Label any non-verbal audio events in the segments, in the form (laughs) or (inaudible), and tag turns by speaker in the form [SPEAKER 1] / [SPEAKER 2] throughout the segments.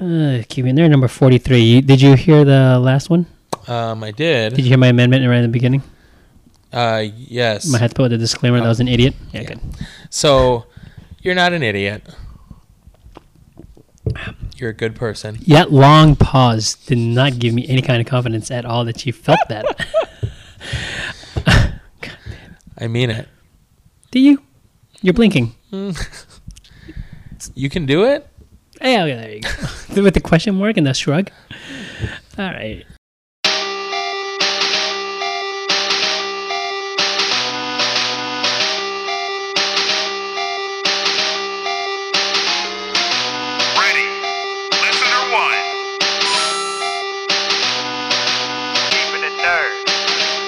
[SPEAKER 1] Uh, keeping there, number 43. You, did you hear the last one?
[SPEAKER 2] Um, I did.
[SPEAKER 1] Did you hear my amendment right in the beginning?
[SPEAKER 2] Uh, yes.
[SPEAKER 1] I had to put the disclaimer that I was an idiot. Yeah,
[SPEAKER 2] Yeah.
[SPEAKER 1] good.
[SPEAKER 2] So, you're not an idiot. You're a good person.
[SPEAKER 1] That long pause did not give me any kind of confidence at all that you felt that.
[SPEAKER 2] I mean it.
[SPEAKER 1] Do you? You're blinking.
[SPEAKER 2] You can do it.
[SPEAKER 1] Hey, okay, Oh, there you go. (laughs) With the question mark and the shrug. All right.
[SPEAKER 3] Ready. Listener one. Keeping it nerd.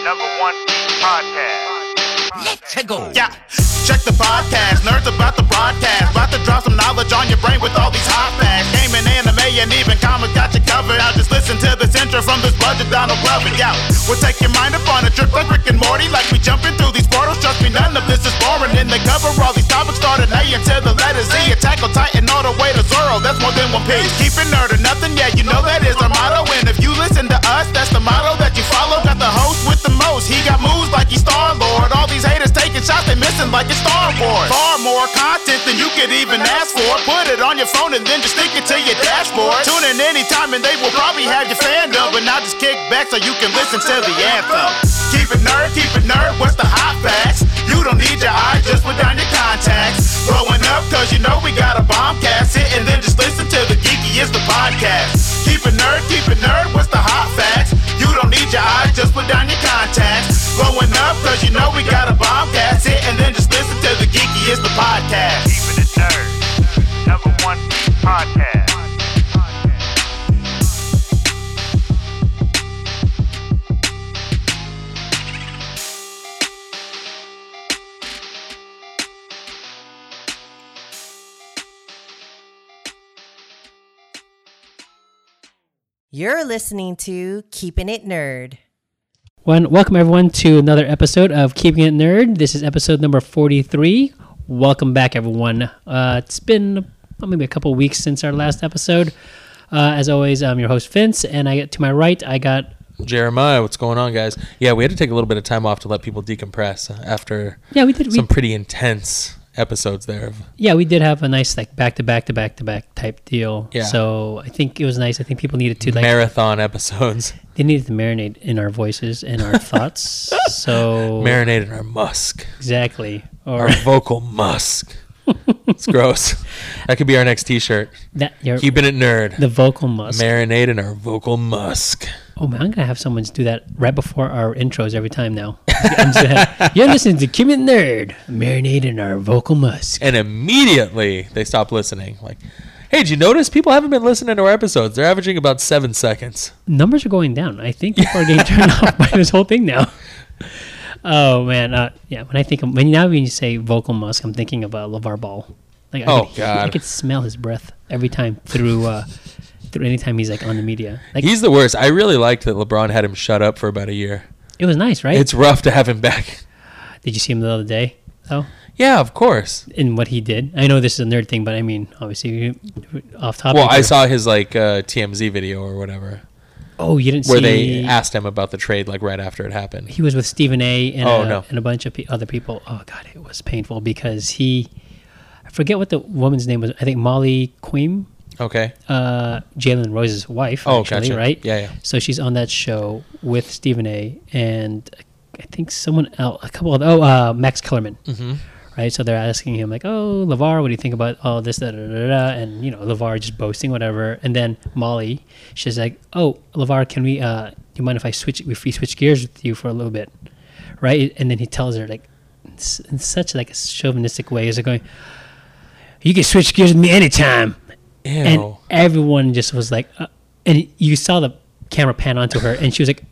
[SPEAKER 3] Number one geek podcast. Let's go.
[SPEAKER 4] Yeah, check the podcast. Nerds about the broadcast. About to drop some knowledge on your brain with all these hot facts. Gaming, anime, and even comics got you covered. Now just listen to this intro from this budget Donald Glover. Yeah, we'll take your mind up on a trip like Rick and Morty. Like we jumping through these portals. Trust me, none of this is boring. In the cover, all these topics started A until the letter Z. Attack on Titan all the way to Zoro. That's more than one piece. Keep it nerd or nothing. Yeah, you know that is our motto. And if you listen to us, that's the motto that you follow. Got the host with the most. He got moves like he's Star Lord. All these haters taking shots, they missing like it's Star Wars. Far more content than you could even ask for. Put it on your phone and then just stick it to your dashboard. Tune in anytime and they will probably have your fandom. But now just kick back so you can listen to the anthem. Keep it nerd, keep it nerd. What's the hot facts? You don't need your eyes, just put down your contacts. Blowing up, cause you know we got a bombcast. Hit and then just listen to the geeky is the podcast. Keep it nerd, keep it nerd. What's the hot facts? You don't need your eyes, just put down your contacts. Blowing up, cause you know we got a bombcast. Hit and then just listen to the geeky is the podcast.
[SPEAKER 3] Keeping it nerd. Number one geek podcast.
[SPEAKER 5] You're listening to Keeping It Nerd.
[SPEAKER 1] One, welcome everyone to another episode of Keeping It Nerd. This is episode number 43. Welcome back everyone. Uh, it's been uh, maybe a couple weeks since our last episode. Uh, as always, I'm your host Vince, and I to my right I got
[SPEAKER 2] Jeremiah, what's going on, guys? Yeah, we had to take a little bit of time off to let people decompress after
[SPEAKER 1] yeah we did we,
[SPEAKER 2] some pretty intense episodes there. of-
[SPEAKER 1] yeah we did have a nice like back to back to back to back type deal.
[SPEAKER 2] Yeah.
[SPEAKER 1] So I think it was nice. I think people needed to like
[SPEAKER 2] marathon
[SPEAKER 1] (laughs)
[SPEAKER 2] episodes.
[SPEAKER 1] they needed to marinate in our voices and our
[SPEAKER 2] (laughs)
[SPEAKER 1] thoughts. So
[SPEAKER 2] Marinate in our musk,
[SPEAKER 1] exactly or
[SPEAKER 2] our vocal musk.
[SPEAKER 1] (laughs)
[SPEAKER 2] It's gross. That could be our next T-shirt.
[SPEAKER 1] that your,
[SPEAKER 2] Keeping it nerd.
[SPEAKER 1] the vocal musk.
[SPEAKER 2] Marinate in our vocal musk.
[SPEAKER 1] Oh man, I'm gonna have someone do that right before our intros every time now. (laughs) I'm just gonna- You're listening to Kim and Nerd, marinade in our vocal musk.
[SPEAKER 2] and immediately they stop listening. Like, hey, did you notice people haven't been listening to our episodes? They're averaging about seven seconds.
[SPEAKER 1] Numbers are going down. I think people are getting turned (laughs) off by this whole thing now. Oh man, uh, yeah. When I think of, when now when you say vocal musk, I'm thinking about LeVar Ball. Like, I
[SPEAKER 2] Oh,
[SPEAKER 1] could, he- I
[SPEAKER 2] God.
[SPEAKER 1] could smell his breath every time through uh, through any time he's like on the media. Like
[SPEAKER 2] He's the worst. I really liked that LeBron had him shut up for about a year.
[SPEAKER 1] it was nice, right?
[SPEAKER 2] It's rough to have him back. (laughs)
[SPEAKER 1] Did you see him the other day? though?
[SPEAKER 2] Yeah, of course.
[SPEAKER 1] in what he did. I know this is a nerd thing, but I mean, obviously, off topic.
[SPEAKER 2] Well, I
[SPEAKER 1] here.
[SPEAKER 2] saw his like uh, TMZ video or whatever
[SPEAKER 1] Oh, you didn't
[SPEAKER 2] where
[SPEAKER 1] see
[SPEAKER 2] they asked him about the trade like right after it happened.
[SPEAKER 1] he was with Stephen A. and
[SPEAKER 2] Oh,
[SPEAKER 1] a,
[SPEAKER 2] no.
[SPEAKER 1] and a bunch of pe- other people. Oh god, it was painful because he, I forget what the woman's name was. I think Molly Queem,
[SPEAKER 2] Okay.
[SPEAKER 1] uh, Jalen Rose's wife.
[SPEAKER 2] Oh,
[SPEAKER 1] actually,
[SPEAKER 2] gotcha.
[SPEAKER 1] right?
[SPEAKER 2] Yeah, yeah.
[SPEAKER 1] So she's on that show with Stephen A. and I think someone else, a couple of oh uh, Max Kellerman. Mm-hmm. Right, so they're asking him like, "Oh, Lavar, what do you think about all this?" Da, da, da, da, da, and you know, Lavar just boasting, whatever. And then Molly, she's like, "Oh, Lavar, can we? Uh, do you mind if I switch? If we switch gears with you for a little bit, right?" And then he tells her like, s- in such like a chauvinistic way, is like going, "You can switch gears with me anytime."
[SPEAKER 2] Ew.
[SPEAKER 1] and everyone just was like, uh, and you saw the camera pan onto her, and she was like,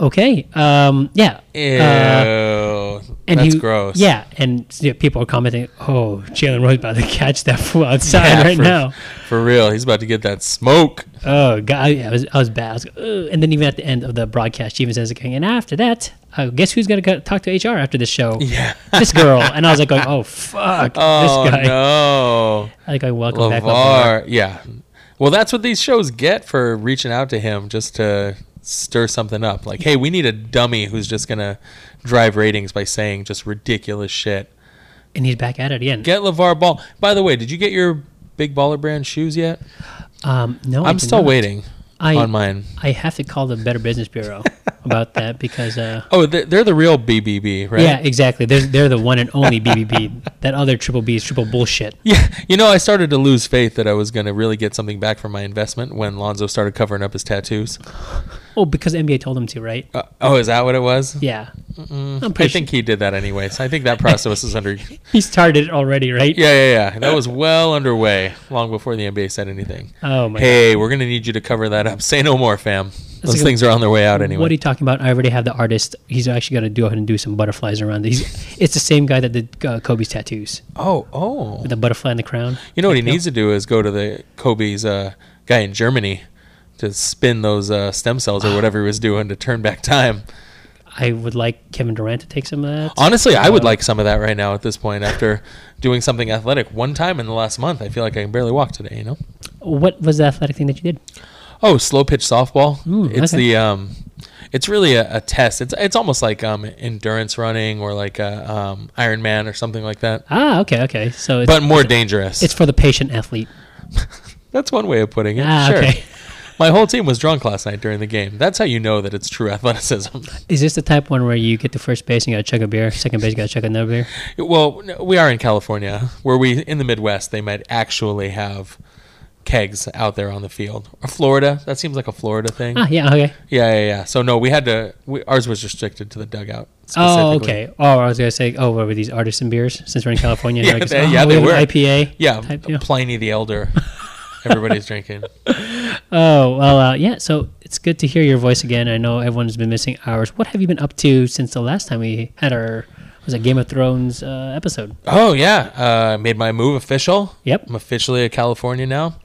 [SPEAKER 1] "Okay, um, yeah."
[SPEAKER 2] Ew.
[SPEAKER 1] uh, and
[SPEAKER 2] That's
[SPEAKER 1] he-
[SPEAKER 2] gross.
[SPEAKER 1] Yeah, and you know, people are commenting, "Oh, Jalen Rose about to (laughs) catch that fool outside
[SPEAKER 2] Yeah,
[SPEAKER 1] right
[SPEAKER 2] for,
[SPEAKER 1] now."
[SPEAKER 2] For real. He's about to get that smoke.
[SPEAKER 1] Oh God, yeah, I was, I was bad. I was like, "Ugh." and then even at the end of the broadcast, she even says, "Okay, and after that, uh, guess who's gonna go talk to HR after this show?"
[SPEAKER 2] (laughs) Yeah.
[SPEAKER 1] This girl, and I
[SPEAKER 2] (laughs)
[SPEAKER 1] was like, going, "Oh fuck,
[SPEAKER 2] Oh,
[SPEAKER 1] this guy."
[SPEAKER 2] no.
[SPEAKER 1] I like, I welcome back,
[SPEAKER 2] LeVar. Yeah. Well, that's what these shows get for reaching out to him just to stir something up. Like, hey, we need a dummy who's just going to drive ratings by saying just ridiculous shit.
[SPEAKER 1] and he's back at it again.
[SPEAKER 2] Get LeVar Ball. By the way, did you get your Big Baller Brand shoes yet?
[SPEAKER 1] Um, no, I
[SPEAKER 2] I'm
[SPEAKER 1] did
[SPEAKER 2] still
[SPEAKER 1] not.
[SPEAKER 2] waiting
[SPEAKER 1] I-
[SPEAKER 2] on mine.
[SPEAKER 1] I have to call the Better Business
[SPEAKER 2] (laughs)
[SPEAKER 1] Bureau about that because uh,
[SPEAKER 2] Oh, they're, they're the real BBB, right?
[SPEAKER 1] yeah, exactly. They're they're the one and only BBB. that other triple B is triple bullshit.
[SPEAKER 2] (laughs) Yeah, you know, I started to lose faith that I was going to really get something back from my investment when Lonzo started covering up his tattoos.
[SPEAKER 1] Oh, because NBA told him to, right?
[SPEAKER 2] Uh, oh, is that what it was?
[SPEAKER 1] Yeah, I'm
[SPEAKER 2] I
[SPEAKER 1] pretty
[SPEAKER 2] think he did that anyways. I think that process is under. Yeah,
[SPEAKER 1] sure he started it already, right?
[SPEAKER 2] yeah, yeah. That was well underway long before the NBA said anything.
[SPEAKER 1] Oh my
[SPEAKER 2] hey, we're going to need you to cover that up. (laughs) Say no more, fam. Those
[SPEAKER 1] like a-
[SPEAKER 2] things are on their way out anyway.
[SPEAKER 1] What are you talking about? I already have the artist. He's actually going to go ahead and do some butterflies around. it. He's, it's the same guy that did uh, Kobe's tattoos,
[SPEAKER 2] oh, oh.
[SPEAKER 1] with the butterfly and the crown.
[SPEAKER 2] You know what he needs to do is go to the Kobe's uh, guy in Germany to spin those uh, stem cells or whatever he was doing to turn back time.
[SPEAKER 1] I would like Kevin Durant to take some of that.
[SPEAKER 2] Honestly, I would like some of that right now at this point after doing something athletic one time in the last month. I feel like I can barely walk today, you know?
[SPEAKER 1] What was the athletic thing that you did?
[SPEAKER 2] Oh, slow pitch softball.
[SPEAKER 1] Ooh,
[SPEAKER 2] it's
[SPEAKER 1] okay.
[SPEAKER 2] the um it's really a, a test. It's it's almost like um endurance running or like a um Ironman or something like that.
[SPEAKER 1] Ah, okay, okay. So it's,
[SPEAKER 2] But
[SPEAKER 1] (laughs)
[SPEAKER 2] more dangerous.
[SPEAKER 1] it's for the patient athlete.
[SPEAKER 2] That's one way of putting it.
[SPEAKER 1] Ah,
[SPEAKER 2] sure.
[SPEAKER 1] okay.
[SPEAKER 2] My whole team was drunk last night during the game. That's how you know that it's true athleticism. (laughs)
[SPEAKER 1] Is this the type one where you get to first base and you got to chug a beer, second base you got to chug another beer?
[SPEAKER 2] Well, no, we are in California, where we in the Midwest they might actually have kegs out there on the field. Or Florida, that seems like a Florida thing.
[SPEAKER 1] Ah, yeah, okay.
[SPEAKER 2] Yeah, yeah, yeah. So no, we had to. We, ours was restricted to the dugout.
[SPEAKER 1] Oh,
[SPEAKER 2] specifically.
[SPEAKER 1] okay. Oh, I was gonna say, oh, what were these artisan beers? Since we're in California,
[SPEAKER 2] (laughs) Yeah,
[SPEAKER 1] like,
[SPEAKER 2] they-
[SPEAKER 1] oh,
[SPEAKER 2] yeah,
[SPEAKER 1] we
[SPEAKER 2] they
[SPEAKER 1] have an
[SPEAKER 2] were.
[SPEAKER 1] IPA.
[SPEAKER 2] Yeah,
[SPEAKER 1] type deal.
[SPEAKER 2] Pliny the Elder.
[SPEAKER 1] (laughs)
[SPEAKER 2] Everybody's drinking.
[SPEAKER 1] Oh well, uh, yeah. So it's good to hear your voice again. I know everyone's been missing hours. What have you been up to since the last time we had our was it Game of Thrones uh, episode?
[SPEAKER 2] Oh yeah, uh, made my move official.
[SPEAKER 1] Yep.
[SPEAKER 2] I'm officially a California now.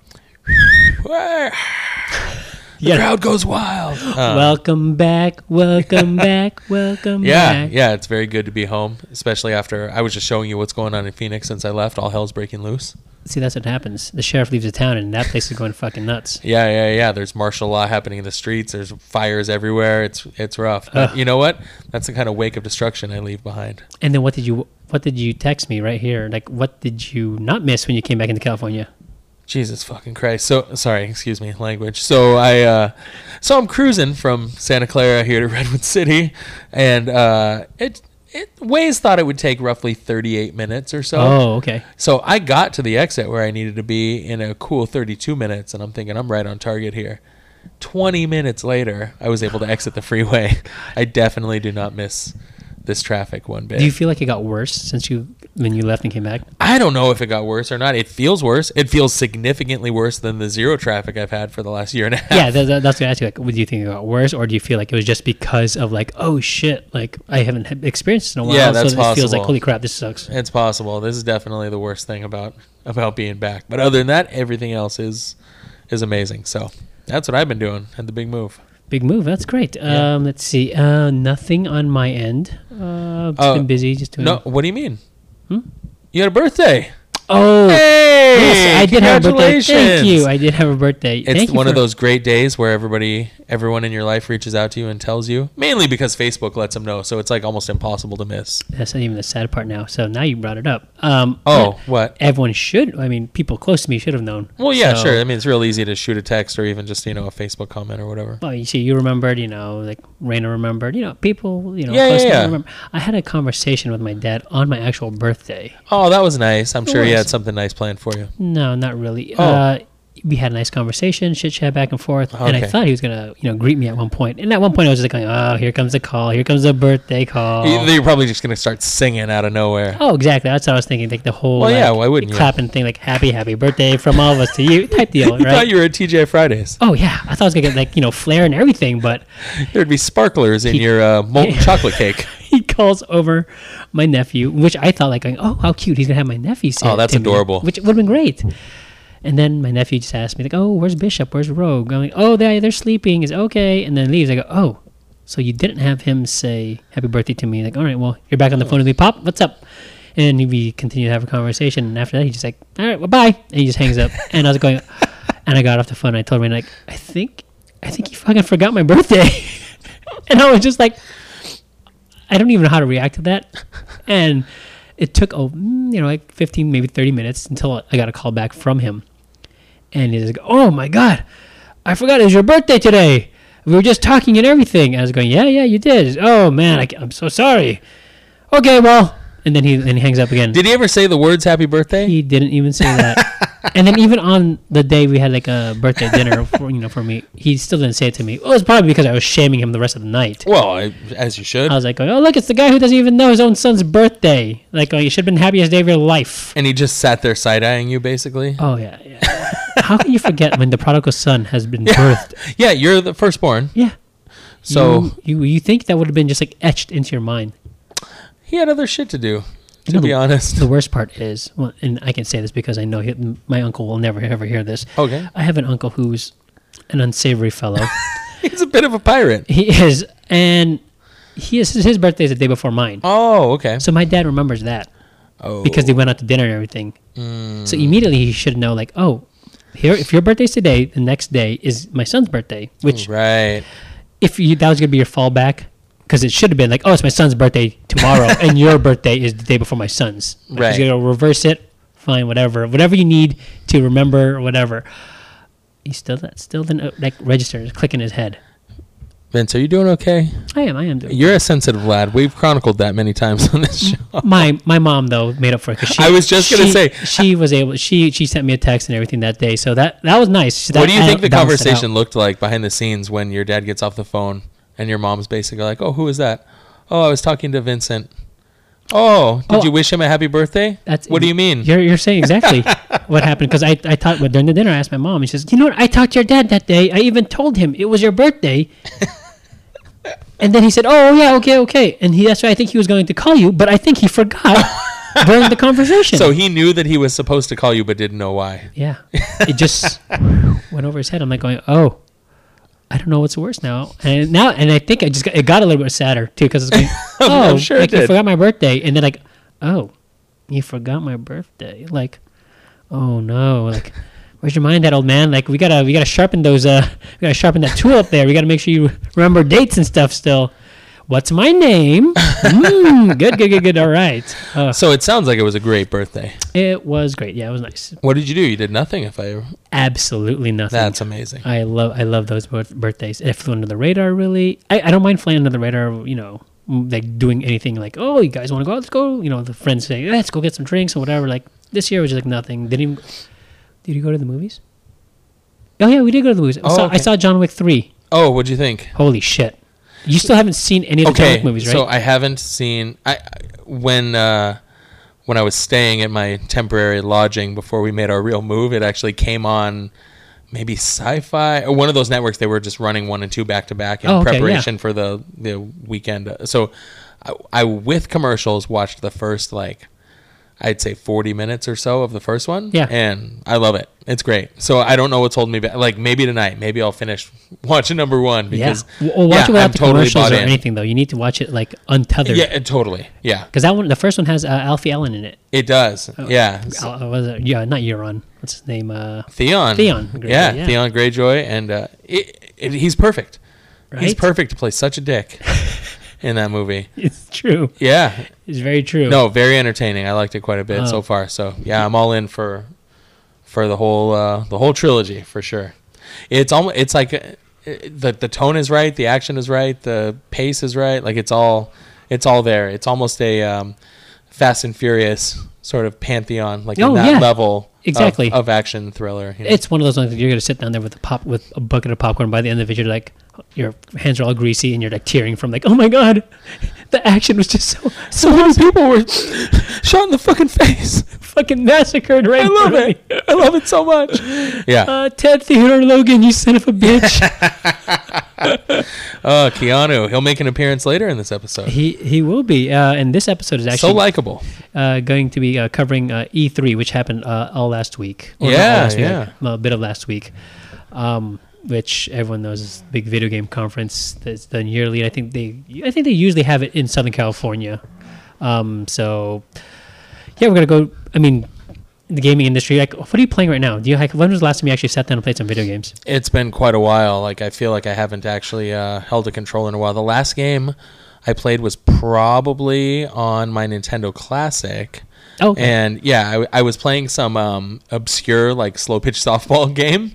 [SPEAKER 1] Yeah.
[SPEAKER 2] Crowd goes wild. Uh,
[SPEAKER 1] welcome back,
[SPEAKER 2] (laughs)
[SPEAKER 1] welcome back, welcome
[SPEAKER 2] yeah,
[SPEAKER 1] back.
[SPEAKER 2] yeah, it's very good to be home, especially after I was just showing you what's going on in Phoenix since I left. All hell's breaking loose.
[SPEAKER 1] See, that's what happens. The sheriff leaves the town, and that place is going fucking nuts.
[SPEAKER 2] Yeah, yeah, yeah. There's martial law happening in the streets. There's fires everywhere. It's it's rough. But you know what? That's the kind of wake of destruction I leave behind.
[SPEAKER 1] And then what did you what did you text me right here? Like, what did you not miss when you came back into California?
[SPEAKER 2] Jesus fucking Christ. So sorry, excuse me, language. So I uh so I'm cruising from Santa Clara here to (laughs) Redwood City and uh it it Waze thought it would take roughly 38 minutes or so.
[SPEAKER 1] Oh, okay.
[SPEAKER 2] So I got to the exit where I needed to be in a cool 32 minutes and I'm thinking I'm right on target here. 20 minutes later, I was able to exit the freeway. (laughs) I definitely do not miss this traffic one bit.
[SPEAKER 1] Do you feel like it got worse since you when you left and came back?
[SPEAKER 2] I don't know if it got worse or not. It feels worse. It feels significantly worse than the zero traffic I've had for the last year and a half.
[SPEAKER 1] yeah, that, that, that's what I asked you. Like, do you think it got worse, or do you feel like it was just because of like, oh shit, like I haven't had- experienced it in a while,
[SPEAKER 2] Yeah, that's
[SPEAKER 1] so it feels like
[SPEAKER 2] possible.
[SPEAKER 1] holy crap, this sucks.
[SPEAKER 2] It's possible. This is definitely the worst thing about about being back. But other than that, everything else is is amazing. So that's what I've been doing. Had the big move.
[SPEAKER 1] Big move. That's great. Um, let's see. Uh, nothing on my end. Uh, just
[SPEAKER 2] Uh,
[SPEAKER 1] been busy. Just doing.
[SPEAKER 2] No, what do you mean? You had a birthday.
[SPEAKER 1] Hmm? Oh.
[SPEAKER 2] Hey,
[SPEAKER 1] Yes, I did have a birthday. Thank
[SPEAKER 2] congratulations.
[SPEAKER 1] you. I did have a birthday.
[SPEAKER 2] it's
[SPEAKER 1] Thank you
[SPEAKER 2] one of
[SPEAKER 1] for-
[SPEAKER 2] those great days where everybody, everyone in your life reaches out to you and tells you, mainly because Facebook lets them know. So it's like almost impossible to miss.
[SPEAKER 1] That's not even the sad part now. So now you brought it up. Um,
[SPEAKER 2] Oh,
[SPEAKER 1] but
[SPEAKER 2] what?
[SPEAKER 1] everyone should. I mean, people close to me should have known.
[SPEAKER 2] Well, yeah,
[SPEAKER 1] So-
[SPEAKER 2] sure. I mean, it's real easy to shoot a text or even just you know a Facebook comment or whatever.
[SPEAKER 1] Well, you see, you remembered, you know, like Raina remembered, you know, people, you know,
[SPEAKER 2] Yeah,
[SPEAKER 1] close
[SPEAKER 2] yeah,
[SPEAKER 1] to me
[SPEAKER 2] yeah.
[SPEAKER 1] remember. I had a conversation with my dad on my actual birthday.
[SPEAKER 2] Oh, that was nice. I'm sure he
[SPEAKER 1] was.
[SPEAKER 2] had something nice planned for you.
[SPEAKER 1] No, not really.
[SPEAKER 2] Oh.
[SPEAKER 1] Uh, we had a nice conversation, chit chat back and forth, and I
[SPEAKER 2] Okay.
[SPEAKER 1] thought he was gonna, you know, greet me at one point. And at one point, I was just like, "Oh, here comes the call! Here comes the birthday call!"
[SPEAKER 2] Either You're probably just gonna start singing out of nowhere.
[SPEAKER 1] Oh, exactly. That's what I was thinking. Like the whole,
[SPEAKER 2] Well, yeah,
[SPEAKER 1] like,
[SPEAKER 2] why wouldn't you?
[SPEAKER 1] clapping thing, like "Happy, happy birthday from all of us to you" type deal,
[SPEAKER 2] (laughs) You thought
[SPEAKER 1] right?
[SPEAKER 2] you were at
[SPEAKER 1] (laughs)
[SPEAKER 2] TJ Fridays.
[SPEAKER 1] Oh yeah, I thought I was gonna get like you know flair and everything, but
[SPEAKER 2] There'd be sparklers in your uh, molten chocolate
[SPEAKER 1] (laughs)
[SPEAKER 2] cake.
[SPEAKER 1] he calls over my nephew, which I thought like, oh, how cute, he's gonna have my nephew. sit
[SPEAKER 2] Oh, that's
[SPEAKER 1] to me,
[SPEAKER 2] adorable.
[SPEAKER 1] Which would have been great. And then my nephew just asked me like, oh, where's Bishop? Where's Rogue? I'm like, oh, they they're sleeping. Is okay. And then leaves. I go, oh, so you didn't have him say happy birthday to me? Like, all right, well, you're back on the phone with me, Pop. What's up? And we continue to have a conversation. And after that, he just like, all right, well, bye. And he just hangs up. And I was going. (laughs) And I got off the phone. and I told him like, I think, I think you fucking forgot my birthday. (laughs) and I was just like, I don't even know how to react to that. And it took oh, mm, you know, like 15, maybe 30 minutes until I got a call back from him. And he's like, "Oh my god, I forgot it was your birthday today. We were just talking and everything." And I was going, "Yeah, yeah, you did. Oh man, I, am so sorry. Okay, well." And then he and he hangs up again.
[SPEAKER 2] Did he ever say the words "Happy Birthday"?
[SPEAKER 1] He didn't even say that. and then even on the day we had like a birthday dinner, for, you know, for me, he still didn't say it to me. Well, it was probably because I was shaming him the rest of the night.
[SPEAKER 2] well, I, as you should.
[SPEAKER 1] I was like, going, "Oh look, it's the guy who doesn't even know his own son's birthday. Like, oh, you should have been happiest day of your life."
[SPEAKER 2] and he just sat there side eyeing you, basically.
[SPEAKER 1] Oh yeah, yeah. (laughs) How can you forget when the prodigal son has been birthed?
[SPEAKER 2] yeah, you're the firstborn,
[SPEAKER 1] Yeah.
[SPEAKER 2] so
[SPEAKER 1] you, you, you think that would have been just like etched into your mind?
[SPEAKER 2] he had other shit to do. To
[SPEAKER 1] know
[SPEAKER 2] be
[SPEAKER 1] the-
[SPEAKER 2] honest,
[SPEAKER 1] The worst part is, well, and I can say this because I know he, my uncle will never ever hear this.
[SPEAKER 2] Okay.
[SPEAKER 1] I have an uncle who's an unsavory fellow.
[SPEAKER 2] (laughs)
[SPEAKER 1] (laughs)
[SPEAKER 2] he's a bit of a pirate.
[SPEAKER 1] he is, and he is his birthday is the day before mine.
[SPEAKER 2] Oh, okay.
[SPEAKER 1] So my dad remembers that
[SPEAKER 2] oh,
[SPEAKER 1] because they went out to dinner and everything. So immediately he should know, like, oh, here if your birthday's today, the next day is my son's birthday, which
[SPEAKER 2] Oh, right.
[SPEAKER 1] if you, that was gonna be your fallback, because it should have been like, oh, it's my son's birthday tomorrow,
[SPEAKER 2] (laughs)
[SPEAKER 1] and your birthday is the day before my son's. Like,
[SPEAKER 2] Right.
[SPEAKER 1] You're gonna reverse it. Fine, whatever, whatever you need to remember, or whatever. He still that still didn't uh, like register. It's click in his head.
[SPEAKER 2] Vince, are you doing okay?
[SPEAKER 1] I am. I am. Doing
[SPEAKER 2] You're a sensitive lad. We've chronicled that many times on (laughs) this show.
[SPEAKER 1] my my mom though made up for it. 'cause she,
[SPEAKER 2] I was just gonna
[SPEAKER 1] she-
[SPEAKER 2] say-
[SPEAKER 1] she was able. She she sent me a text and everything that day, so that that was nice. That
[SPEAKER 2] what do you
[SPEAKER 1] ad-
[SPEAKER 2] think the
[SPEAKER 1] balanced it out.
[SPEAKER 2] conversation looked like behind the scenes when your dad gets off the phone and your mom's basically like, "Oh, who is that? Oh, I was talking to Vincent. Oh, did
[SPEAKER 1] Oh,
[SPEAKER 2] you wish him a happy birthday?
[SPEAKER 1] That's
[SPEAKER 2] what do you mean?
[SPEAKER 1] You're, you're saying
[SPEAKER 2] (laughs)
[SPEAKER 1] exactly what happened because I I talked during the dinner. I asked my mom, and she says, "You know what? I talked to your dad that day. I even told him it was your
[SPEAKER 2] (laughs)
[SPEAKER 1] birthday." and then he said, "Oh yeah, okay, okay." And he that's why I think he was going to call you, but I think he
[SPEAKER 2] (laughs)
[SPEAKER 1] forgot during the conversation.
[SPEAKER 2] So he knew that he was supposed to call you, but didn't know why.
[SPEAKER 1] yeah, it just (laughs) went over his head. I'm like going, "Oh." I don't know what's worse now, and now, and I think I just got, it got a little bit sadder too because it's
[SPEAKER 2] (laughs)
[SPEAKER 1] going, oh,
[SPEAKER 2] I'm sure it
[SPEAKER 1] like you
[SPEAKER 2] did.
[SPEAKER 1] forgot my birthday, and then like, oh, you forgot my birthday, like, oh no, like, where's your mind at, old man? Like, we gotta, we gotta sharpen those, uh, we gotta sharpen that tool up there. We gotta make sure you remember dates and stuff still. What's my name? mm, good, good, good, good. All right. Uh,
[SPEAKER 2] So it sounds like it was a great birthday.
[SPEAKER 1] it was great. Yeah, it was nice.
[SPEAKER 2] What did you do? You did nothing. If I
[SPEAKER 1] Absolutely nothing.
[SPEAKER 2] that's amazing.
[SPEAKER 1] I love I love those birth- birthdays. It flew under the radar really. I, I don't mind flying under the radar, you know, m- like doing anything like, oh, you guys want to go out? Let's go. You know, the friends say, let's go get some drinks or whatever. Like this year was just like nothing. Didn't even. Did you go to the movies? Oh yeah, we did go to the movies. I,
[SPEAKER 2] Oh,
[SPEAKER 1] saw, I
[SPEAKER 2] okay.
[SPEAKER 1] saw John Wick three.
[SPEAKER 2] Oh, what'd you think?
[SPEAKER 1] Holy shit! You still haven't seen any of the John
[SPEAKER 2] Okay,
[SPEAKER 1] Wick movies, right?
[SPEAKER 2] so I haven't seen. I I- when uh, when I was staying at my temporary lodging before we made our real move, it actually came on maybe Sci-Fi or one of those networks. They were just running one and two back to back in
[SPEAKER 1] Oh, okay, yeah.
[SPEAKER 2] preparation for the the weekend. So I, I with commercials watched the first like I'd say 40 minutes or so of the first one.
[SPEAKER 1] Yeah.
[SPEAKER 2] And I love it. It's great. So I don't know what's holding me back. Like maybe tonight, maybe I'll finish (laughs) watching number
[SPEAKER 1] yeah.
[SPEAKER 2] one because
[SPEAKER 1] Well, watch
[SPEAKER 2] yeah,
[SPEAKER 1] it without
[SPEAKER 2] I'm
[SPEAKER 1] the
[SPEAKER 2] totally
[SPEAKER 1] commercials
[SPEAKER 2] bought
[SPEAKER 1] or
[SPEAKER 2] in.
[SPEAKER 1] anything though. You need to watch it like untethered.
[SPEAKER 2] Yeah, uh, totally. Yeah,
[SPEAKER 1] Because that one, the first one has uh, Alfie Allen in it.
[SPEAKER 2] it does.
[SPEAKER 1] Oh.
[SPEAKER 2] Yeah. S-
[SPEAKER 1] Al, was it? Yeah, not Euron. What's his name? Uh, (laughs)
[SPEAKER 2] Theon.
[SPEAKER 1] Theon Greyjoy,
[SPEAKER 2] yeah,
[SPEAKER 1] yeah.
[SPEAKER 2] Theon Greyjoy. And uh, it, it, he's perfect. He's
[SPEAKER 1] Right?
[SPEAKER 2] perfect to play such
[SPEAKER 1] (laughs)
[SPEAKER 2] a dick in that movie.
[SPEAKER 1] It's true.
[SPEAKER 2] Yeah.
[SPEAKER 1] It's very true.
[SPEAKER 2] No, very entertaining. I liked it quite a bit so
[SPEAKER 1] Oh.
[SPEAKER 2] far. So yeah, I'm all in for for the whole uh, the whole trilogy for sure. It's almost it's like uh, the the tone is right, the action is right, the pace is right. Like it's all it's all there. It's almost a um, Fast and Furious sort of pantheon, like in
[SPEAKER 1] Oh,
[SPEAKER 2] that
[SPEAKER 1] yeah.
[SPEAKER 2] level of-
[SPEAKER 1] Exactly.
[SPEAKER 2] of, action thriller. you know?
[SPEAKER 1] It's one of those ones that you're gonna sit down there with a pop with a bucket of popcorn. By the end of it, you're like, your hands are all greasy and you're like tearing from like, oh my god, (laughs) the action was just so
[SPEAKER 2] so many
[SPEAKER 1] (laughs)
[SPEAKER 2] people were shot in the fucking face.
[SPEAKER 1] fucking massacred right.
[SPEAKER 2] I love
[SPEAKER 1] in front of
[SPEAKER 2] it.
[SPEAKER 1] me.
[SPEAKER 2] I love it so much. Yeah.
[SPEAKER 1] (laughs) Uh, Ted Theodore Logan, you son of a bitch.
[SPEAKER 2] Uh, Keanu, he'll make an appearance later in this
[SPEAKER 1] (laughs)
[SPEAKER 2] episode.
[SPEAKER 1] he he will be. Uh, and this episode is actually
[SPEAKER 2] so likable.
[SPEAKER 1] uh, going to be uh, covering uh, E3, which happened uh, all last week. not
[SPEAKER 2] Yeah,
[SPEAKER 1] all last week,
[SPEAKER 2] yeah.
[SPEAKER 1] like, a bit of last week, um, which everyone knows is a big video game conference that's done yearly. I think they, I think they usually have it in Southern California. Um, so, yeah, we're gonna go. I mean, the gaming industry. Like, what are you playing right now? Do you like? When was the last time you actually sat down and played some video games?
[SPEAKER 2] It's been quite a while. Like I feel like I haven't actually uh, held a controller in a while. The last game I played was probably on my Nintendo Classic.
[SPEAKER 1] Oh, okay.
[SPEAKER 2] And yeah, I, w- I was playing some um, obscure like slow pitch (laughs) softball game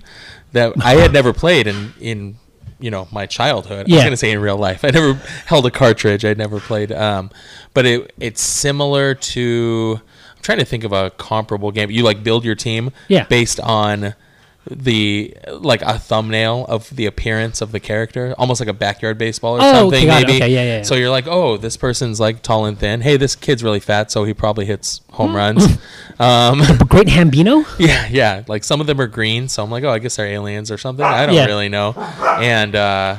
[SPEAKER 2] that I had never played in in you know my childhood. I was
[SPEAKER 1] Yeah.
[SPEAKER 2] gonna say in real life. I never held a cartridge. I never played. Um, but it it's similar to. I'm trying to think of a comparable game. You like build your team
[SPEAKER 1] Yeah.
[SPEAKER 2] based on the like a thumbnail of the appearance of the character, almost like a backyard baseball or
[SPEAKER 1] Oh,
[SPEAKER 2] something.
[SPEAKER 1] okay, got it.
[SPEAKER 2] maybe.
[SPEAKER 1] Okay, yeah, yeah, yeah.
[SPEAKER 2] So you're like, oh, this person's like tall and thin. Hey, this kid's really fat, so he probably hits
[SPEAKER 1] Mm. (laughs)
[SPEAKER 2] home runs. Um,
[SPEAKER 1] Great Hambino.
[SPEAKER 2] yeah, yeah. Like some of them are green, so I'm like, oh, I guess they're aliens or something. I don't
[SPEAKER 1] Yeah.
[SPEAKER 2] really know. And uh,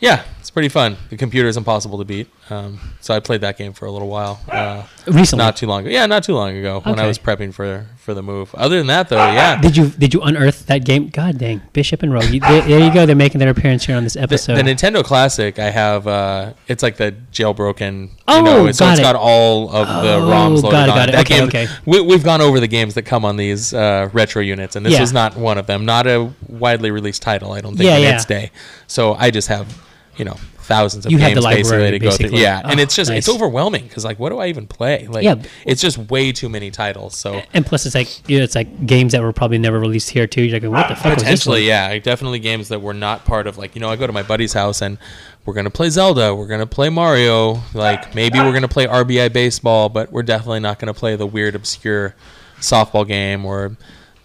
[SPEAKER 2] yeah, it's pretty fun. The computer is impossible to beat. Um, so I played that game for a little while. Uh,
[SPEAKER 1] Recently,
[SPEAKER 2] not too long ago. Yeah, not too long ago when I
[SPEAKER 1] Okay.
[SPEAKER 2] was prepping for for the move. Other than that, though, yeah.
[SPEAKER 1] did you did you unearth that game? God dang, Bishop and Rogue. You, there, there you go. They're making their appearance here on this
[SPEAKER 2] The,
[SPEAKER 1] episode.
[SPEAKER 2] the Nintendo Classic, I have. Uh, it's like the jailbroken.
[SPEAKER 1] Oh,
[SPEAKER 2] you know, so
[SPEAKER 1] got
[SPEAKER 2] has
[SPEAKER 1] it.
[SPEAKER 2] got all of the
[SPEAKER 1] Oh,
[SPEAKER 2] ROMs loaded
[SPEAKER 1] got it,
[SPEAKER 2] on.
[SPEAKER 1] got it.
[SPEAKER 2] That
[SPEAKER 1] Okay,
[SPEAKER 2] game,
[SPEAKER 1] okay.
[SPEAKER 2] We, we've gone over the games that come on these uh, retro units, and this
[SPEAKER 1] Yeah.
[SPEAKER 2] was not one of them. Not a widely released title, I don't think,
[SPEAKER 1] Yeah,
[SPEAKER 2] in
[SPEAKER 1] yeah.
[SPEAKER 2] its day. So I just have, you know, thousands of
[SPEAKER 1] You had
[SPEAKER 2] games
[SPEAKER 1] the
[SPEAKER 2] basically
[SPEAKER 1] library,
[SPEAKER 2] to go through.
[SPEAKER 1] basically.
[SPEAKER 2] Yeah, and
[SPEAKER 1] Oh,
[SPEAKER 2] it's just it's
[SPEAKER 1] nice.
[SPEAKER 2] overwhelming because like, what do I even play? Like,
[SPEAKER 1] Yeah, b-
[SPEAKER 2] it's just way too many titles. So
[SPEAKER 1] and plus, it's like you know, it's like games that were probably never released here too. You're like, what the fuck was this?
[SPEAKER 2] Potentially,
[SPEAKER 1] one?
[SPEAKER 2] yeah. Like, Definitely games that were not part of like, you know, I go to my buddy's house and we're gonna play Zelda, we're gonna play Mario, like maybe we're gonna play RBI baseball, but we're definitely not gonna play the weird obscure softball game or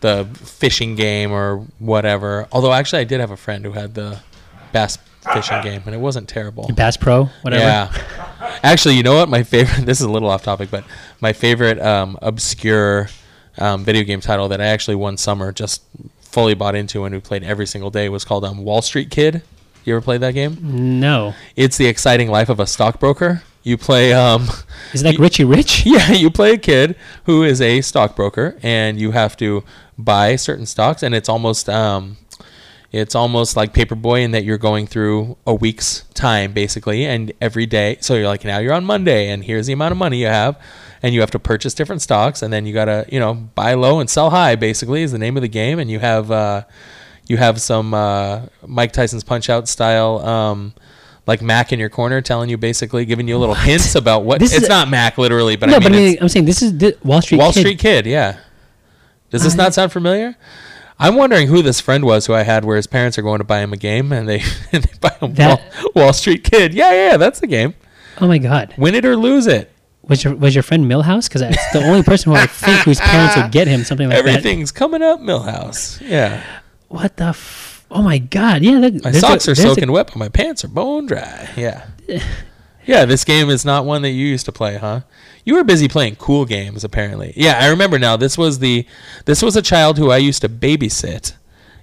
[SPEAKER 2] the fishing game or whatever. Although actually I did have a friend who had the bass fishing game and it wasn't terrible.
[SPEAKER 1] Bass Pro, whatever.
[SPEAKER 2] Yeah. Actually, you know what? My favorite. (laughs) This is a little off topic, but my favorite um, obscure um, video game title that I actually one summer just fully bought into and we played every single day was called um, Wall Street Kid. You ever played that
[SPEAKER 1] Mm.
[SPEAKER 2] game?
[SPEAKER 1] No,
[SPEAKER 2] It's the exciting life of a stockbroker. You play. Um,
[SPEAKER 1] is it like Richie Rich?
[SPEAKER 2] (laughs) yeah, you play a kid who is a stockbroker, and you have to buy certain stocks, and it's almost um, it's almost like Paperboy in that you're going through a week's time basically, and every day. So you're like, now you're on Monday, and here's the amount of money you have, and you have to purchase different stocks, and then you gotta you know buy low and sell high basically is the name of the game, and you have uh, you have some uh, Mike Tyson's Punch Out style. Um, like Mac in your corner, telling you basically, giving you little hints about what
[SPEAKER 1] This is
[SPEAKER 2] it's
[SPEAKER 1] a-
[SPEAKER 2] not Mac literally,
[SPEAKER 1] (laughs)
[SPEAKER 2] but
[SPEAKER 1] no,
[SPEAKER 2] I mean,
[SPEAKER 1] but I
[SPEAKER 2] it's-
[SPEAKER 1] mean, I'm saying this is the Wall Street.
[SPEAKER 2] Wall
[SPEAKER 1] Kid.
[SPEAKER 2] Street Kid, yeah. Does this not sound familiar? I'm wondering who this friend was who I had where his parents are going to buy him a game and they, (laughs) and they buy him
[SPEAKER 1] That-
[SPEAKER 2] Wall, Wall Street Kid. Yeah, yeah, yeah, that's the game.
[SPEAKER 1] Oh my God,
[SPEAKER 2] Win it or lose it.
[SPEAKER 1] was your was your friend Millhouse? Because it's the only person who I think whose parents would get him something like that.
[SPEAKER 2] Everything's coming up, Millhouse. Yeah.
[SPEAKER 1] What the? F- oh my God, yeah. That,
[SPEAKER 2] My
[SPEAKER 1] there's a-
[SPEAKER 2] socks are
[SPEAKER 1] there's a-
[SPEAKER 2] soaking wet, but my pants are bone dry. Yeah. (sighs) Yeah, this game is not one that you used to play, huh? You were busy playing cool games, apparently. Yeah, I remember now. This was the this was a child who I used to babysit,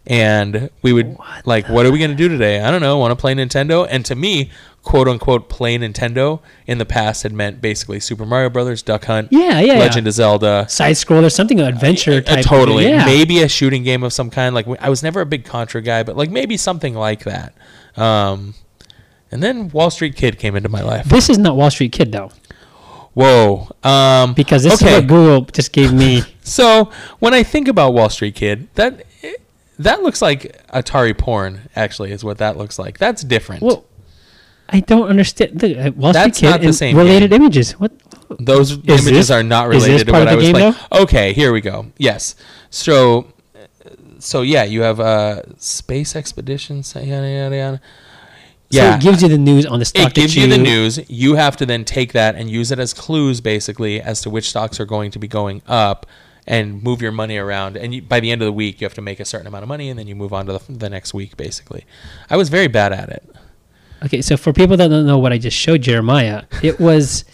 [SPEAKER 2] and we would like, what are we gonna do today? I don't know. Want to play Nintendo? And to me, quote unquote, play Nintendo in the past had meant basically Super Mario Brothers, Duck Hunt,
[SPEAKER 1] Yeah, yeah, yeah.
[SPEAKER 2] Legend of Zelda,
[SPEAKER 1] side scroller, something an adventure
[SPEAKER 2] uh,
[SPEAKER 1] type. of-
[SPEAKER 2] totally.
[SPEAKER 1] yeah.
[SPEAKER 2] Maybe a shooting game of some kind. Like I was never a big Contra guy, but like maybe something like that. Um, and then Wall Street Kid came into my life.
[SPEAKER 1] This is not Wall Street Kid though,
[SPEAKER 2] Whoa. Um,
[SPEAKER 1] because this
[SPEAKER 2] okay.
[SPEAKER 1] is what Google just gave me.
[SPEAKER 2] So when I think about Wall Street Kid, that that looks like Atari porn. Actually, is what that looks like. That's different.
[SPEAKER 1] Well, I don't understand. Look, uh, Wall
[SPEAKER 2] That's
[SPEAKER 1] Street Kid
[SPEAKER 2] not the
[SPEAKER 1] and
[SPEAKER 2] same
[SPEAKER 1] related images. What?
[SPEAKER 2] Those
[SPEAKER 1] Is
[SPEAKER 2] images
[SPEAKER 1] this-
[SPEAKER 2] are not
[SPEAKER 1] is this
[SPEAKER 2] related to
[SPEAKER 1] part of
[SPEAKER 2] what I
[SPEAKER 1] the
[SPEAKER 2] was
[SPEAKER 1] game,
[SPEAKER 2] playing. Okay, here we go. Yes. So, so yeah, you have uh, space expeditions. Yada yada yada.
[SPEAKER 1] So it gives you the news on the stock.
[SPEAKER 2] it gives
[SPEAKER 1] that
[SPEAKER 2] you,
[SPEAKER 1] you
[SPEAKER 2] the news. You have to then take that and use it as clues, basically, as to which stocks are going to be going up, and move your money around. And you, by the end of the week, you have to make a certain amount of money, and then you move on to the, the next week, basically. I was very bad at it.
[SPEAKER 1] Okay, so for people that don't know what I just showed Jeremiah, it was.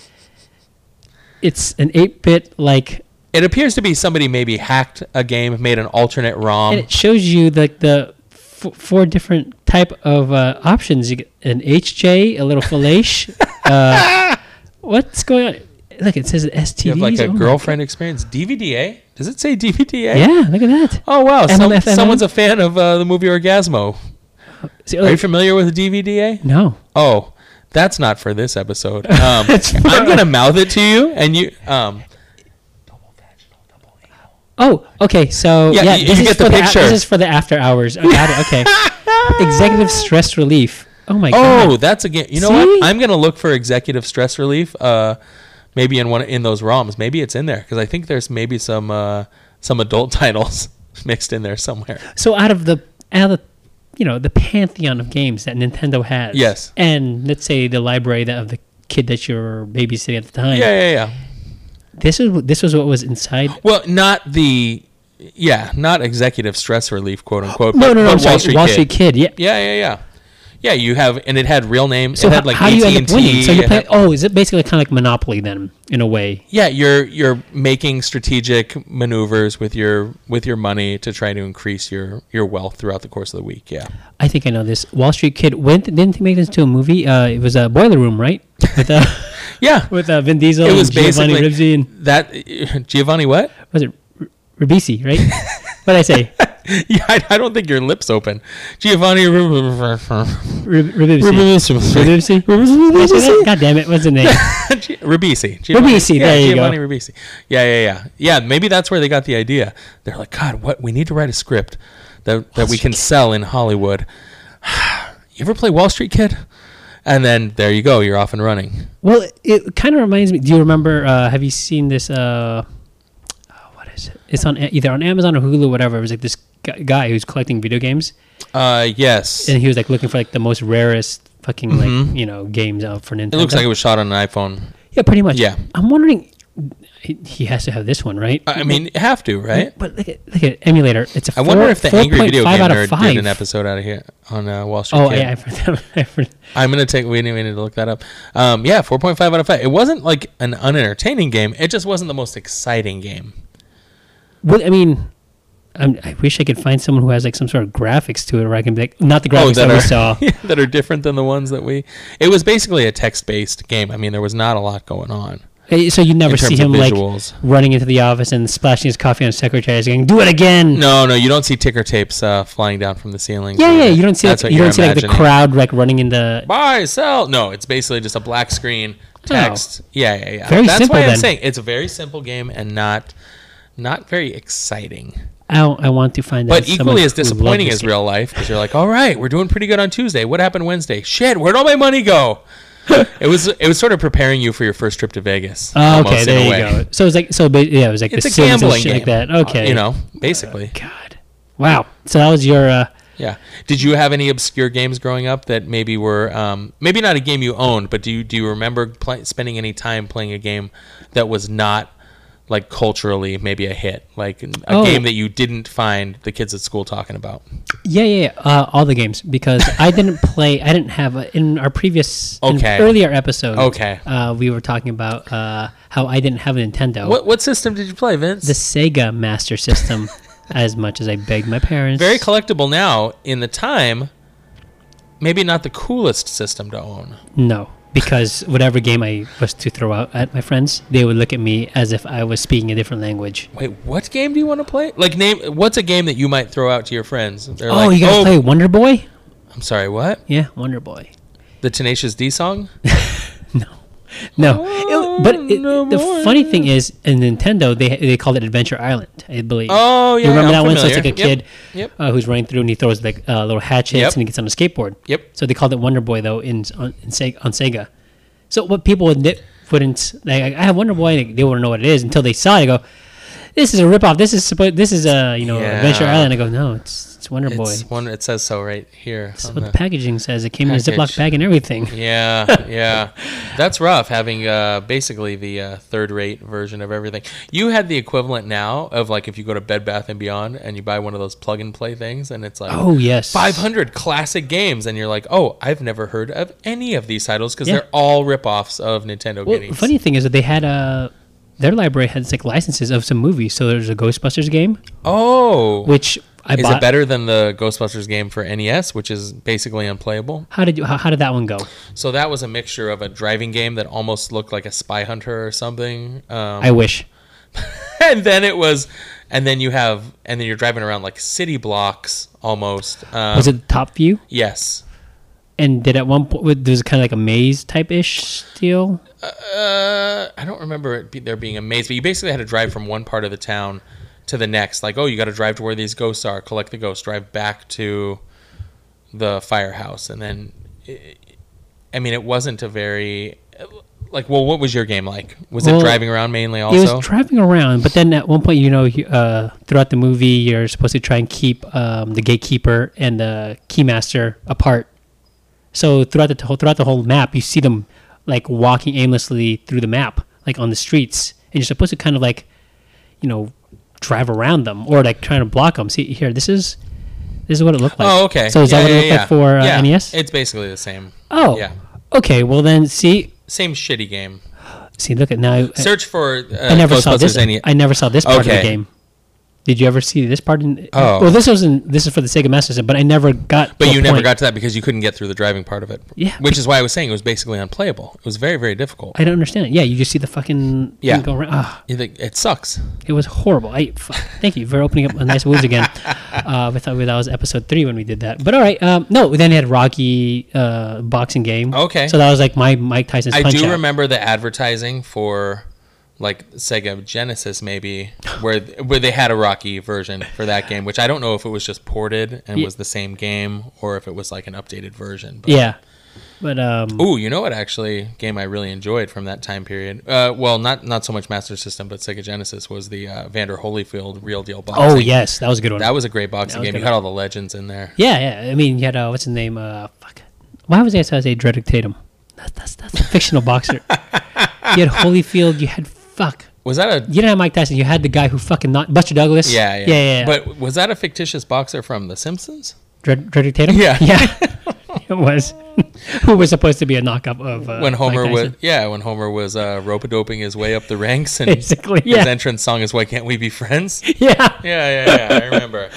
[SPEAKER 1] It's an eight-bit like,
[SPEAKER 2] It appears to be somebody maybe hacked a game, made an alternate
[SPEAKER 1] and
[SPEAKER 2] ROM.
[SPEAKER 1] it shows you like the, f- four different type of uh, options. You get an HJ, a
[SPEAKER 2] (laughs)
[SPEAKER 1] little fellage. uh, what's going on? Look, it says STDs.
[SPEAKER 2] You have like a
[SPEAKER 1] Oh my-
[SPEAKER 2] girlfriend experience. DVDA? Does it say DVDA?
[SPEAKER 1] Yeah, look at that.
[SPEAKER 2] Oh wow! Some,
[SPEAKER 1] MMFMM?
[SPEAKER 2] someone's a fan of uh, the movie Orgasmo.
[SPEAKER 1] See,
[SPEAKER 2] Are you
[SPEAKER 1] look-
[SPEAKER 2] familiar with DVDA?
[SPEAKER 1] no.
[SPEAKER 2] Oh, that's not for
[SPEAKER 1] (laughs)
[SPEAKER 2] this episode. Um,
[SPEAKER 1] It's for-
[SPEAKER 2] I'm gonna mouth it to you, and you. Um,
[SPEAKER 1] Oh, okay. So
[SPEAKER 2] Yeah,
[SPEAKER 1] yeah,
[SPEAKER 2] you-
[SPEAKER 1] this
[SPEAKER 2] you
[SPEAKER 1] is
[SPEAKER 2] get the
[SPEAKER 1] for a-
[SPEAKER 2] picture.
[SPEAKER 1] this is for the after hours. I got it.
[SPEAKER 2] (laughs)
[SPEAKER 1] Okay. Executive stress relief. Oh my
[SPEAKER 2] Oh,
[SPEAKER 1] god.
[SPEAKER 2] that's again. You know
[SPEAKER 1] See?
[SPEAKER 2] what? I'm gonna look for executive stress relief. Uh, maybe in one in those ROMs. Maybe it's in there because I think there's maybe some uh, some adult (laughs) titles mixed in there somewhere.
[SPEAKER 1] So out of the out of the, you know the pantheon of games that Nintendo has.
[SPEAKER 2] Yes.
[SPEAKER 1] And let's say the library that of the kid that you're babysitting at the time.
[SPEAKER 2] Yeah, yeah, yeah.
[SPEAKER 1] This is what- this was what was inside.
[SPEAKER 2] Well, not the yeah, not executive stress relief, quote unquote.
[SPEAKER 1] No,
[SPEAKER 2] but-
[SPEAKER 1] no, no.
[SPEAKER 2] but
[SPEAKER 1] I'm sorry, Wall Street, Kid. Yeah.
[SPEAKER 2] Yeah, yeah, yeah. Yeah, you have, and it had real names.
[SPEAKER 1] So
[SPEAKER 2] it
[SPEAKER 1] ho-
[SPEAKER 2] had like
[SPEAKER 1] how do you end up winning?
[SPEAKER 2] AT&T.
[SPEAKER 1] So you
[SPEAKER 2] it
[SPEAKER 1] play.
[SPEAKER 2] had-
[SPEAKER 1] Oh, is it basically kind of like Monopoly then, in a way?
[SPEAKER 2] yeah, you're you're making strategic maneuvers with your with your money to try to increase your your wealth throughout the course of the week. Yeah.
[SPEAKER 1] I think I know this. Wall Street Kid. When didn't they make this into a movie? Uh, it was a Boiler Room, right? With, uh,
[SPEAKER 2] Yeah.
[SPEAKER 1] with uh, Vin Diesel
[SPEAKER 2] it was
[SPEAKER 1] and Giovanni
[SPEAKER 2] basically
[SPEAKER 1] Ribisi and
[SPEAKER 2] that (laughs) Giovanni what?
[SPEAKER 1] was it R- Ribisi,
[SPEAKER 2] (laughs)
[SPEAKER 1] right? what did I say?
[SPEAKER 2] Yeah, I, I don't think your lips open. Giovanni
[SPEAKER 1] Rib- Ribisi. Ribisi.
[SPEAKER 2] Ribisi.
[SPEAKER 1] Ribisi. God damn it! What's the name?
[SPEAKER 2] G- Ribisi.
[SPEAKER 1] Ribisi,
[SPEAKER 2] yeah,
[SPEAKER 1] there you
[SPEAKER 2] Giovanni
[SPEAKER 1] go.
[SPEAKER 2] Ribisi. Yeah, yeah, yeah. Yeah, maybe that's where they got the idea. They're like, God, what? We need to write a script that, that we can sell in Hollywood. (sighs) you ever play Wall Street Kid? And then there you go. You're off and running.
[SPEAKER 1] well, it, kind of reminds me. Do you remember? Uh, have you seen this? Uh, oh, what is it? It's on A- either on Amazon or Hulu, whatever. It was like this gu- guy who's collecting video games,
[SPEAKER 2] Uh, yes. It
[SPEAKER 1] and he was like looking for like the most rarest fucking like you know games out for Nintendo.
[SPEAKER 2] looks like Mm-hmm. it was shot on an iPhone.
[SPEAKER 1] yeah, pretty much.
[SPEAKER 2] Yeah.
[SPEAKER 1] I'm wondering. He, he has to have this one, right?
[SPEAKER 2] I I mean, you have to, right?
[SPEAKER 1] But look at look at emulator. It's a
[SPEAKER 2] I
[SPEAKER 1] four,
[SPEAKER 2] wonder if the angry video
[SPEAKER 1] 4.5
[SPEAKER 2] game
[SPEAKER 1] out of
[SPEAKER 2] nerd did an
[SPEAKER 1] five.
[SPEAKER 2] episode out of here on uh, Wall Street.
[SPEAKER 1] Oh,
[SPEAKER 2] Kid.
[SPEAKER 1] yeah, I've heard that. (laughs) I've heard-
[SPEAKER 2] I'm gonna take. We need, we need to look that up. Um, yeah, 4.5 out of five. It wasn't like an unentertaining game. It just wasn't the most exciting game.
[SPEAKER 1] Well, I mean, I'm, I wish I could find someone who has like some sort of graphics to it, where I can be like, not the graphics that,
[SPEAKER 2] are
[SPEAKER 1] we saw.
[SPEAKER 2] (laughs) yeah, Oh, that are different than the ones that we. It was basically a text-based game. I mean, there was not a lot going on.
[SPEAKER 1] Eh, So you never see
[SPEAKER 2] terms of
[SPEAKER 1] him like
[SPEAKER 2] visuals.
[SPEAKER 1] running into the office and splashing his coffee on his secretary, saying, "Do it again."
[SPEAKER 2] No, no, you don't see ticker tapes uh, flying down from the ceiling.
[SPEAKER 1] Yeah, yeah, you don't see
[SPEAKER 2] That's
[SPEAKER 1] like,
[SPEAKER 2] what
[SPEAKER 1] you
[SPEAKER 2] you're
[SPEAKER 1] don't see like the
[SPEAKER 2] imagining.
[SPEAKER 1] crowd like running in the.
[SPEAKER 2] Buy, sell. No, it's basically just a black screen text. Yeah, yeah, yeah.
[SPEAKER 1] Oh. Very
[SPEAKER 2] That's
[SPEAKER 1] simple
[SPEAKER 2] why I'm
[SPEAKER 1] then.
[SPEAKER 2] saying it's a very simple game and not not very exciting.
[SPEAKER 1] I, I want to find out.
[SPEAKER 2] But
[SPEAKER 1] someone
[SPEAKER 2] equally as
[SPEAKER 1] who loved
[SPEAKER 2] disappointing
[SPEAKER 1] this
[SPEAKER 2] as
[SPEAKER 1] game.
[SPEAKER 2] real life, because you're like, all right, we're doing pretty good on Tuesday. What happened Wednesday? Shit, where'd all my
[SPEAKER 1] (laughs)
[SPEAKER 2] money go? it was it was sort of preparing you for your first trip to Vegas.
[SPEAKER 1] Oh,
[SPEAKER 2] almost,
[SPEAKER 1] okay,
[SPEAKER 2] in
[SPEAKER 1] there
[SPEAKER 2] a
[SPEAKER 1] you
[SPEAKER 2] way.
[SPEAKER 1] go. So it was like so. ba- Yeah, it was like
[SPEAKER 2] It's
[SPEAKER 1] the
[SPEAKER 2] a
[SPEAKER 1] Sims and
[SPEAKER 2] gambling
[SPEAKER 1] shit
[SPEAKER 2] game, uh,
[SPEAKER 1] like that. Okay, Uh,
[SPEAKER 2] You know, basically,
[SPEAKER 1] God, wow. So that was your. Uh,
[SPEAKER 2] yeah. Did you have any obscure games growing up that maybe were um, maybe not a game you owned, but do you do you remember play, spending any time playing a game that was not like culturally maybe a hit, like a
[SPEAKER 1] Oh.
[SPEAKER 2] game that you didn't find the kids at school talking about?
[SPEAKER 1] Yeah, yeah, yeah. Uh, all the games
[SPEAKER 2] (laughs)
[SPEAKER 1] because I didn't play. I didn't have a, in our previous in
[SPEAKER 2] Okay.
[SPEAKER 1] earlier episode.
[SPEAKER 2] Okay.
[SPEAKER 1] uh, we were talking about uh, how I didn't have a Nintendo,
[SPEAKER 2] What what system did you play, Vince?
[SPEAKER 1] the Sega Master System, as much as I begged my parents.
[SPEAKER 2] very collectible now in the time maybe not the coolest system to own
[SPEAKER 1] no, because whatever game I was to throw out at my friends, they would look at me as if I was speaking a different language.
[SPEAKER 2] wait what game do you want to play like name what's a game that you might throw out to your friends They're
[SPEAKER 1] oh,
[SPEAKER 2] like,
[SPEAKER 1] you gotta play Wonder Boy?
[SPEAKER 2] i'm sorry what
[SPEAKER 1] Yeah, Wonder Boy.
[SPEAKER 2] the tenacious d song
[SPEAKER 1] No, It- but it,
[SPEAKER 2] Oh, Wonder
[SPEAKER 1] the funny thing is, in Nintendo, they they called it Adventure Island, I believe.
[SPEAKER 2] Oh, yeah,
[SPEAKER 1] you remember
[SPEAKER 2] I'm
[SPEAKER 1] that one? So it's like
[SPEAKER 2] familiar.
[SPEAKER 1] a kid
[SPEAKER 2] Yep, yep.
[SPEAKER 1] Uh, who's running through and he throws like uh, little hatchets
[SPEAKER 2] Yep.
[SPEAKER 1] and he gets on a skateboard.
[SPEAKER 2] Yep.
[SPEAKER 1] So they called it Wonder Boy though in on, in Sega, on Sega. So what people would nit, wouldn't like, I have Wonder Boy, and they wouldn't know what it is until they saw it. I go, this is a ripoff. This is supposed. This is a you know
[SPEAKER 2] Yeah.
[SPEAKER 1] Adventure Island. I go, no, it's it's Wonder Boy.
[SPEAKER 2] it's one it says so right here
[SPEAKER 1] That's
[SPEAKER 2] on
[SPEAKER 1] what the
[SPEAKER 2] the-
[SPEAKER 1] packaging says. It came in a
[SPEAKER 2] package.
[SPEAKER 1] Ziploc bag and everything.
[SPEAKER 2] yeah yeah that's rough having uh, basically the uh, third rate version of everything you had the equivalent now of like if you go to bed bath and beyond and you buy one of those plug and play things and it's like
[SPEAKER 1] Oh yes.
[SPEAKER 2] 500 classic games and you're like oh i've never heard of any of these titles because
[SPEAKER 1] Yeah.
[SPEAKER 2] they're all rip-offs of nintendo
[SPEAKER 1] Well,
[SPEAKER 2] games
[SPEAKER 1] funny thing is that they had uh, their library had like licenses of some movies. So there's a Ghostbusters game,
[SPEAKER 2] oh
[SPEAKER 1] which I
[SPEAKER 2] is
[SPEAKER 1] bought.
[SPEAKER 2] it better than the ghostbusters game for nes which is basically unplayable
[SPEAKER 1] How did you, how, how did that one go?
[SPEAKER 2] so that was a mixture of a driving game that almost looked like a spy hunter or something um, (laughs)
[SPEAKER 1] I wish.
[SPEAKER 2] and then it was and then you have and then you're driving around like city blocks almost um,
[SPEAKER 1] Was it top view?
[SPEAKER 2] yes
[SPEAKER 1] And did at one point there was kind of like a maze type ish deal.
[SPEAKER 2] Uh, I don't remember it be, there being a maze, but you basically had to drive from one part of the town to the next. Like, oh, you got to drive to where these ghosts are, collect the ghosts, drive back to the firehouse, and then. It, I mean, it wasn't a very like. Well, what was your game like? Was
[SPEAKER 1] Well,
[SPEAKER 2] it driving around mainly?
[SPEAKER 1] It
[SPEAKER 2] Also,
[SPEAKER 1] was driving around, but then at one point, you know, you, uh, throughout the movie, you're supposed to try and keep um, the gatekeeper and the keymaster apart. So throughout the whole throughout the whole map, you see them like walking aimlessly through the map, like on the streets, and you're supposed to kind of like, you know, drive around them or like trying to block them. See here, this is this is what it looked like.
[SPEAKER 2] oh, okay.
[SPEAKER 1] So is
[SPEAKER 2] Yeah,
[SPEAKER 1] that what
[SPEAKER 2] yeah,
[SPEAKER 1] it looked
[SPEAKER 2] yeah.
[SPEAKER 1] like for uh,
[SPEAKER 2] Yeah,
[SPEAKER 1] NES?
[SPEAKER 2] It's basically the same.
[SPEAKER 1] oh,
[SPEAKER 2] yeah.
[SPEAKER 1] okay. Well then, see,
[SPEAKER 2] Same shitty game.
[SPEAKER 1] see, look at now. I-
[SPEAKER 2] Search for. Uh,
[SPEAKER 1] I never saw
[SPEAKER 2] Ghostbusters
[SPEAKER 1] this.
[SPEAKER 2] NES.
[SPEAKER 1] I never saw this part of
[SPEAKER 2] Okay.
[SPEAKER 1] the game. Did you ever see this part? In,
[SPEAKER 2] Oh.
[SPEAKER 1] well, this wasn't. This is for the Sega Master System, but I never got.
[SPEAKER 2] But
[SPEAKER 1] to a
[SPEAKER 2] you never
[SPEAKER 1] point.
[SPEAKER 2] got to that because you couldn't get through the driving part of it.
[SPEAKER 1] Yeah.
[SPEAKER 2] Which is why I was saying it was basically unplayable. It was very, very difficult.
[SPEAKER 1] I don't understand it. Yeah, you just see the fucking
[SPEAKER 2] Yeah.
[SPEAKER 1] thing go around. Ah,
[SPEAKER 2] You think it sucks.
[SPEAKER 1] it was horrible. I fuck, thank you for opening up a nice wounds
[SPEAKER 2] (laughs)
[SPEAKER 1] again. Uh, I thought that was episode three when we did that. But all right, um, no. Then it had Rocky uh, boxing game.
[SPEAKER 2] Okay.
[SPEAKER 1] so that was like my Mike Tyson's.
[SPEAKER 2] I
[SPEAKER 1] punch
[SPEAKER 2] do
[SPEAKER 1] out.
[SPEAKER 2] remember the advertising for like Sega Genesis
[SPEAKER 1] (gasps)
[SPEAKER 2] maybe where where they had a Rocky version for that game, which I don't know if it was just ported and
[SPEAKER 1] Ye-
[SPEAKER 2] was the same game or if it was like an updated version. But
[SPEAKER 1] Yeah, but um,
[SPEAKER 2] Ooh, you know what? Actually, game I really enjoyed from that time period. Uh, well, not not so much Master System, but Sega Genesis was the uh, Vander Holyfield Real Deal boxing.
[SPEAKER 1] oh yes, that was a good one.
[SPEAKER 2] that was a great boxing
[SPEAKER 1] That was
[SPEAKER 2] game. You
[SPEAKER 1] good.
[SPEAKER 2] had all the legends in there.
[SPEAKER 1] Yeah, yeah. I mean, you had uh, what's his name? Uh, fuck. Why was I supposed to say Dredrick Tatum? That's that's that's a fictional
[SPEAKER 2] (laughs)
[SPEAKER 1] boxer. you had Holyfield. You had fuck.
[SPEAKER 2] Was that a
[SPEAKER 1] You didn't have Mike Tyson. You had the guy who fucking knocked Buster Douglas.
[SPEAKER 2] yeah, yeah,
[SPEAKER 1] yeah. yeah, yeah.
[SPEAKER 2] But was that a fictitious boxer from The Simpsons?
[SPEAKER 1] Dred- Dredrick Tatum.
[SPEAKER 2] Yeah. (laughs)
[SPEAKER 1] yeah. it was. (laughs) who was supposed to be a knockup of uh,
[SPEAKER 2] When Homer
[SPEAKER 1] Mike
[SPEAKER 2] was
[SPEAKER 1] Tyson.
[SPEAKER 2] yeah, when Homer was uh, rope doping his way up the ranks and
[SPEAKER 1] Basically, yeah.
[SPEAKER 2] his entrance song is "Why Can't We
[SPEAKER 1] (laughs)
[SPEAKER 2] Be Friends."
[SPEAKER 1] (laughs) yeah.
[SPEAKER 2] Yeah, yeah, yeah. I remember.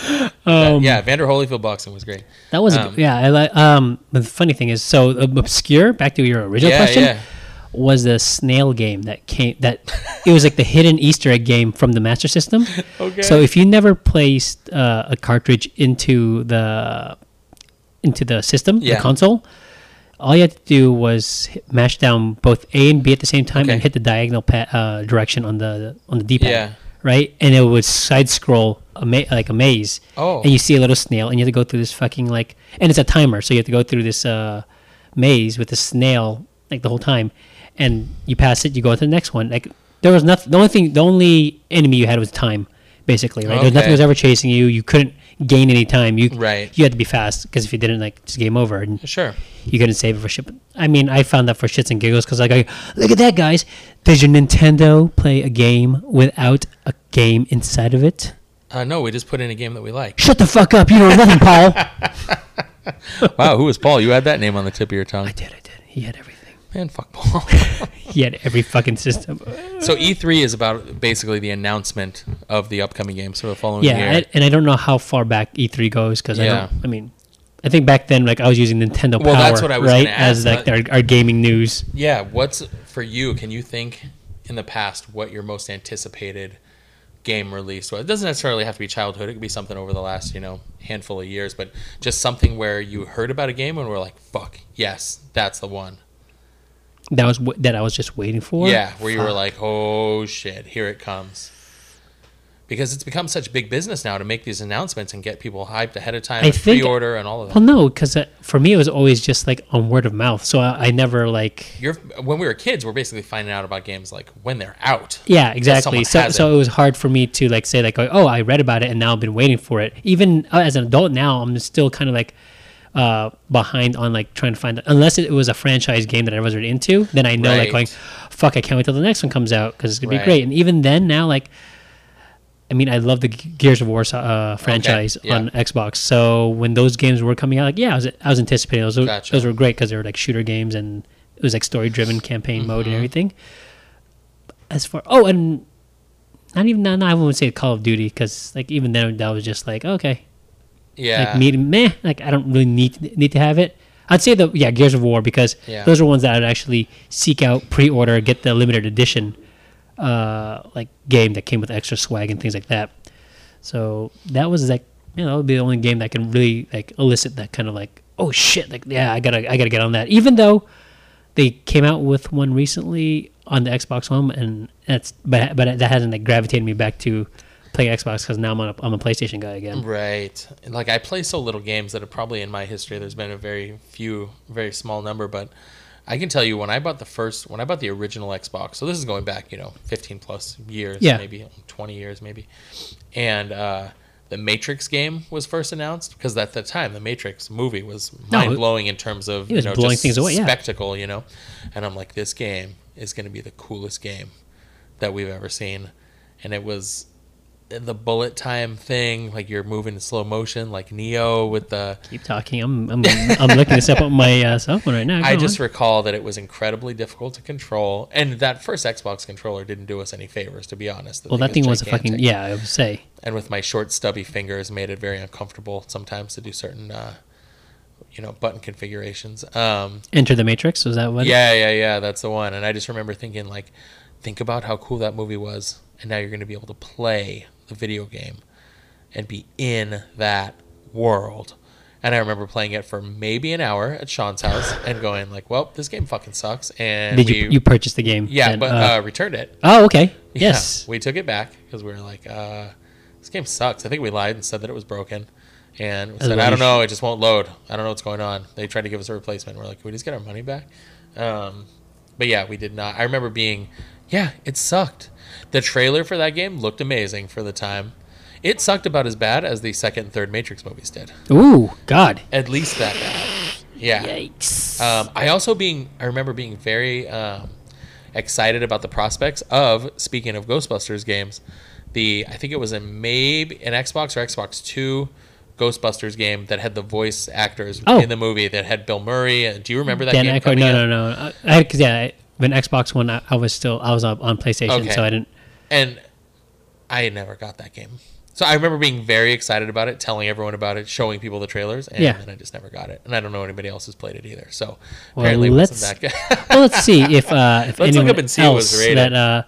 [SPEAKER 1] Um,
[SPEAKER 2] That- yeah, Vander Holyfield boxing was great.
[SPEAKER 1] That was a-
[SPEAKER 2] Um,
[SPEAKER 1] yeah. I like. Um, the funny thing is, so um, obscure. Back to your original
[SPEAKER 2] Yeah,
[SPEAKER 1] question.
[SPEAKER 2] yeah.
[SPEAKER 1] Was the snail game that came that it was like the hidden Easter egg game from the Master System.
[SPEAKER 2] (laughs) Okay.
[SPEAKER 1] So if you never placed uh, a cartridge into the into the system,
[SPEAKER 2] Yeah.
[SPEAKER 1] the console, all you had to do was hit, mash down both A and B at the same time
[SPEAKER 2] Okay.
[SPEAKER 1] and hit the diagonal pa- uh, direction on the on the D-pad.
[SPEAKER 2] Yeah.
[SPEAKER 1] Right, and it would side scroll a ma- like a maze.
[SPEAKER 2] Oh.
[SPEAKER 1] And you see a little snail, and you have to go through this fucking like, and it's a timer, so you have to go through this uh, maze with the snail like the whole time, and you pass it, you go to the next one. Like there was nothing. The only thing, the only enemy you had was time, basically. Right, There's
[SPEAKER 2] Okay.
[SPEAKER 1] nothing was ever chasing you. You couldn't gain any time. You
[SPEAKER 2] Right.
[SPEAKER 1] You had to be fast because if you didn't, like, it's game over. And
[SPEAKER 2] Sure.
[SPEAKER 1] you couldn't save it for shit. But, I mean, I found that for shits and giggles because like, I, look at that, guys. Does your Nintendo play a game without a game inside of it?
[SPEAKER 2] Uh, no, we just put in a game that we like.
[SPEAKER 1] Shut the fuck up. You know nothing, Paul. (laughs) I
[SPEAKER 2] Wow, who was Paul? You had that name on the tip of your tongue.
[SPEAKER 1] did. I did. He had everything.
[SPEAKER 2] Man, fuck Paul. (laughs)
[SPEAKER 1] He had every fucking system.
[SPEAKER 2] so E3 is about basically the announcement of the upcoming games for the following
[SPEAKER 1] Yeah,
[SPEAKER 2] year.
[SPEAKER 1] I, and I don't know how far back E3 goes because I
[SPEAKER 2] Yeah.
[SPEAKER 1] don't. I mean. I think back then, like I was using Nintendo
[SPEAKER 2] Well,
[SPEAKER 1] Power,
[SPEAKER 2] that's what I was
[SPEAKER 1] right,
[SPEAKER 2] gonna
[SPEAKER 1] as
[SPEAKER 2] ask.
[SPEAKER 1] like our, our gaming news.
[SPEAKER 2] Yeah, what's for you? Can you think in the past what your most anticipated game release was? It doesn't necessarily have to be childhood. It could be something over the last you know handful of years, but just something where you heard about a game and were like, "Fuck, yes, that's the one."
[SPEAKER 1] That was w- that I was just waiting for.
[SPEAKER 2] yeah, where you were like, "Oh shit, here it comes." Because it's become such big business now to make these announcements and get people hyped ahead of time,
[SPEAKER 1] I
[SPEAKER 2] and
[SPEAKER 1] think-
[SPEAKER 2] pre-order and all of that.
[SPEAKER 1] Well, no, because for me it was always just like on word of mouth. So I, I never like.
[SPEAKER 2] You're, when we were kids, we're basically finding out about games like when they're out.
[SPEAKER 1] Yeah, exactly.
[SPEAKER 2] someone
[SPEAKER 1] So
[SPEAKER 2] has
[SPEAKER 1] so
[SPEAKER 2] it.
[SPEAKER 1] it was hard for me to like say like oh I read about it and now I've been waiting for it. Even uh, as an adult now I'm still kind of like uh behind on like trying to find unless it was a franchise game that I was really into then I know
[SPEAKER 2] Right.
[SPEAKER 1] like going fuck I can't wait till the next one comes out because it's gonna
[SPEAKER 2] Right.
[SPEAKER 1] be great. And even then now like. I mean, I love the Ge- Gears of War uh, franchise
[SPEAKER 2] yeah.
[SPEAKER 1] on Xbox. So when those games were coming out, like yeah, I was, I was anticipating those.
[SPEAKER 2] Gotcha.
[SPEAKER 1] Those were great because they were like shooter games and it was like story driven campaign mode and everything. As far oh, and not even no, no, I wouldn't say Call of Duty because like even then that was just like okay,
[SPEAKER 2] Yeah,
[SPEAKER 1] like me meh, like I don't really need need to have it. I'd say the yeah Gears of War because
[SPEAKER 2] Yeah.
[SPEAKER 1] those are ones that I'd actually seek out, pre-order, get the limited edition, uh, like game that came with extra swag and things like that. So that was like you know that would be the only game that can really like elicit that kind of like oh shit like yeah I gotta I gotta get on that even though they came out with one recently on the Xbox One and that's but but that hasn't like gravitated me back to playing Xbox because now I'm on a, I'm a PlayStation guy again.
[SPEAKER 2] Right. And, Like I play so little games that are probably in my history there's been a very few, very small number, but I can tell you when I bought the first when I bought the original Xbox. So this is going back, you know, 15 plus years,
[SPEAKER 1] Yeah.
[SPEAKER 2] maybe 20 years maybe. And uh the Matrix game was first announced because at the time the Matrix movie was
[SPEAKER 1] No, it-
[SPEAKER 2] mind blowing in terms of
[SPEAKER 1] it was
[SPEAKER 2] you know
[SPEAKER 1] blowing
[SPEAKER 2] just
[SPEAKER 1] things away, yeah.
[SPEAKER 2] spectacle, you know. And I'm like, this game is going to be the coolest game that we've ever seen, and it was the bullet time thing, like you're moving in slow motion, like Neo with the.
[SPEAKER 1] Keep talking. I'm I'm, I'm looking this up on my uh, cell phone right now.
[SPEAKER 2] I
[SPEAKER 1] Go
[SPEAKER 2] just
[SPEAKER 1] on.
[SPEAKER 2] recall that it was incredibly difficult to control, and that first Xbox controller didn't do us any favors, to be honest. The
[SPEAKER 1] well, that thing was a
[SPEAKER 2] gigantic.
[SPEAKER 1] fucking yeah. I would say
[SPEAKER 2] and with my short stubby fingers made it very uncomfortable sometimes to do certain uh, you know button configurations um,
[SPEAKER 1] Enter the Matrix. Was that what?
[SPEAKER 2] yeah yeah yeah that's the one and i just remember thinking like think about how cool that movie was and now you're going to be able to play the video game and be in that world and i remember playing it for maybe an hour at sean's house and going like well this game fucking sucks and
[SPEAKER 1] Did
[SPEAKER 2] we
[SPEAKER 1] you you purchase the game?
[SPEAKER 2] yeah
[SPEAKER 1] then?
[SPEAKER 2] but
[SPEAKER 1] Uh,
[SPEAKER 2] uh, returned it
[SPEAKER 1] oh, okay.
[SPEAKER 2] (laughs) yeah,
[SPEAKER 1] Yes.
[SPEAKER 2] we took it back because we were like, uh, this game sucks. I think we lied and said that it was broken. And we said, I
[SPEAKER 1] what
[SPEAKER 2] don't
[SPEAKER 1] you
[SPEAKER 2] know, it just won't load. I don't know what's going on. They tried to give us a replacement. We're like, can we just get our money back? Um, but yeah, we did not. I remember being, yeah, it sucked. The trailer for that game looked amazing for the time. It sucked about as bad as the second and third Matrix movies did.
[SPEAKER 1] Ooh, God.
[SPEAKER 2] At least that bad. Yeah.
[SPEAKER 1] Yikes.
[SPEAKER 2] Um, I also being I remember being very um, excited about the prospects of speaking of Ghostbusters games. The I think it was a maybe an Xbox or Xbox Two Ghostbusters game that had the voice actors
[SPEAKER 1] Oh.
[SPEAKER 2] in the movie that had Bill Murray. And do you remember that
[SPEAKER 1] Dan
[SPEAKER 2] game?
[SPEAKER 1] Aykroyd.
[SPEAKER 2] coming
[SPEAKER 1] No,
[SPEAKER 2] out?
[SPEAKER 1] no, no. I because yeah, I, when Xbox One, I, I was still I was up on PlayStation,
[SPEAKER 2] Okay.
[SPEAKER 1] so I didn't.
[SPEAKER 2] And I never got that game. So I remember being very excited about it, telling everyone about it, showing people the trailers, and
[SPEAKER 1] Yeah.
[SPEAKER 2] then I just never got it. And I don't know anybody else who's played it either. So
[SPEAKER 1] Well,
[SPEAKER 2] apparently it
[SPEAKER 1] let's-
[SPEAKER 2] wasn't that good. (laughs)
[SPEAKER 1] Well, let's see if uh, if
[SPEAKER 2] Let's look
[SPEAKER 1] anyone
[SPEAKER 2] up and see what was
[SPEAKER 1] else
[SPEAKER 2] rated.
[SPEAKER 1] that. Uh,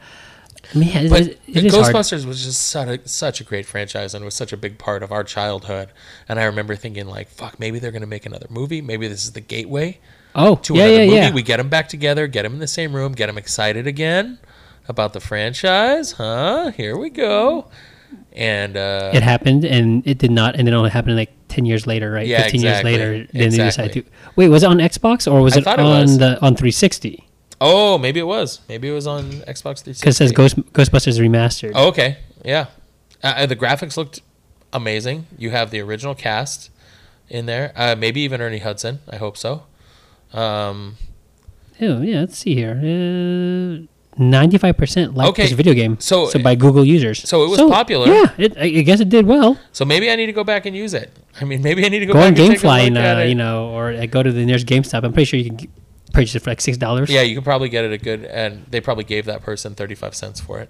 [SPEAKER 1] I mean, yeah, it
[SPEAKER 2] But
[SPEAKER 1] is- it is hard.
[SPEAKER 2] Ghostbusters was just such a, such a great franchise and was such a big part of our childhood. And I remember thinking, like, fuck, maybe they're going to make another movie. Maybe this is the gateway
[SPEAKER 1] Oh,
[SPEAKER 2] to
[SPEAKER 1] yeah,
[SPEAKER 2] another
[SPEAKER 1] yeah,
[SPEAKER 2] movie.
[SPEAKER 1] yeah.
[SPEAKER 2] We get them back together, get them in the same room, get them excited again about the franchise. Huh? Here we go. And uh,
[SPEAKER 1] it happened and it did not, and it only happened like ten years later, right?
[SPEAKER 2] Yeah,
[SPEAKER 1] Fifteen
[SPEAKER 2] exactly.
[SPEAKER 1] years later, then they decided
[SPEAKER 2] Exactly.
[SPEAKER 1] to. Wait, was it on Xbox or was
[SPEAKER 2] I
[SPEAKER 1] it
[SPEAKER 2] thought
[SPEAKER 1] on
[SPEAKER 2] it was.
[SPEAKER 1] the on 360?
[SPEAKER 2] oh, maybe it was. Maybe it was on Xbox 360.
[SPEAKER 1] Because it says Ghost, Ghostbusters remastered.
[SPEAKER 2] Oh, okay. Yeah. Uh, Uh, the graphics looked amazing. You have the original cast in there. Uh, maybe even Ernie Hudson. I hope so. Um,
[SPEAKER 1] Ew, yeah, let's see here. Uh, Ninety-five percent like
[SPEAKER 2] Okay,
[SPEAKER 1] this video game.
[SPEAKER 2] so-
[SPEAKER 1] so by Google users.
[SPEAKER 2] so it was popular.
[SPEAKER 1] Yeah, it, I I guess it did well.
[SPEAKER 2] So maybe I need to go back and use it. I mean, maybe I need to go,
[SPEAKER 1] Go
[SPEAKER 2] back
[SPEAKER 1] on
[SPEAKER 2] and take a
[SPEAKER 1] GameFly
[SPEAKER 2] look
[SPEAKER 1] and
[SPEAKER 2] at
[SPEAKER 1] uh,
[SPEAKER 2] it.
[SPEAKER 1] you know, or uh, go to the nearest GameStop. I'm pretty sure you can g- purchase it for like six dollars.
[SPEAKER 2] Yeah, you could probably get it a good, and they probably gave that person thirty-five cents for it.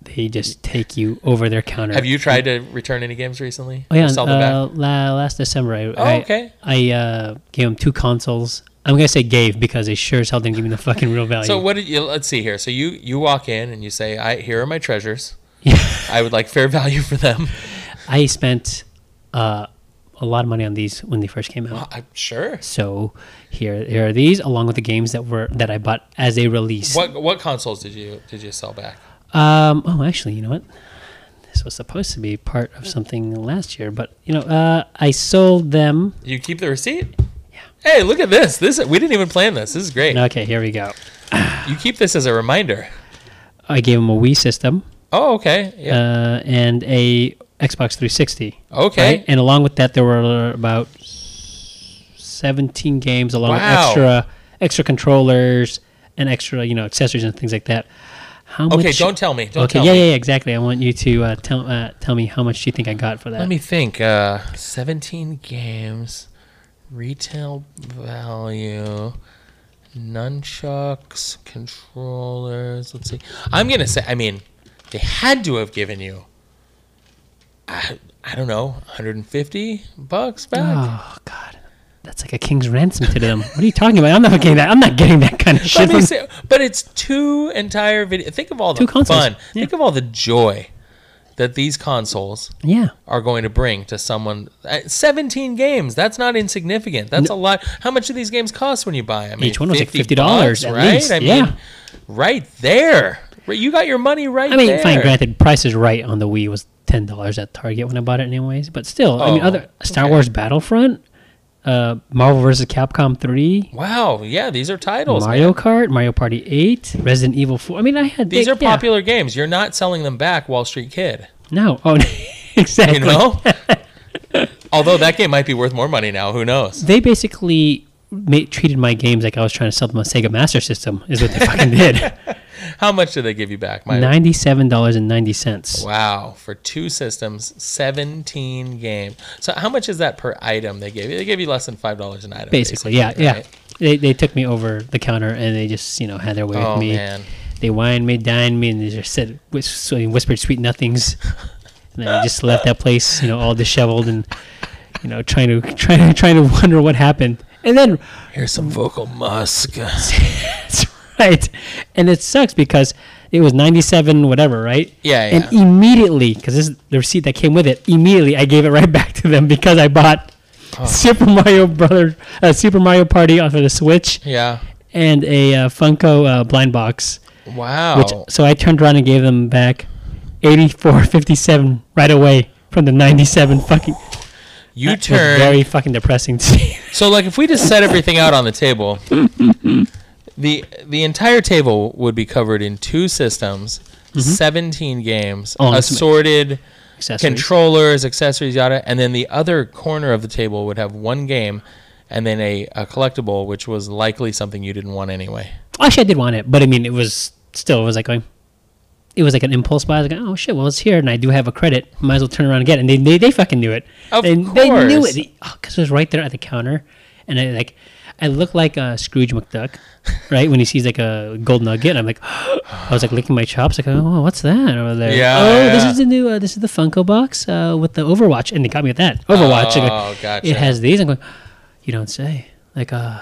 [SPEAKER 1] they just take you over their counter.
[SPEAKER 2] Have you tried to return any games recently?
[SPEAKER 1] Oh yeah,
[SPEAKER 2] Sell them back? Oh,
[SPEAKER 1] uh, la- last December I I,
[SPEAKER 2] okay.
[SPEAKER 1] I uh, gave them two consoles. I'm gonna say gave because they sure as hell didn't give me the fucking
[SPEAKER 2] (laughs)
[SPEAKER 1] real value.
[SPEAKER 2] So what did you? Let's see here. So you you walk in and you say, "I here are
[SPEAKER 1] (laughs)
[SPEAKER 2] my treasures. I would like fair value for them."
[SPEAKER 1] I spent uh, a lot of money on these when they first came out.
[SPEAKER 2] I'm sure.
[SPEAKER 1] So here, here are these, along with the games that were that I bought as they released.
[SPEAKER 2] What what consoles did you did you sell back?
[SPEAKER 1] Um, oh, actually, you know what? This was supposed to be part of something last year, but you know, uh, I sold them.
[SPEAKER 2] You keep the receipt. Hey, look at this. This we didn't even plan this. This is great.
[SPEAKER 1] Okay, here we go.
[SPEAKER 2] You keep this as a reminder.
[SPEAKER 1] I gave them a Wii system
[SPEAKER 2] Oh, okay. Yeah.
[SPEAKER 1] uh, and a Xbox 360.
[SPEAKER 2] okay.
[SPEAKER 1] Right? And along with that, there were about 17 games, along
[SPEAKER 2] Wow.
[SPEAKER 1] with extra extra controllers and extra, you know, accessories and things like that. How
[SPEAKER 2] Okay,
[SPEAKER 1] much?
[SPEAKER 2] don't tell me. Don't
[SPEAKER 1] okay,
[SPEAKER 2] tell
[SPEAKER 1] yeah,
[SPEAKER 2] me.
[SPEAKER 1] yeah, yeah, exactly. I want you to uh, tell uh, tell me how much do you think I got for that?
[SPEAKER 2] Let me think. Uh, 17 games, retail value, nunchucks, controllers. Let's see. I'm going to say, I mean, they had to have given you, I, I don't know, 150 bucks back.
[SPEAKER 1] oh God, that's like a king's ransom to them. what are you talking about? I'm not getting that. I'm not getting that kind of shit.
[SPEAKER 2] Let me
[SPEAKER 1] from-
[SPEAKER 2] say, but it's two entire video. Think of all the
[SPEAKER 1] Two consoles,
[SPEAKER 2] fun.
[SPEAKER 1] yeah.
[SPEAKER 2] Think of all the joy that these consoles
[SPEAKER 1] yeah,
[SPEAKER 2] are going to bring to someone. uh, 17 games. That's not insignificant. That's a lot. How much do these games cost when you buy them?
[SPEAKER 1] Each one was like $50
[SPEAKER 2] bucks,
[SPEAKER 1] at
[SPEAKER 2] right?
[SPEAKER 1] least,
[SPEAKER 2] I mean,
[SPEAKER 1] yeah.
[SPEAKER 2] right there. Right, You got your money right
[SPEAKER 1] I mean,
[SPEAKER 2] there.
[SPEAKER 1] fine. Granted, Price is Right on the Wii was ten dollars at Target when I bought it, anyways. But still, I mean,
[SPEAKER 2] Oh,
[SPEAKER 1] other Star
[SPEAKER 2] okay.
[SPEAKER 1] Wars Battlefront, uh, Marvel vs. Capcom Three,
[SPEAKER 2] Wow. Yeah, these are titles.
[SPEAKER 1] Mario
[SPEAKER 2] man.
[SPEAKER 1] Kart, Mario Party Eight, Resident Evil Four. I mean, I had
[SPEAKER 2] These
[SPEAKER 1] they-
[SPEAKER 2] are
[SPEAKER 1] yeah.
[SPEAKER 2] popular games. You're not selling them back, Wall Street Kid.
[SPEAKER 1] No, oh, (laughs) exactly.
[SPEAKER 2] You know?
[SPEAKER 1] (laughs)
[SPEAKER 2] Although that game might be worth more money now. Who knows?
[SPEAKER 1] they basically made, treated my games like I was trying to sell them a Sega Master System. Is
[SPEAKER 2] (laughs)
[SPEAKER 1] what they fucking did.
[SPEAKER 2] How much did they give you back, Mike?
[SPEAKER 1] Ninety-seven dollars and ninety cents.
[SPEAKER 2] Wow, for two systems, seventeen games. So how much is that per item they gave you? They gave you less than five dollars an item.
[SPEAKER 1] Basically, yeah, yeah.
[SPEAKER 2] right?
[SPEAKER 1] They, they took me over the counter and they just you know had their way
[SPEAKER 2] Oh,
[SPEAKER 1] with me.
[SPEAKER 2] man.
[SPEAKER 1] They whined me, dined me, and they just said whis- whispered sweet nothings. And I just left that place, you know, all disheveled and you know trying to (laughs) trying to trying to wonder what happened. And then (laughs)
[SPEAKER 2] Here's some vocal musk.
[SPEAKER 1] that's right. And it sucks because it was 97 whatever, right?
[SPEAKER 2] Yeah,
[SPEAKER 1] And
[SPEAKER 2] yeah.
[SPEAKER 1] immediately, because this is the receipt that came with it, immediately I gave it right (laughs) back to them because I bought
[SPEAKER 2] Oh.
[SPEAKER 1] Super Mario Brothers, uh, Super Mario Party off of the Switch
[SPEAKER 2] Yeah.
[SPEAKER 1] and a uh, Funko uh, blind box.
[SPEAKER 2] Wow.
[SPEAKER 1] Which, so I turned around and gave them back 84.57 right away from the 97 fucking.
[SPEAKER 2] you
[SPEAKER 1] That was
[SPEAKER 2] turn
[SPEAKER 1] Very fucking depressing to see.
[SPEAKER 2] So like if we just set everything out on the table, (laughs) the the entire table would be covered in two systems,
[SPEAKER 1] Mm-hmm.
[SPEAKER 2] 17 games,
[SPEAKER 1] Oh, and some
[SPEAKER 2] assorted
[SPEAKER 1] Accessories.
[SPEAKER 2] controllers, accessories, yada, and then the other corner of the table would have one game and then a, a collectible which was likely something you didn't want anyway.
[SPEAKER 1] Actually, I did want it, but I mean, it was still it was like going. It was like an impulse buy. I was like, oh shit, well it's here, and I do have a credit. Might as well turn around and get it. And they they, they fucking knew it.
[SPEAKER 2] Of
[SPEAKER 1] they, they knew
[SPEAKER 2] course.
[SPEAKER 1] it. Because it was right there at the counter, and I like, I look like a Scrooge
[SPEAKER 2] (laughs)
[SPEAKER 1] McDuck, right? when he sees like a gold nugget, and I'm like, (gasps) I was like licking my chops, like, oh, what's that over there?
[SPEAKER 2] Yeah,
[SPEAKER 1] Oh, this
[SPEAKER 2] yeah.
[SPEAKER 1] is the new. Uh, this is the Funko box uh, with the Overwatch, and they got me with that Overwatch. like,
[SPEAKER 2] Oh, gotcha.
[SPEAKER 1] It has these. I'm going. You don't say. Like, uh,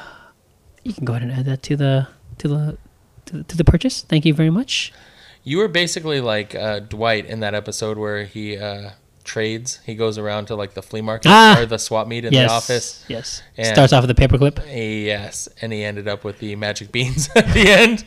[SPEAKER 1] you can go ahead and add that to the to the to, to the purchase. Thank you very much.
[SPEAKER 2] You were basically like uh, Dwight in that episode where he uh, trades, he goes around to like the flea market
[SPEAKER 1] Ah!
[SPEAKER 2] or the swap meet in
[SPEAKER 1] yes.
[SPEAKER 2] the office.
[SPEAKER 1] Yes.
[SPEAKER 2] And-
[SPEAKER 1] Starts off with a paperclip.
[SPEAKER 2] Yes, and he ended up with the magic beans (laughs) at the end.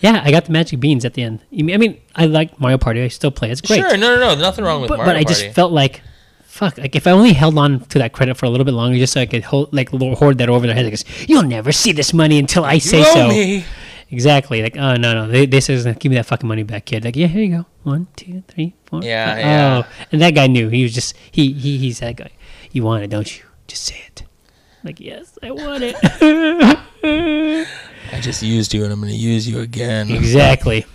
[SPEAKER 1] Yeah, I got the magic beans at the end. I mean- I mean, I like Mario Party. I still play. it. It's great.
[SPEAKER 2] Sure, no, no, no, nothing wrong with
[SPEAKER 1] but,
[SPEAKER 2] Mario
[SPEAKER 1] but I just
[SPEAKER 2] Party.
[SPEAKER 1] felt like, fuck. Like if I only held on to that credit for a little bit longer, just so I could hold, like lo- hoard that over their heads. Like, you'll never see this money until I say
[SPEAKER 2] You owe
[SPEAKER 1] so.
[SPEAKER 2] me.
[SPEAKER 1] Exactly. Like, oh no, no. They they says give me that fucking money back, kid. Like, yeah, here you go. One, two, three, four.
[SPEAKER 2] Yeah,
[SPEAKER 1] five."
[SPEAKER 2] yeah.
[SPEAKER 1] Oh, and that guy knew. He was just he he he's that guy. You want it, don't you? Just say it. Like, yes, I want it.
[SPEAKER 2] I just used you, and I'm going to use you
[SPEAKER 1] (laughs)
[SPEAKER 2] again.
[SPEAKER 1] exactly.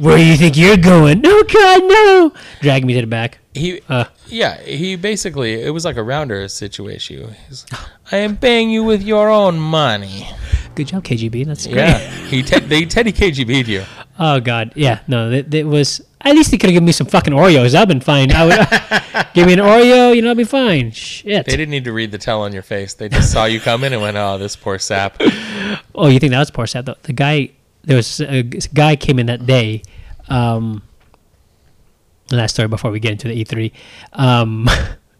[SPEAKER 1] Where do you think you're going? No, God, no. Drag me to the back.
[SPEAKER 2] He,
[SPEAKER 1] Uh.
[SPEAKER 2] yeah, he basically it was like a rounder situation. He's, I am paying you with your own money.
[SPEAKER 1] Good job, KGB. That's great.
[SPEAKER 2] Yeah, (laughs) he te- they Teddy KGB'd you.
[SPEAKER 1] Oh God, yeah, no, that, that was at least they could have given me some fucking Oreos. I've been fine. I would (laughs) give me an Oreo, you know, I'll be fine. Shit.
[SPEAKER 2] They didn't need to read the tell on your face. They just saw you come in and went, "Oh, this
[SPEAKER 1] (laughs)
[SPEAKER 2] poor sap."
[SPEAKER 1] Oh, you think that was poor sad though? The guy, there was a g- guy came in that day. Um, last story before we get into the E3. Um,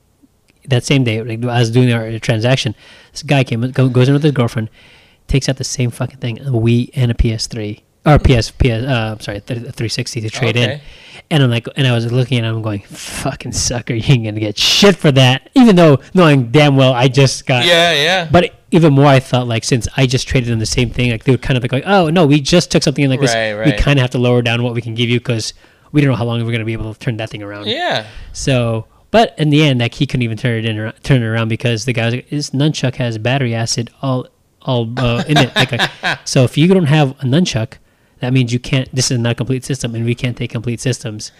[SPEAKER 1] (laughs) that same day, like, I was doing our transaction. This guy came, go, goes in with his girlfriend, takes out the same fucking thing, a Wii and a PS3 or PS, PS. Uh, I'm sorry, th- 360 to trade in.
[SPEAKER 2] Okay.
[SPEAKER 1] And I'm like, and I was looking, and I'm going, fucking sucker, you ain't gonna get shit for that. Even though knowing damn well I just got
[SPEAKER 2] Yeah, yeah.
[SPEAKER 1] but even more, I thought like since I just traded them the same thing, like they were kind of like, going, oh no, we just took something like this.
[SPEAKER 2] Right,
[SPEAKER 1] We
[SPEAKER 2] right.
[SPEAKER 1] kind of have to lower down what we can give you because we don't know how long we're going to be able to turn that thing around.
[SPEAKER 2] yeah,
[SPEAKER 1] So, but in the end, like he couldn't even turn it in, turn it around because the guy was like, "This nunchuck has battery acid all all uh, in it." Like,
[SPEAKER 2] (laughs)
[SPEAKER 1] like, so if you don't have a nunchuck, that means you can't. This is not a complete system, and we can't take complete systems.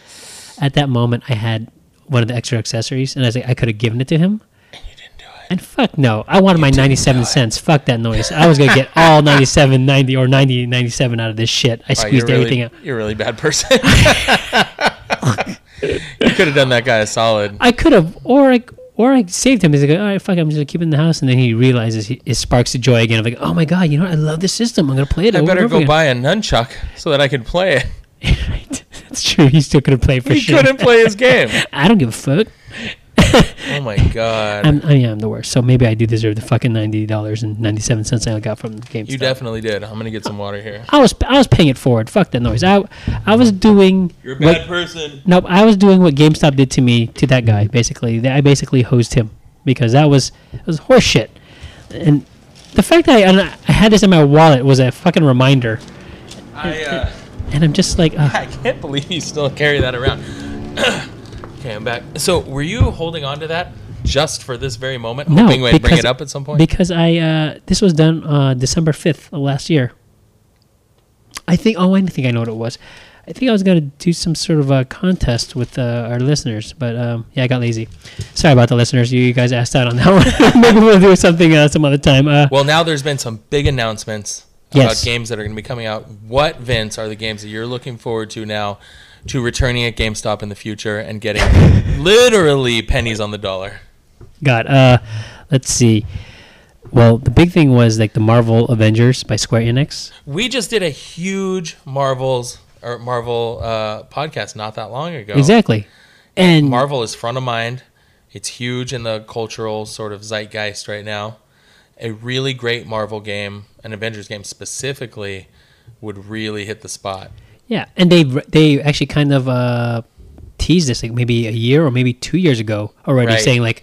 [SPEAKER 1] At that moment, I had one of the extra accessories, and I was like, I could have given it to him. And fuck no, I wanted my 97 cents. Fuck that noise. I was gonna get all 97, 90, or 90, 97 out of this shit. I
[SPEAKER 2] Wow, you're,
[SPEAKER 1] squeezed everything
[SPEAKER 2] really,
[SPEAKER 1] out.
[SPEAKER 2] you're a really bad person. (laughs) you could have done that guy a solid.
[SPEAKER 1] I could have, or I, or I saved him. He's like, all right, fuck, it, I'm just gonna keep it in the house, and then he realizes he, it sparks of joy again. I'm like, oh my god, you know, what? I love this system. I'm gonna play it.
[SPEAKER 2] I
[SPEAKER 1] over
[SPEAKER 2] better
[SPEAKER 1] and
[SPEAKER 2] go
[SPEAKER 1] over
[SPEAKER 2] buy a nunchuck so that I can
[SPEAKER 1] (laughs)
[SPEAKER 2] play it.
[SPEAKER 1] again. Right. That's true. He still couldn't play for
[SPEAKER 2] He
[SPEAKER 1] sure. (laughs)
[SPEAKER 2] couldn't play his game.
[SPEAKER 1] I don't give a fuck.
[SPEAKER 2] Oh my god.
[SPEAKER 1] I'm, I mean, I'm the worst. So maybe I do deserve the fucking ninety dollars and ninety seven cents I got from GameStop.
[SPEAKER 2] you definitely did. I'm gonna get some water here.
[SPEAKER 1] I was I was paying it forward. Fuck that noise. I I was doing.
[SPEAKER 2] You're a
[SPEAKER 1] what-
[SPEAKER 2] bad person.
[SPEAKER 1] Nope, I was doing what GameStop did to me to that guy. Basically, That- I basically hosed him because that was that was horseshit. And the fact that I, and I had this in my wallet was a fucking reminder. (laughs)
[SPEAKER 2] I uh,
[SPEAKER 1] And I'm just like, uh, ugh.
[SPEAKER 2] (laughs) I can't believe you still carry that around. (clears throat) okay, I'm back. So were you holding on to that just for this very moment,
[SPEAKER 1] no,
[SPEAKER 2] hoping we'd bring
[SPEAKER 1] because-
[SPEAKER 2] it up at some point?
[SPEAKER 1] Because I uh, this was done uh, December fifth of last year. I think. Oh, I think I know what it was. I think I was gonna do some sort of a contest with uh, our listeners, but um, yeah, I got lazy. Sorry about the listeners. You, you guys asked out on that (laughs) one. Maybe we'll do something uh, some other time. Uh,
[SPEAKER 2] well, now there's been some big announcements
[SPEAKER 1] Yes.
[SPEAKER 2] about games that are going to be coming out. What, Vince, are the games that you're looking forward to now, to returning at GameStop in the future and getting
[SPEAKER 1] (laughs)
[SPEAKER 2] literally pennies on the dollar?
[SPEAKER 1] God, uh, let's see. Well, the big thing was like the Marvel Avengers by Square Enix.
[SPEAKER 2] We just did a huge Marvel's or Marvel uh, podcast not that long ago.
[SPEAKER 1] Exactly. And
[SPEAKER 2] Marvel is front of mind. It's huge in the cultural sort of zeitgeist right now. A really great Marvel game, an Avengers game specifically, would really hit the spot.
[SPEAKER 1] yeah, and they they actually kind of uh, teased this like maybe a year or maybe two years ago already,
[SPEAKER 2] Right.
[SPEAKER 1] saying like,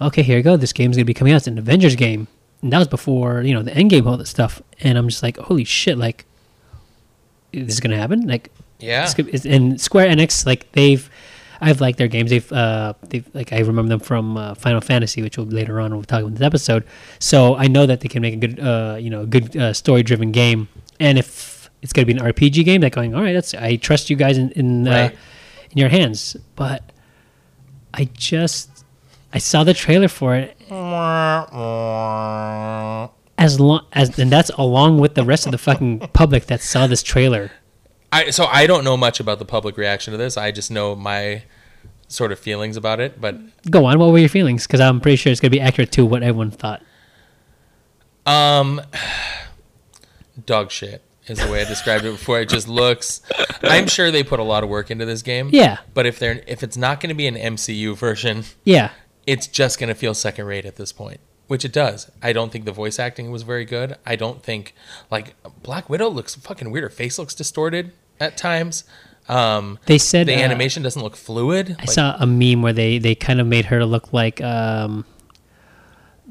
[SPEAKER 1] okay, here you go, this game's gonna be coming out. It's an Avengers game, and that was before you know the Endgame all that stuff. And I'm just like, holy shit, like this is gonna happen. Like
[SPEAKER 2] Yeah.
[SPEAKER 1] It's good- it's- and Square Enix, like they've, I've liked their games. They've, uh, they've like I remember them from uh, Final Fantasy, which we'll later on we'll talk about in this episode. So I know that they can make a good, uh, you know, a good uh, story-driven game. And if it's going to be an RPG game, they're going, all right, that's I trust you guys in in, uh,
[SPEAKER 2] Right.
[SPEAKER 1] in your hands. But I just I saw the trailer for it. As long as and that's along with the rest of the fucking public that saw this trailer.
[SPEAKER 2] I so I don't know much about the public reaction to this. I just know my sort of feelings about it, but
[SPEAKER 1] Go on. What were your feelings? Because I'm pretty sure it's gonna be accurate to what everyone thought.
[SPEAKER 2] Um, dog shit is the way I described it before. It just looks. I'm sure they put a lot of work into this game.
[SPEAKER 1] Yeah.
[SPEAKER 2] But if they're if it's not going to be an MCU version,
[SPEAKER 1] Yeah,
[SPEAKER 2] it's just going to feel second rate at this point, which it does. I don't think the voice acting was very good. I don't think like Black Widow looks fucking weird. Her face looks distorted at times. Um,
[SPEAKER 1] they said
[SPEAKER 2] the
[SPEAKER 1] uh,
[SPEAKER 2] animation doesn't look fluid.
[SPEAKER 1] I saw a meme where they they kind of made her look like um,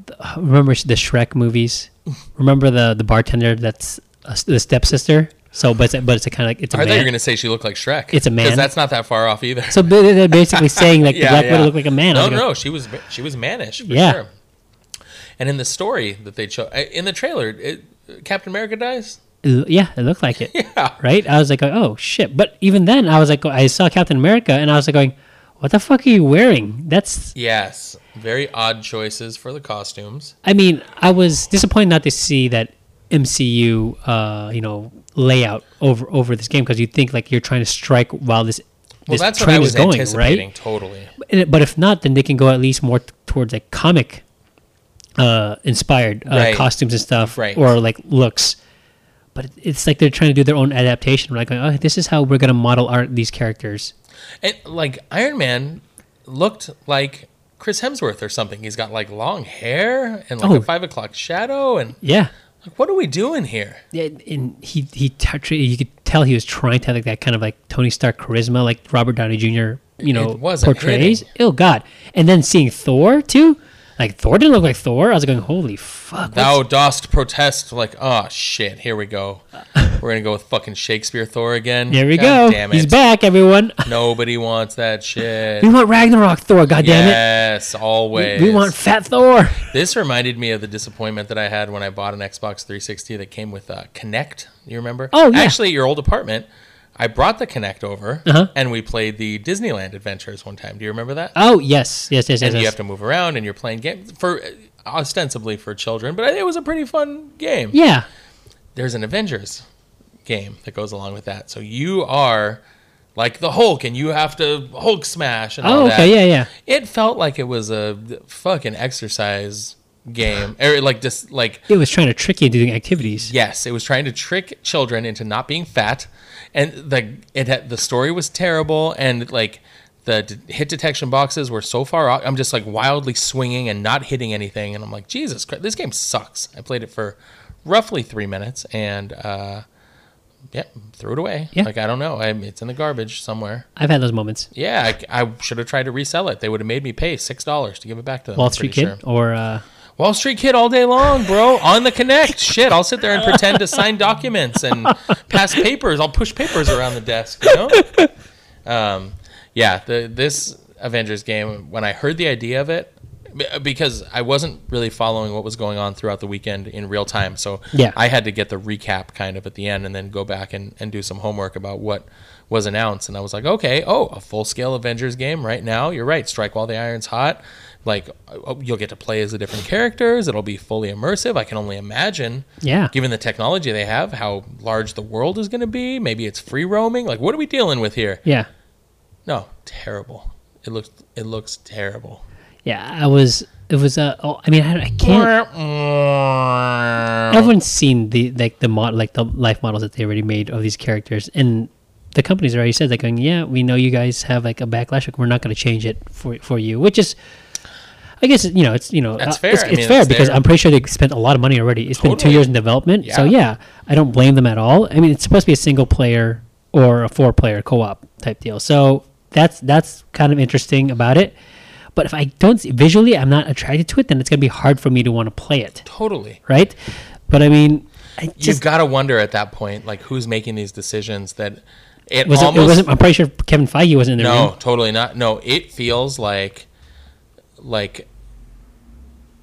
[SPEAKER 1] the, remember the Shrek
[SPEAKER 2] (laughs)
[SPEAKER 1] movies? remember the the bartender that's a s the stepsister. So, but it's, but it's a kind of it's a
[SPEAKER 2] I thought you
[SPEAKER 1] man.
[SPEAKER 2] were going to say she looked like Shrek.
[SPEAKER 1] It's a man.
[SPEAKER 2] Because that's not that far off either. (laughs)
[SPEAKER 1] so ba- they're basically saying like the Black Widow looked like a man. I
[SPEAKER 2] No,
[SPEAKER 1] was like,
[SPEAKER 2] no, she was she was mannish for
[SPEAKER 1] Yeah.
[SPEAKER 2] sure. And in the story that they chose in the trailer, it, Captain America dies.
[SPEAKER 1] L- Yeah, it looked like it.
[SPEAKER 2] (laughs) Yeah.
[SPEAKER 1] Right? I was like, oh shit. But even then, I was like, I saw Captain America, and I was like, going, what the fuck are you wearing? That's
[SPEAKER 2] Yes, very odd choices for the costumes.
[SPEAKER 1] I mean, I was disappointed not to see that MCU, uh, you know, layout over over this game because you think like you're trying to strike while this
[SPEAKER 2] Well,
[SPEAKER 1] this
[SPEAKER 2] that's what
[SPEAKER 1] train
[SPEAKER 2] I was
[SPEAKER 1] is going,
[SPEAKER 2] anticipating.
[SPEAKER 1] right?
[SPEAKER 2] Totally.
[SPEAKER 1] And- But if not, then they can go at least more t- towards like comic uh, inspired uh,
[SPEAKER 2] Right.
[SPEAKER 1] costumes and stuff,
[SPEAKER 2] Right.
[SPEAKER 1] or like looks. But it's like they're trying to do their own adaptation. We're like, oh, this is how we're gonna model art these characters.
[SPEAKER 2] And like Iron Man looked like Chris Hemsworth or something. He's got like long hair and like
[SPEAKER 1] Oh.
[SPEAKER 2] a five o'clock shadow. And
[SPEAKER 1] Yeah.
[SPEAKER 2] like, what are we doing here?
[SPEAKER 1] Yeah, and he he t- tr- you could tell he was trying to have like that kind of like Tony Stark charisma, like Robert Downey Jr. You know
[SPEAKER 2] It wasn't
[SPEAKER 1] portrays. Oh God! And then seeing Thor too, like Thor didn't look like Thor. I was going, holy fuck! what's-
[SPEAKER 2] Thou dost protest, like, oh shit, here we go. We're gonna go with fucking Shakespeare Thor again.
[SPEAKER 1] There we
[SPEAKER 2] God
[SPEAKER 1] go.
[SPEAKER 2] Damn it.
[SPEAKER 1] He's back, everyone. (laughs)
[SPEAKER 2] Nobody wants that shit.
[SPEAKER 1] we want Ragnarok Thor. God (laughs) damn it!
[SPEAKER 2] yes, always.
[SPEAKER 1] We want Fat Thor.
[SPEAKER 2] this reminded me of the disappointment that I had when I bought an Xbox 360 that came with uh, Connect. You remember?
[SPEAKER 1] Oh, yeah.
[SPEAKER 2] Actually, at your old apartment, I brought the Connect over
[SPEAKER 1] Uh-huh.
[SPEAKER 2] and we played the Disneyland Adventures one time. Do you remember that?
[SPEAKER 1] Oh yes, yes, yes, yes.
[SPEAKER 2] and you
[SPEAKER 1] yes.
[SPEAKER 2] have to move around and you're playing games for uh, ostensibly for children, but it was a pretty fun game.
[SPEAKER 1] yeah,
[SPEAKER 2] There's an Avengers game that goes along with that. So you are like the Hulk and you have to Hulk smash and all
[SPEAKER 1] Oh,
[SPEAKER 2] that.
[SPEAKER 1] okay, yeah, yeah.
[SPEAKER 2] It felt like it was a fucking exercise game, or like just like
[SPEAKER 1] it was trying to trick you into doing activities.
[SPEAKER 2] yes, it was trying to trick children into not being fat, and the it had, the story was terrible, and like the d- hit detection boxes were so far off. I'm just like wildly swinging and not hitting anything, and I'm like, Jesus Christ, this game sucks. I played it for roughly three minutes, and uh, yeah, threw it away.
[SPEAKER 1] Yeah.
[SPEAKER 2] Like I don't know, I, it's in the garbage somewhere.
[SPEAKER 1] I've had those moments.
[SPEAKER 2] Yeah, I, I should have tried to resell it. They would have made me pay six dollars to give it back to them.
[SPEAKER 1] Wall
[SPEAKER 2] I'm
[SPEAKER 1] Street
[SPEAKER 2] pretty
[SPEAKER 1] Kid or uh,
[SPEAKER 2] Wall Street Kid all day long, bro. On the Connect. Shit, I'll sit there and pretend to sign documents and pass papers. I'll push papers around the desk, you know? Um, yeah, the, this Avengers game, when I heard the idea of it, b- because I wasn't really following what was going on throughout the weekend in real time. So
[SPEAKER 1] Yeah.
[SPEAKER 2] I had to get the recap kind of at the end and then go back and, and do some homework about what was announced. And I was like, okay, oh, a full scale Avengers game right now. You're right. Strike while the iron's hot. Like, oh, you'll get to play as the different characters. It'll be fully immersive. I can only imagine,
[SPEAKER 1] Yeah.
[SPEAKER 2] given the technology they have, how large the world is going to be. Maybe it's free roaming. Like, what are we dealing with here?
[SPEAKER 1] yeah,
[SPEAKER 2] No, terrible. It looks it looks terrible.
[SPEAKER 1] yeah. I was. It was. Uh, oh, I mean, I, I can't.
[SPEAKER 2] Everyone
[SPEAKER 1] Everyone's seen the like the mod like the life models that they already made of these characters, and the companies already said they're going. Yeah, we know you guys have like a backlash. Like, we're not going to change it for for you, which is. I guess you know it's you know
[SPEAKER 2] That's
[SPEAKER 1] uh,
[SPEAKER 2] fair.
[SPEAKER 1] It's,
[SPEAKER 2] I
[SPEAKER 1] it's
[SPEAKER 2] mean,
[SPEAKER 1] fair
[SPEAKER 2] it's
[SPEAKER 1] because
[SPEAKER 2] their-
[SPEAKER 1] I'm pretty sure they spent a lot of money already. It's been two
[SPEAKER 2] Totally.
[SPEAKER 1] years in development, so
[SPEAKER 2] Yeah.
[SPEAKER 1] yeah, I don't blame them at all. I mean, it's supposed to be a single player or a four player co op type deal, so that's that's kind of interesting about it. But if I don't see- visually, I'm not attracted to it, then it's going to be hard for me to want to play it
[SPEAKER 2] totally.
[SPEAKER 1] right? But I mean, I
[SPEAKER 2] You've
[SPEAKER 1] just
[SPEAKER 2] got to wonder at that point, like who's making these decisions? That it
[SPEAKER 1] was it, it
[SPEAKER 2] almost
[SPEAKER 1] wasn't. I'm pretty sure Kevin Feige wasn't in the
[SPEAKER 2] no,
[SPEAKER 1] room.
[SPEAKER 2] totally not. No, it feels like like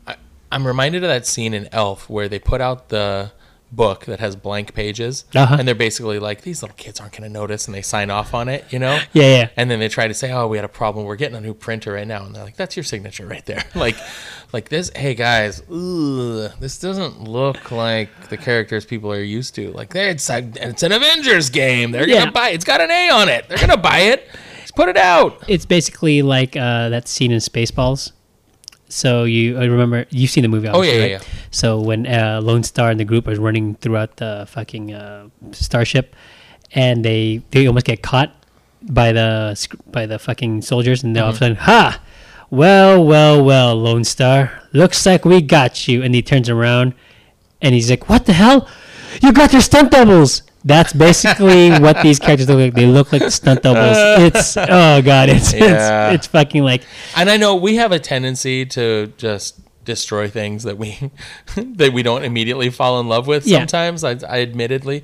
[SPEAKER 2] I, I'm reminded of that scene in Elf where they put out the book that has blank pages,
[SPEAKER 1] Uh-huh.
[SPEAKER 2] and they're basically like, these little kids aren't going to notice, and they sign off on it, you know?
[SPEAKER 1] Yeah, yeah.
[SPEAKER 2] And then they try to say, "Oh, we had a problem. We're getting a new printer right now." And they're like, "That's your signature right there." (laughs) like, like this. Hey guys, ugh, this doesn't look like the characters people are used to. Like, it's like it's an Avengers game. They're
[SPEAKER 1] Yeah.
[SPEAKER 2] gonna buy. It's got an A on it. They're gonna buy it. Just put it out.
[SPEAKER 1] It's basically like uh, that scene in Spaceballs. So you I remember you've seen the movie? Obviously,
[SPEAKER 2] Oh, yeah,
[SPEAKER 1] right?
[SPEAKER 2] yeah, yeah.
[SPEAKER 1] So when uh, Lone Star and the group are running throughout the fucking uh, starship, and they they almost get caught by the sc- by the fucking soldiers, and they're all of a
[SPEAKER 2] Mm-hmm.
[SPEAKER 1] sudden, ha. Well, well, well, Lone Star. Looks like we got you. And he turns around and he's like, "What the hell? You got your stunt doubles." That's
[SPEAKER 2] (laughs)
[SPEAKER 1] basically what these characters look like. They look like stunt doubles. It's oh god, it's
[SPEAKER 2] Yeah.
[SPEAKER 1] it's, it's fucking like
[SPEAKER 2] And I know we have a tendency to just destroy things that we (laughs) that we don't immediately fall in love with
[SPEAKER 1] Yeah.
[SPEAKER 2] sometimes I, I admittedly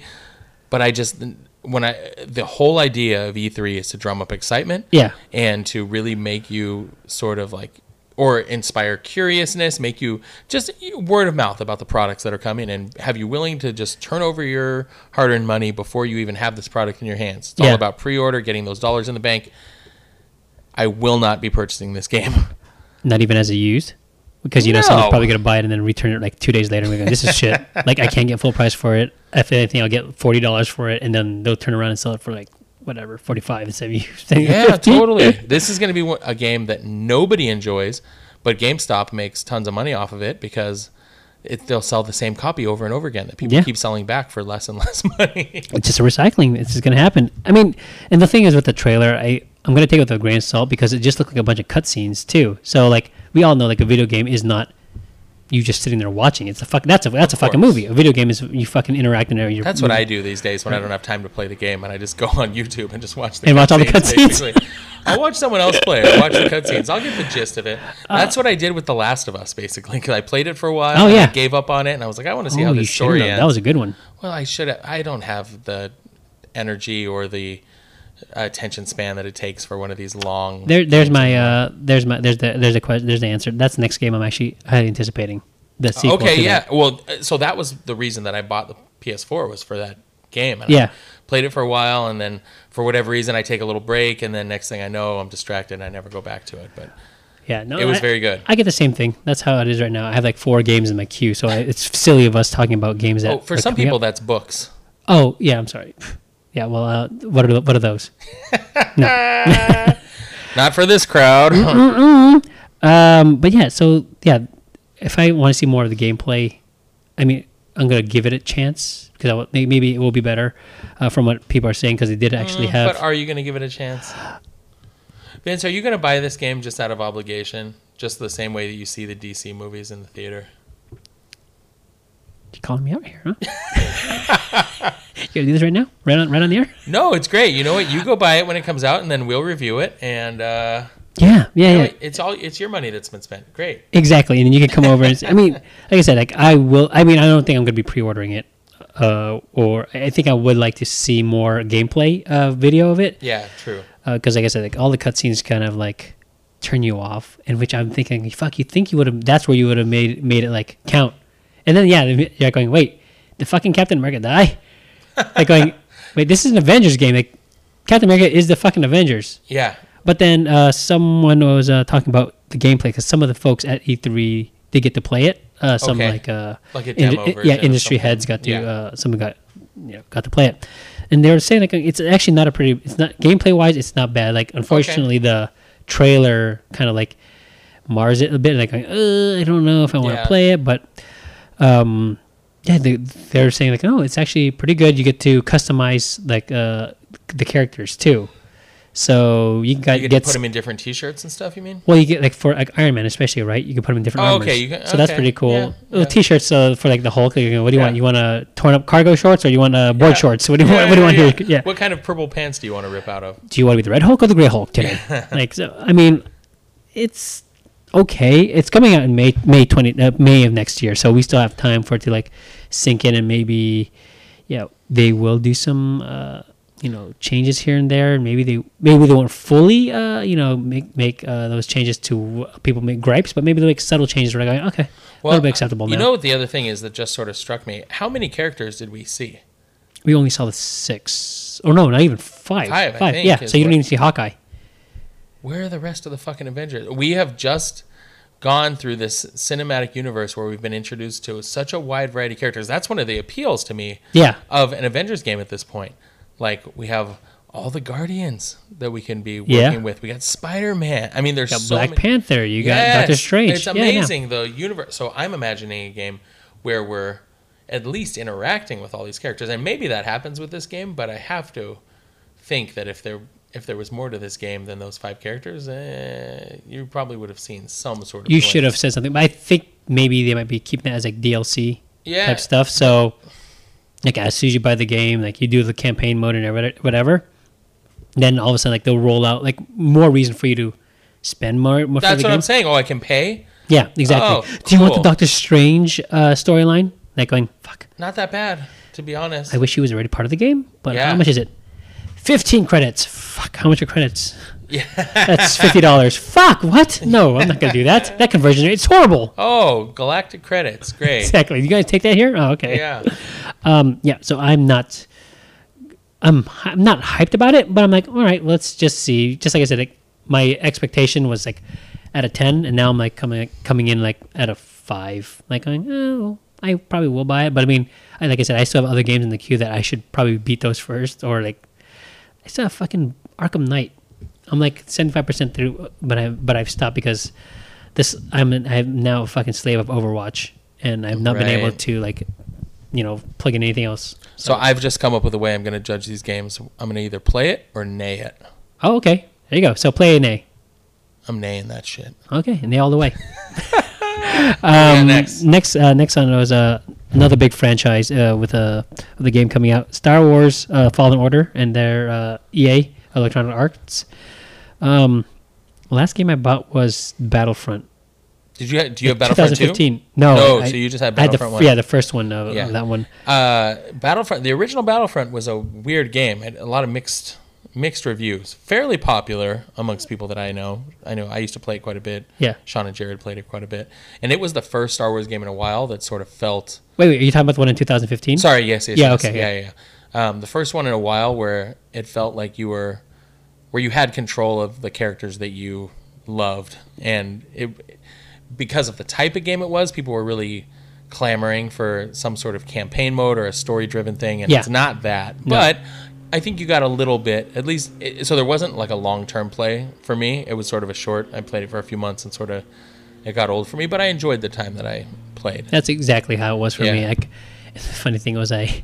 [SPEAKER 2] but i just when i the whole idea of e3 is to drum up excitement
[SPEAKER 1] Yeah.
[SPEAKER 2] and to really make you sort of like or inspire curiousness make you just word of mouth about the products that are coming and have you willing to just turn over your hard-earned money before you even have this product in your hands it's
[SPEAKER 1] Yeah.
[SPEAKER 2] all about pre-order getting those dollars in the bank i will not be purchasing this game
[SPEAKER 1] not even as a used because you know someone's
[SPEAKER 2] No.
[SPEAKER 1] probably gonna buy it and then return it like two days later. And we go, "This is shit." like I can't get full price for it. If anything, I'll get forty dollars for it, and then they'll turn around and sell it for like whatever forty five instead of (laughs) you saying
[SPEAKER 2] (laughs) yeah
[SPEAKER 1] 50.
[SPEAKER 2] totally this is going to be one- a game that nobody enjoys but gamestop makes tons of money off of it because it, they'll sell the same copy over and over again that people
[SPEAKER 1] Yeah.
[SPEAKER 2] keep selling back for less and (laughs) less money
[SPEAKER 1] it's just a recycling. It's just gonna happen. I mean, and the thing is with the trailer, I I'm gonna take it with a grain of salt because it just looked like a bunch of cutscenes too. So like we all know, like a video game is not you just sitting there watching. It's a fuck. That's a that's a fucking
[SPEAKER 2] course.
[SPEAKER 1] movie. A video game is you fucking interacting there. You're
[SPEAKER 2] That's what I do these days when I don't have time to play the game, and I just go on (laughs) YouTube and just watch the
[SPEAKER 1] And watch all the cutscenes.
[SPEAKER 2] basically. I'll watch someone else play it, watch the cutscenes. I'll get the gist of it. That's what I did with The Last of Us, basically, (laughs) because I played it for a while.
[SPEAKER 1] Uh. Oh,
[SPEAKER 2] and I
[SPEAKER 1] yeah.
[SPEAKER 2] gave up on it, and I was like, I want to see
[SPEAKER 1] Oh,
[SPEAKER 2] how
[SPEAKER 1] you
[SPEAKER 2] this
[SPEAKER 1] should
[SPEAKER 2] story
[SPEAKER 1] have.
[SPEAKER 2] ends.
[SPEAKER 1] That was a good one.
[SPEAKER 2] well, I should. Have, I don't have the energy or the attention span that it takes for one of these long.
[SPEAKER 1] There, there's my uh, there's my there's the there's a question there's the answer. That's the next game I'm actually highly anticipating. The sequel. to
[SPEAKER 2] Uh, okay,
[SPEAKER 1] that.
[SPEAKER 2] yeah. Well, uh, so that was the reason that I bought the PS4 was for that game. And
[SPEAKER 1] Yeah.
[SPEAKER 2] I played it for a while, and then for whatever reason, I take a little break, and then next thing I know, I'm distracted, and I never go back to it. But
[SPEAKER 1] Yeah, no,
[SPEAKER 2] It was
[SPEAKER 1] I-
[SPEAKER 2] very good.
[SPEAKER 1] I get the same thing. That's how it is right now. I have like four games in my queue, so I, it's silly of us talking about games that.
[SPEAKER 2] oh, for
[SPEAKER 1] are
[SPEAKER 2] some
[SPEAKER 1] coming
[SPEAKER 2] people,
[SPEAKER 1] up.
[SPEAKER 2] that's books.
[SPEAKER 1] Oh yeah, I'm sorry. Yeah, well, uh, what are the- what are those?
[SPEAKER 2] Not for this crowd. (laughs)
[SPEAKER 1] Um, but yeah, so yeah, if I want to see more of the gameplay, I mean, I'm gonna give it a chance because maybe it will be better uh, from what people are saying because they did actually have.
[SPEAKER 2] but are you going to give it a chance? Vince, are you going to buy this game just out of obligation, just the same way that you see the DC movies in the theater?
[SPEAKER 1] You calling me out here, huh? you gonna do this right now? Right on, right on the air?
[SPEAKER 2] No, it's great. You know what? You go buy it when it comes out, and then we'll review it. And uh,
[SPEAKER 1] Yeah, yeah,
[SPEAKER 2] you
[SPEAKER 1] yeah.
[SPEAKER 2] know, it's all it's your money that's been spent. Great.
[SPEAKER 1] Exactly, and then you can come over. and s- I mean, like I said, like I will. I mean, I don't think I'm going to be pre-ordering it, uh, or I I think I would like to see more gameplay uh, video of it
[SPEAKER 2] Yeah, true.
[SPEAKER 1] because, Uh, like I said, like all the cutscenes kind of like turn you off. In which I'm thinking, fuck, you think you would have? That's where you would have made made it like count, and then yeah, then you're going, wait, the fucking Captain America die? Like going, wait, this is an Avengers game. Like Captain America is the fucking Avengers.
[SPEAKER 2] Yeah,
[SPEAKER 1] But then uh, someone was uh, talking about the gameplay because some of the folks at E3 did get to play it. Uh, some
[SPEAKER 2] Okay.
[SPEAKER 1] like uh,
[SPEAKER 2] Like a
[SPEAKER 1] in-
[SPEAKER 2] demo
[SPEAKER 1] i- yeah,
[SPEAKER 2] version or
[SPEAKER 1] industry
[SPEAKER 2] something.
[SPEAKER 1] heads got to
[SPEAKER 2] Yeah.
[SPEAKER 1] uh, someone got you know, got to play it, and they were saying like it's actually not a pretty. It's not gameplay wise, it's not bad. Like unfortunately, the trailer kind of like mars it a bit. Like uh, I don't know if I want to
[SPEAKER 2] Yeah.
[SPEAKER 1] play it, but um, yeah, they, they're saying like, oh, it's actually pretty good. You get to customize like uh, the characters too. So you got
[SPEAKER 2] you get,
[SPEAKER 1] get
[SPEAKER 2] to put them in different T-shirts and stuff. You mean?
[SPEAKER 1] well, you get like for like Iron Man, especially, right? You can put them in different
[SPEAKER 2] Oh,
[SPEAKER 1] armors.
[SPEAKER 2] okay, you can-
[SPEAKER 1] so that's
[SPEAKER 2] okay,
[SPEAKER 1] pretty cool.
[SPEAKER 2] yeah,
[SPEAKER 1] Little
[SPEAKER 2] yeah.
[SPEAKER 1] T-shirts uh, for like the Hulk. Like, what do you want?
[SPEAKER 2] Yeah.
[SPEAKER 1] You want uh, torn up cargo shorts, or you want uh, board
[SPEAKER 2] Yeah.
[SPEAKER 1] shorts? What do you
[SPEAKER 2] Yeah,
[SPEAKER 1] want? (laughs) What do you
[SPEAKER 2] yeah,
[SPEAKER 1] want here? Yeah.
[SPEAKER 2] What kind of purple pants do you want to rip out of?
[SPEAKER 1] Do you want to be the Red Hulk or the Gray Hulk
[SPEAKER 2] (laughs)
[SPEAKER 1] today? like, so, I mean, it's okay. It's coming out in May, May twenty, uh, May of next year. So we still have time for it to like sink in, and maybe, yeah, they will do some. Uh, you know changes here and there, and maybe they maybe they won't fully uh, you know make make uh, those changes to wh- people make gripes, but maybe they'll make subtle changes where they're going okay, a little bit acceptable
[SPEAKER 2] You
[SPEAKER 1] now.
[SPEAKER 2] know what the other thing is that just sort of struck me? How many characters did we see?
[SPEAKER 1] we only saw the six, or no, not even five.
[SPEAKER 2] Five, I think,
[SPEAKER 1] yeah.
[SPEAKER 2] is
[SPEAKER 1] So you don't
[SPEAKER 2] what-
[SPEAKER 1] even see Hawkeye.
[SPEAKER 2] Where are the rest of the fucking Avengers? We have just gone through this cinematic universe where we've been introduced to such a wide variety of characters. That's one of the appeals to me
[SPEAKER 1] Yeah,
[SPEAKER 2] of an Avengers game at this point. Like we have all the Guardians that we can be working
[SPEAKER 1] Yeah.
[SPEAKER 2] with. We got Spider Man. I mean, there's
[SPEAKER 1] got
[SPEAKER 2] so
[SPEAKER 1] Black
[SPEAKER 2] many-
[SPEAKER 1] Panther. You got Doctor
[SPEAKER 2] Yes!
[SPEAKER 1] Strange.
[SPEAKER 2] It's
[SPEAKER 1] Yeah, yeah.
[SPEAKER 2] amazing the universe. So I'm imagining a game where we're at least interacting with all these characters, and maybe that happens with this game. But I have to think that if there if there was more to this game than those five characters, eh, you probably would have seen some sort of.
[SPEAKER 1] You should have
[SPEAKER 2] glimpse.
[SPEAKER 1] said something, but I think maybe they might be keeping it as like DLC
[SPEAKER 2] Yeah.
[SPEAKER 1] type stuff. So, like as soon as you buy the game, like you do the campaign mode and everyth- whatever, then all of a sudden like they'll roll out like more reason for you to spend more. more for
[SPEAKER 2] That's
[SPEAKER 1] the
[SPEAKER 2] what
[SPEAKER 1] game.
[SPEAKER 2] I'm saying. Oh, I can pay.
[SPEAKER 1] Yeah, exactly.
[SPEAKER 2] Oh,
[SPEAKER 1] do you want the
[SPEAKER 2] cool.
[SPEAKER 1] Doctor Strange uh, storyline? Like going, fuck.
[SPEAKER 2] Not that bad, to be honest.
[SPEAKER 1] I wish he was already part of the game, but
[SPEAKER 2] Yeah.
[SPEAKER 1] how much is it? Fifteen credits. Fuck. How much are credits?
[SPEAKER 2] yeah.
[SPEAKER 1] That's fifty
[SPEAKER 2] (laughs)
[SPEAKER 1] dollars. Fuck. What? No, I'm not gonna do that. That conversion rate. It's horrible.
[SPEAKER 2] Oh, galactic credits. Great.
[SPEAKER 1] (laughs) Exactly. You guys take that here? Oh, okay.
[SPEAKER 2] Yeah.
[SPEAKER 1] Um, yeah. So I'm not, I'm, hy- I'm not hyped about it, but I'm like, all right, let's just see. Just like I said, like my expectation was like at a ten, and now I'm like coming coming in like at a five. Like going, oh, I probably will buy it, but I mean, I, like I said, I still have other games in the queue that I should probably beat those first, or like I still have fucking Arkham Knight. I'm like 75% through, but I but I've stopped because this I'm an, I'm now a fucking slave of Overwatch, and I've not been able
[SPEAKER 2] Right.
[SPEAKER 1] to like, you know, plug in anything else.
[SPEAKER 2] So I've just come up with a way I'm going to judge these games. I'm going to either play it or nay it.
[SPEAKER 1] Oh, okay, there you go. So play an A.
[SPEAKER 2] I'm naying that shit.
[SPEAKER 1] Okay, and they all the way. Um,
[SPEAKER 2] Yeah,
[SPEAKER 1] next,
[SPEAKER 2] (laughs) next.
[SPEAKER 1] next, uh, next on was uh, another big franchise uh, with uh, with the game coming out, Star Wars uh, Fallen Order, and their uh, EA Electronic Arts. Um, last game I bought was Battlefront.
[SPEAKER 2] Did you do you have Battlefront 2?
[SPEAKER 1] 2015. No,
[SPEAKER 2] No,
[SPEAKER 1] I-
[SPEAKER 2] so you just had
[SPEAKER 1] I the
[SPEAKER 2] Battlefront
[SPEAKER 1] f-
[SPEAKER 2] 1.
[SPEAKER 1] Yeah, the first one. Uh,
[SPEAKER 2] Yeah.
[SPEAKER 1] that one.
[SPEAKER 2] Uh, Battlefront. The original Battlefront was a weird game. It had a lot of mixed mixed reviews. Fairly popular amongst people that I know. I know I used to play it quite a bit.
[SPEAKER 1] Yeah.
[SPEAKER 2] Sean and Jared played it quite a bit, and it was the first Star Wars game in a while that sort of felt.
[SPEAKER 1] Wait, wait, are you talking about the one in 2015?
[SPEAKER 2] Sorry. Yes. Yes.
[SPEAKER 1] Yeah,
[SPEAKER 2] yes,
[SPEAKER 1] okay,
[SPEAKER 2] Yeah. Yeah. yeah. Um, the first one in a while where it felt like you were, where you had control of the characters that you loved, and it because of the type of game it was, people were really clamoring for some sort of campaign mode or a story-driven thing, and
[SPEAKER 1] Yeah.
[SPEAKER 2] it's not that. But I think you got a little bit, at least. It, so there wasn't like a long-term play for me. It was sort of a short. I played it for a few months and sort of it got old for me, but I enjoyed the time that I played.
[SPEAKER 1] (laughs) That's exactly how it was for me.
[SPEAKER 2] Yeah.
[SPEAKER 1] Like, the funny thing was, I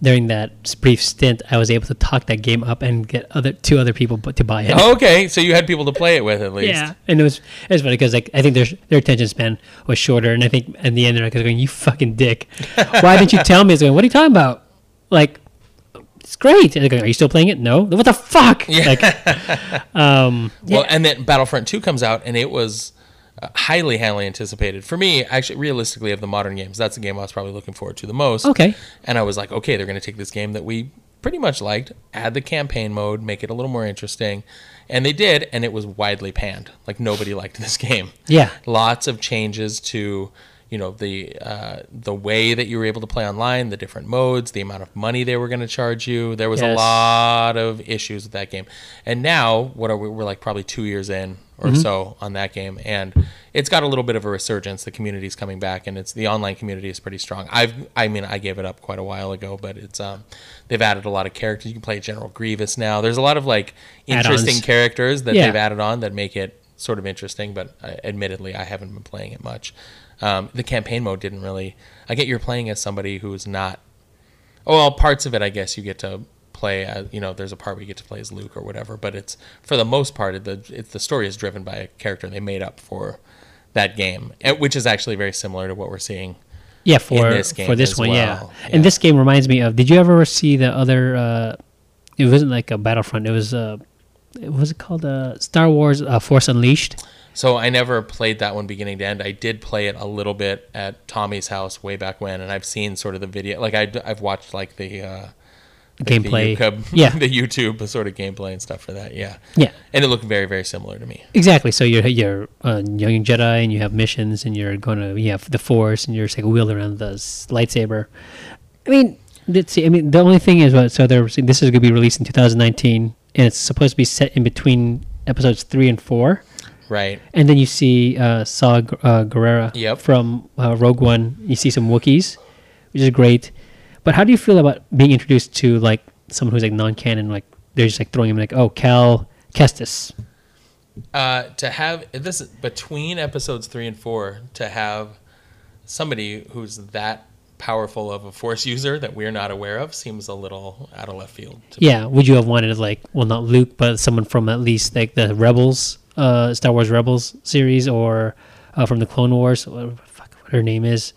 [SPEAKER 1] during that s- brief stint, I was able to talk that game up and get other two other people bu- to buy it.
[SPEAKER 2] Okay, so you had people to play it with at least.
[SPEAKER 1] Yeah, and it was it was funny because like I think their their attention span was shorter, and I think in the end they're like going, "You fucking
[SPEAKER 2] (laughs)
[SPEAKER 1] dick, why didn't you tell me?" It's going, "What are you talking about?" Like, it's great. And they're going, "Are you still playing it?" No. What the fuck? Like, um,
[SPEAKER 2] Well,
[SPEAKER 1] yeah.
[SPEAKER 2] and then Battlefront 2 comes out, and it was uh, highly, highly anticipated. For me, actually, realistically, of the modern games, that's the game I was probably looking forward to the most.
[SPEAKER 1] Okay.
[SPEAKER 2] And I was like, okay, they're going to take this game that we pretty much liked, add the campaign mode, make it a little more interesting. And they did, and it was widely panned. Like, nobody (laughs) liked this game.
[SPEAKER 1] Yeah.
[SPEAKER 2] Lots of changes to. You know the uh, the way that you were able to play online, the different modes, the amount of money they were going to charge you. There was a
[SPEAKER 1] Yes.
[SPEAKER 2] lot lot of issues with that game. And now, what are we? We're like probably two years in
[SPEAKER 1] Mm-hmm.
[SPEAKER 2] or so on that game, and it's got a little bit of a resurgence. The community's coming back, and it's the online community is pretty strong. I've, I mean, I gave it up quite a while ago, but it's um, they've added a lot of characters. You can play General Grievous now. There's a lot of like interesting
[SPEAKER 1] Add-ons.
[SPEAKER 2] characters that
[SPEAKER 1] Yeah.
[SPEAKER 2] they've added on that make it sort of interesting. But uh, admittedly, I haven't been playing it much. Um, the campaign mode didn't really. I get you're playing as somebody who's not Oh, well, parts of it, I guess, you get to play. As, you know, there's a part where you get to play as Luke or whatever, but it's for the most part, it- the it's, the story is driven by a character they made up for that game, eh, which is actually very similar to what we're seeing.
[SPEAKER 1] yeah, for
[SPEAKER 2] this game
[SPEAKER 1] for this
[SPEAKER 2] as
[SPEAKER 1] one, yeah.
[SPEAKER 2] well, yeah.
[SPEAKER 1] And this game reminds me of. Did you ever see the other? Uh, it wasn't like a Battlefront. It was uh, what was it called? Uh, Star Wars uh, Force Unleashed.
[SPEAKER 2] So I never played that one beginning to end. I did play it a little bit at Tommy's house way back when, and I've seen sort of the video. Like I, have watched like the. Uh, like, the
[SPEAKER 1] Gameplay.
[SPEAKER 2] YouTube- (laughs)
[SPEAKER 1] Yeah.
[SPEAKER 2] the YouTube sort of gameplay and stuff for that. Yeah,
[SPEAKER 1] Yeah.
[SPEAKER 2] and it looked very, very similar to me.
[SPEAKER 1] Exactly. So you're you're a young Jedi, and you have missions, and you're going to you have the Force, and you're just like wheeled around the s- lightsaber. I mean, let's see. I mean, the only thing is, what so they're saying this is going to be released in 2019, and it's supposed to be set in between episodes three and four.
[SPEAKER 2] Right.
[SPEAKER 1] And then you see uh, Saw Gu- uh, Gerrera
[SPEAKER 2] Yep.
[SPEAKER 1] from uh, Rogue One. You see some Wookiees, which is great. But how do you feel about being introduced to like someone who's like non-canon? Like they're just like throwing him like, oh, Cal Kestis.
[SPEAKER 2] uh, to have this is between episodes three and four to have somebody who's that powerful of a force user that we're not aware of seems a little out of left field to
[SPEAKER 1] Yeah, would you have wanted like well not Luke but someone from at least like the Rebels, uh, Star Wars Rebels series or uh, from the Clone Wars? What, fuck, what her name is?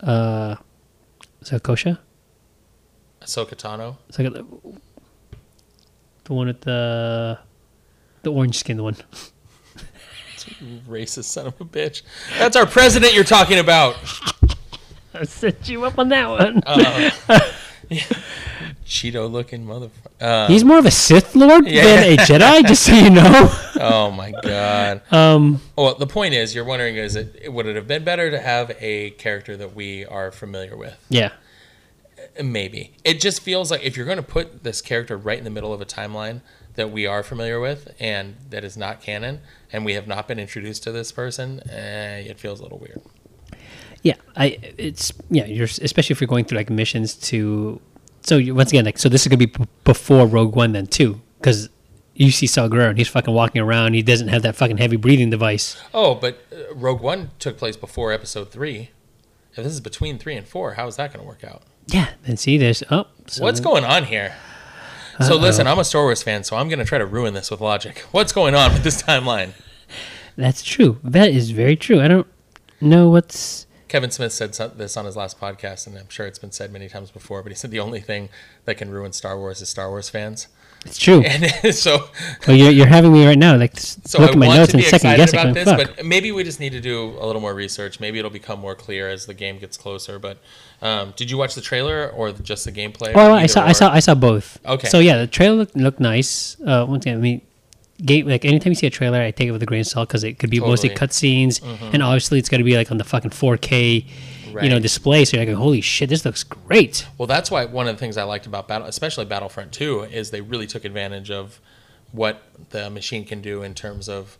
[SPEAKER 1] Uh, is that Kosha?
[SPEAKER 2] Ahsoka Tano.
[SPEAKER 1] Is that the, the one with the the orange skin one? (laughs)
[SPEAKER 2] Racist (laughs) son of a bitch. That's our president you're talking about.
[SPEAKER 1] I set you up on that one.
[SPEAKER 2] Cheeto looking motherfucker. Uh,
[SPEAKER 1] He's more of a Sith Lord
[SPEAKER 2] Yeah.
[SPEAKER 1] than a Jedi, just so you know.
[SPEAKER 2] oh my god.
[SPEAKER 1] Um,
[SPEAKER 2] Well, the point is, you're wondering is it would it have been better to have a character that we are familiar with?
[SPEAKER 1] yeah,
[SPEAKER 2] Maybe. It just feels like if you're going to put this character right in the middle of a timeline that we are familiar with and that is not canon, and we have not been introduced to this person, eh, it feels a little weird.
[SPEAKER 1] yeah. I it's yeah. You're especially if you're going through like missions to. So you, once again, like so, this is gonna be b- before Rogue One then too, because you see Saw Gerrera and he's fucking walking around. He doesn't have that fucking heavy breathing device.
[SPEAKER 2] Oh, but uh, Rogue One took place before Episode Three. If this is between three and four, how is that going to work out?
[SPEAKER 1] Yeah, and see, there's oh, so
[SPEAKER 2] What's going on here? So listen, I'm a Star Wars fan, so I'm going to try to ruin this with logic. What's going on with this timeline?
[SPEAKER 1] That's true. That is very true. I don't know what's.
[SPEAKER 2] Kevin Smith said so- this on his last podcast, and I'm sure it's been said many times before. But he said the only thing that can ruin Star Wars is Star Wars fans. (laughs)
[SPEAKER 1] It's true.
[SPEAKER 2] And so,
[SPEAKER 1] Well, you're, you're having me right now. Like, s-
[SPEAKER 2] so
[SPEAKER 1] look
[SPEAKER 2] I
[SPEAKER 1] at my
[SPEAKER 2] want
[SPEAKER 1] notes
[SPEAKER 2] to
[SPEAKER 1] and
[SPEAKER 2] be
[SPEAKER 1] second
[SPEAKER 2] excited
[SPEAKER 1] guessing.
[SPEAKER 2] about
[SPEAKER 1] Like,
[SPEAKER 2] this,
[SPEAKER 1] fuck.
[SPEAKER 2] but maybe we just need to do a little more research. Maybe it'll become more clear as the game gets closer. But um, did you watch the trailer or just the gameplay?
[SPEAKER 1] well,
[SPEAKER 2] Or
[SPEAKER 1] Oh, I saw,
[SPEAKER 2] either
[SPEAKER 1] I saw,
[SPEAKER 2] or?
[SPEAKER 1] I saw both.
[SPEAKER 2] Okay.
[SPEAKER 1] So yeah, the trailer looked, looked nice. Uh, once again, I mean, game like anytime you see a trailer, I take it with a grain of salt because it could be mostly
[SPEAKER 2] Totally. Mm-hmm.
[SPEAKER 1] cutscenes, and obviously it's got to be like on the fucking 4K, you know,
[SPEAKER 2] Right.
[SPEAKER 1] display. So you're like, holy shit, this looks great.
[SPEAKER 2] Well, that's why one of the things I liked about Battle, especially Battlefront 2, is they really took advantage of what the machine can do in terms of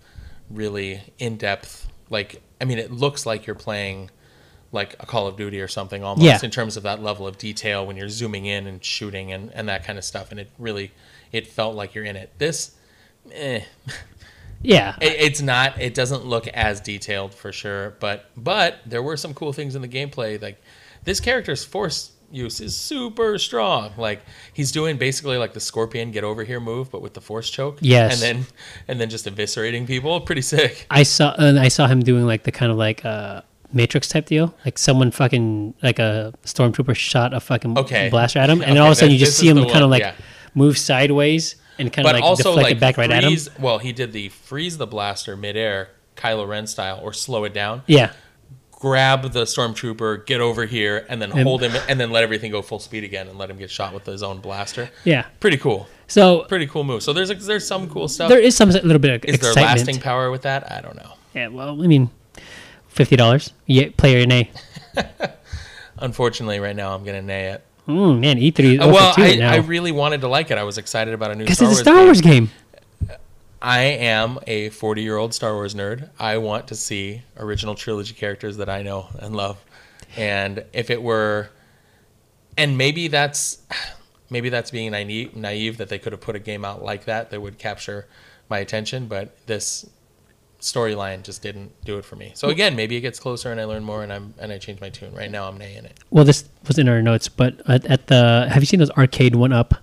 [SPEAKER 2] really in depth. Like, I mean, it looks like you're playing like a Call of Duty or something almost
[SPEAKER 1] Yeah.
[SPEAKER 2] in terms of that level of detail when you're zooming in and shooting and, and that kind of stuff. And it really, it felt like you're in it. This, eh,
[SPEAKER 1] Yeah.
[SPEAKER 2] it, it's not. It doesn't look as detailed for sure, but but there were some cool things in the gameplay. Like this character's force use is super strong. Like he's doing basically like the scorpion get over here move, but with the force choke.
[SPEAKER 1] Yes.
[SPEAKER 2] And then and then just eviscerating people. Pretty sick.
[SPEAKER 1] I saw and I saw him doing like the kind of like uh Matrix type deal. Like someone fucking like a stormtrooper shot a fucking
[SPEAKER 2] Okay.
[SPEAKER 1] blaster at him, and
[SPEAKER 2] Okay,
[SPEAKER 1] all of a sudden
[SPEAKER 2] that-
[SPEAKER 1] you just
[SPEAKER 2] this
[SPEAKER 1] see
[SPEAKER 2] is
[SPEAKER 1] him
[SPEAKER 2] the
[SPEAKER 1] kind of
[SPEAKER 2] one,
[SPEAKER 1] like
[SPEAKER 2] yeah.
[SPEAKER 1] move sideways and kind of
[SPEAKER 2] But
[SPEAKER 1] like
[SPEAKER 2] also
[SPEAKER 1] deflect
[SPEAKER 2] like
[SPEAKER 1] it back right at him.
[SPEAKER 2] freeze, Well, he did the freeze the blaster midair, Kylo Ren style, or slow it down.
[SPEAKER 1] Yeah,
[SPEAKER 2] Grab the stormtrooper, get over here, and then hold him, and then let everything go full speed again, and let him get shot with his own blaster.
[SPEAKER 1] yeah.
[SPEAKER 2] Pretty cool.
[SPEAKER 1] So
[SPEAKER 2] Pretty cool move. So there's there's some cool stuff.
[SPEAKER 1] there is some little bit of
[SPEAKER 2] Is there
[SPEAKER 1] excitement.
[SPEAKER 2] lasting power with that? I don't know.
[SPEAKER 1] Yeah, well, I mean, fifty dollars. Yeah, player in A.
[SPEAKER 2] Unfortunately, right now I'm gonna nay it.
[SPEAKER 1] Mm, man, E three.
[SPEAKER 2] Uh, well, I,
[SPEAKER 1] now.
[SPEAKER 2] I really wanted to like it. I was excited about a new
[SPEAKER 1] because
[SPEAKER 2] Star
[SPEAKER 1] it's a
[SPEAKER 2] Wars.
[SPEAKER 1] Star Wars game.
[SPEAKER 2] game. I am a 40 year old Star Wars nerd. I want to see original trilogy characters that I know and love. And if it were, and maybe that's maybe that's being naive, naive that they could have put a game out like that that would capture my attention. But this storyline just didn't do it for me. So again, maybe it gets closer and I learn more and I'm and I change my tune. Right now, I'm naying it.
[SPEAKER 1] Well, this was in our notes, but at, at the have you seen those arcade one up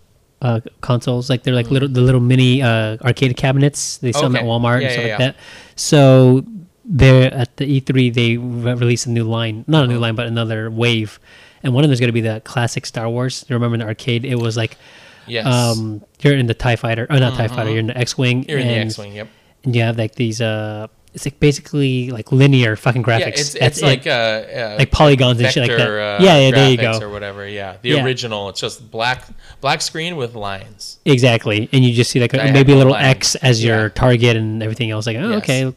[SPEAKER 1] uh, consoles? Like they're like little the little mini uh, arcade cabinets they sell them at
[SPEAKER 2] Okay.
[SPEAKER 1] Walmart
[SPEAKER 2] Yeah,
[SPEAKER 1] and stuff
[SPEAKER 2] yeah,
[SPEAKER 1] like
[SPEAKER 2] yeah.
[SPEAKER 1] that. So they're at the E3 they re- released a new line, not a
[SPEAKER 2] Uh-huh.
[SPEAKER 1] new line, but another wave, and one of them is going to be the classic Star Wars. You remember in the arcade, it was like.
[SPEAKER 2] Yes,
[SPEAKER 1] Um, you're in the Tie Fighter, or not Tie Fighter. You're in the X-wing.
[SPEAKER 2] Mm-hmm. you're in the
[SPEAKER 1] and-
[SPEAKER 2] X-wing. Yep.
[SPEAKER 1] and you have like these uh it's like basically like linear fucking graphics
[SPEAKER 2] Yeah, it's,
[SPEAKER 1] That's
[SPEAKER 2] it's
[SPEAKER 1] it.
[SPEAKER 2] like uh, uh,
[SPEAKER 1] like polygons and
[SPEAKER 2] vector
[SPEAKER 1] shit like that
[SPEAKER 2] uh,
[SPEAKER 1] yeah yeah there you
[SPEAKER 2] graphics
[SPEAKER 1] go
[SPEAKER 2] or whatever yeah the
[SPEAKER 1] Yeah.
[SPEAKER 2] original it's just black black screen with lines
[SPEAKER 1] exactly and you just see like a,
[SPEAKER 2] Diagonal
[SPEAKER 1] maybe a little
[SPEAKER 2] lines.
[SPEAKER 1] x as your
[SPEAKER 2] Yeah.
[SPEAKER 1] target and everything else like oh
[SPEAKER 2] Yes.
[SPEAKER 1] okay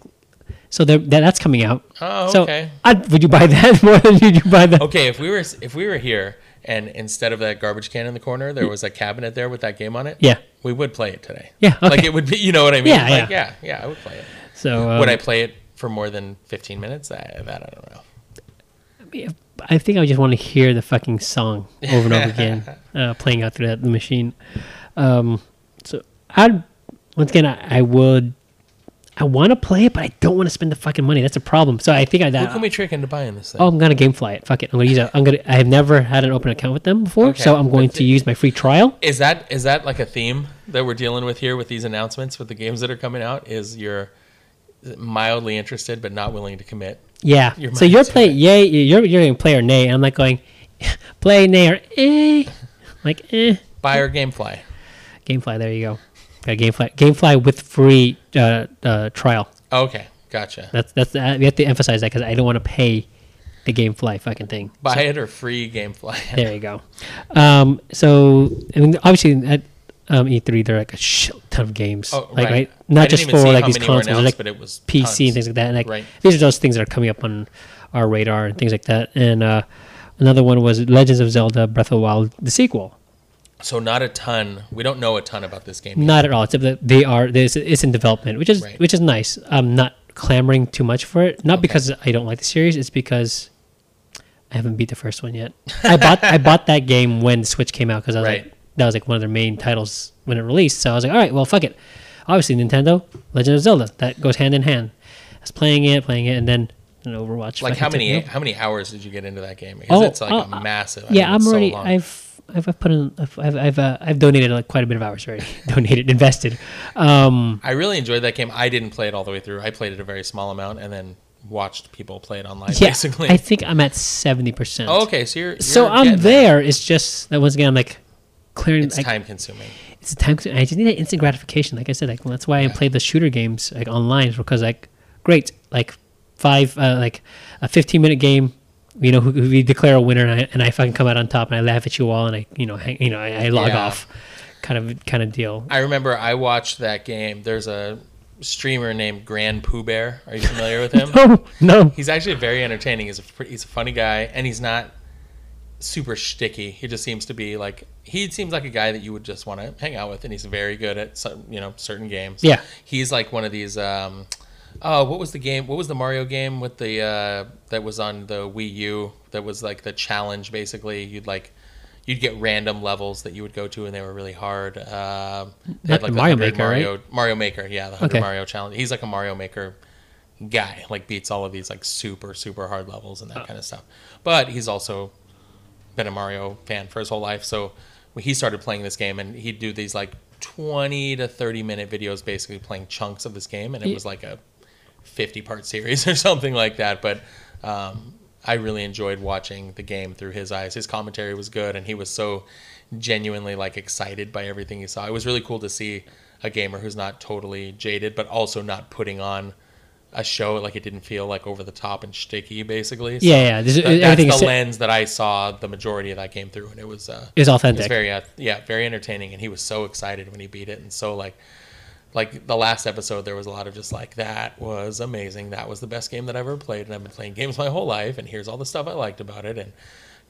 [SPEAKER 1] so there, that, that's coming out
[SPEAKER 2] Oh,
[SPEAKER 1] so
[SPEAKER 2] okay. Oh,
[SPEAKER 1] I'd, would you buy (laughs) that more than would you buy that
[SPEAKER 2] okay if we were if we were here and instead of that garbage can in the corner there was a cabinet there with that game on it
[SPEAKER 1] Yeah.
[SPEAKER 2] we would play it today
[SPEAKER 1] Yeah,
[SPEAKER 2] like
[SPEAKER 1] okay.
[SPEAKER 2] it would be you know what i mean
[SPEAKER 1] Yeah,
[SPEAKER 2] like
[SPEAKER 1] yeah.
[SPEAKER 2] yeah yeah i would play it
[SPEAKER 1] so um,
[SPEAKER 2] would i play it for more than 15 minutes I, that i don't know
[SPEAKER 1] I think I just want to hear the fucking song over and
[SPEAKER 2] (laughs)
[SPEAKER 1] over again, uh, playing out through that the machine. Um, so I, once again, I, I would, I want to play it, but I don't want to spend the fucking money. That's a problem. So I think I
[SPEAKER 2] who can we trick into buying this thing
[SPEAKER 1] Oh, I'm gonna GameFly it. Fuck it. I'm gonna use it. I'm gonna. I have never had an open account with them before,
[SPEAKER 2] Okay,
[SPEAKER 1] so I'm going
[SPEAKER 2] but
[SPEAKER 1] to
[SPEAKER 2] it-
[SPEAKER 1] use my free trial.
[SPEAKER 2] is that is that like a theme that we're dealing with here with these announcements with the games that are coming out is you're mildly interested but not willing to commit
[SPEAKER 1] Yeah.
[SPEAKER 2] Your
[SPEAKER 1] so you're
[SPEAKER 2] mind's
[SPEAKER 1] play yay. You're you're going play or nay, and I'm like going, (laughs) play nay or eh, like eh.
[SPEAKER 2] buy our gamefly
[SPEAKER 1] GameFly. There you go. Got GameFly. GameFly with free uh, uh, trial.
[SPEAKER 2] Okay, gotcha.
[SPEAKER 1] That's that's uh, we have to emphasize that because I don't want to pay the GameFly fucking thing.
[SPEAKER 2] Buy it or free GameFly.
[SPEAKER 1] There you go. Um, so I mean, obviously at um, E3 there are like a shit ton of games,
[SPEAKER 2] Oh,
[SPEAKER 1] like
[SPEAKER 2] right.
[SPEAKER 1] right,
[SPEAKER 2] I
[SPEAKER 1] not
[SPEAKER 2] didn't
[SPEAKER 1] just
[SPEAKER 2] even
[SPEAKER 1] for
[SPEAKER 2] see
[SPEAKER 1] like
[SPEAKER 2] how
[SPEAKER 1] these
[SPEAKER 2] many were
[SPEAKER 1] consoles,
[SPEAKER 2] announced,
[SPEAKER 1] like
[SPEAKER 2] but it was
[SPEAKER 1] PC
[SPEAKER 2] tons.
[SPEAKER 1] and things like that. And like
[SPEAKER 2] Right.
[SPEAKER 1] these are those things that are coming up on our radar and things like that. And uh, another one was Legends of Zelda: Breath of the Wild, the sequel.
[SPEAKER 2] So not a ton. We don't know a ton about this game. yet.
[SPEAKER 1] Not at all. It's they are this it's in development, which is
[SPEAKER 2] Right.
[SPEAKER 1] which is nice. I'm not clamoring too much for it. Not because I don't like the series, it's because I haven't beat the first one yet. I bought I bought that game when Switch came out because I was
[SPEAKER 2] Right.
[SPEAKER 1] like that was like one of their main titles when it released. So I was like, all right, well fuck it. Obviously Nintendo, Legend of Zelda, that goes hand in hand. I was playing it, playing it, and then an Overwatch.
[SPEAKER 2] Like
[SPEAKER 1] fucking
[SPEAKER 2] how
[SPEAKER 1] took me
[SPEAKER 2] many
[SPEAKER 1] over.
[SPEAKER 2] how many hours did you get into that game? Because it's like
[SPEAKER 1] oh,
[SPEAKER 2] a
[SPEAKER 1] uh,
[SPEAKER 2] massive. I
[SPEAKER 1] yeah,
[SPEAKER 2] mean,
[SPEAKER 1] I'm
[SPEAKER 2] it's so
[SPEAKER 1] already.
[SPEAKER 2] long.
[SPEAKER 1] I've, I've I've put in. I've I've I've, uh, I've donated like quite a bit of hours already. (laughs) donated, invested. Um,
[SPEAKER 2] I really enjoyed that game. I didn't play it all the way through. I played it a very small amount and then watched people play it (laughs) online.
[SPEAKER 1] yeah,
[SPEAKER 2] basically.
[SPEAKER 1] I think I'm at seventy percent.
[SPEAKER 2] Oh, okay, so you're, you're
[SPEAKER 1] so I'm
[SPEAKER 2] getting
[SPEAKER 1] there. It's just that once again, I'm like clearing.
[SPEAKER 2] It's
[SPEAKER 1] like,
[SPEAKER 2] time consuming.
[SPEAKER 1] It's time. I just need that instant gratification. Like I said, like that's why I play the shooter games like online because like great, like five, uh, like a fifteen minute game. You know, who- who we declare a winner, and I, and I fucking come out on top, and I laugh at you all, and I, you know, hang, you know, I, I log
[SPEAKER 2] Yeah.
[SPEAKER 1] off, kind of, kind of deal. (laughs)
[SPEAKER 2] I remember I watched that game. There's a streamer named Grand Pooh Bear. Are you familiar
[SPEAKER 1] (laughs)
[SPEAKER 2] with him?
[SPEAKER 1] No,
[SPEAKER 2] (laughs)
[SPEAKER 1] no.
[SPEAKER 2] He's actually very entertaining. He's a pretty, he's a funny guy, and he's not super shticky. He just seems to be like he seems like a guy that you would just want to hang out with, and he's very good at some you know certain games.
[SPEAKER 1] Yeah.
[SPEAKER 2] he's like one of these. Um, oh, what was the game? What was the Mario game with the uh, that was on the Wii U? That was like the challenge. Basically, you'd like. You'd get random levels that you would go to, and they were really hard. Um, they
[SPEAKER 1] Not
[SPEAKER 2] had,
[SPEAKER 1] the Mario
[SPEAKER 2] 100
[SPEAKER 1] Maker, right?
[SPEAKER 2] Mario, Mario Maker, yeah, the 100
[SPEAKER 1] Okay.
[SPEAKER 2] Mario challenge. He's like a Mario Maker guy, like beats all of these like super super hard levels and that kind of stuff. But he's also been a Mario fan for his whole life. So when he started playing this game, and he'd do these like twenty to thirty minute videos, basically playing chunks of this game, and it
[SPEAKER 1] Yeah.
[SPEAKER 2] was like a fifty part series (laughs) or something like that. But um, I really enjoyed watching the game through his eyes. His commentary was good, and he was so genuinely like excited by everything he saw. It was really cool to see a gamer who's not totally jaded, but also not putting on a show like it didn't feel like over the top and sticky basically
[SPEAKER 1] Yeah, yeah, there's-
[SPEAKER 2] that- that's
[SPEAKER 1] everything
[SPEAKER 2] the
[SPEAKER 1] is si-
[SPEAKER 2] lens that i saw the majority of that game through and it was uh
[SPEAKER 1] It was
[SPEAKER 2] it was
[SPEAKER 1] authentic.
[SPEAKER 2] very uh, yeah very entertaining and he was so excited when he beat it and so like like the last episode there was a lot of just like that was amazing that was the best game that i ever played and i've been playing games my whole life and here's all the stuff i liked about it and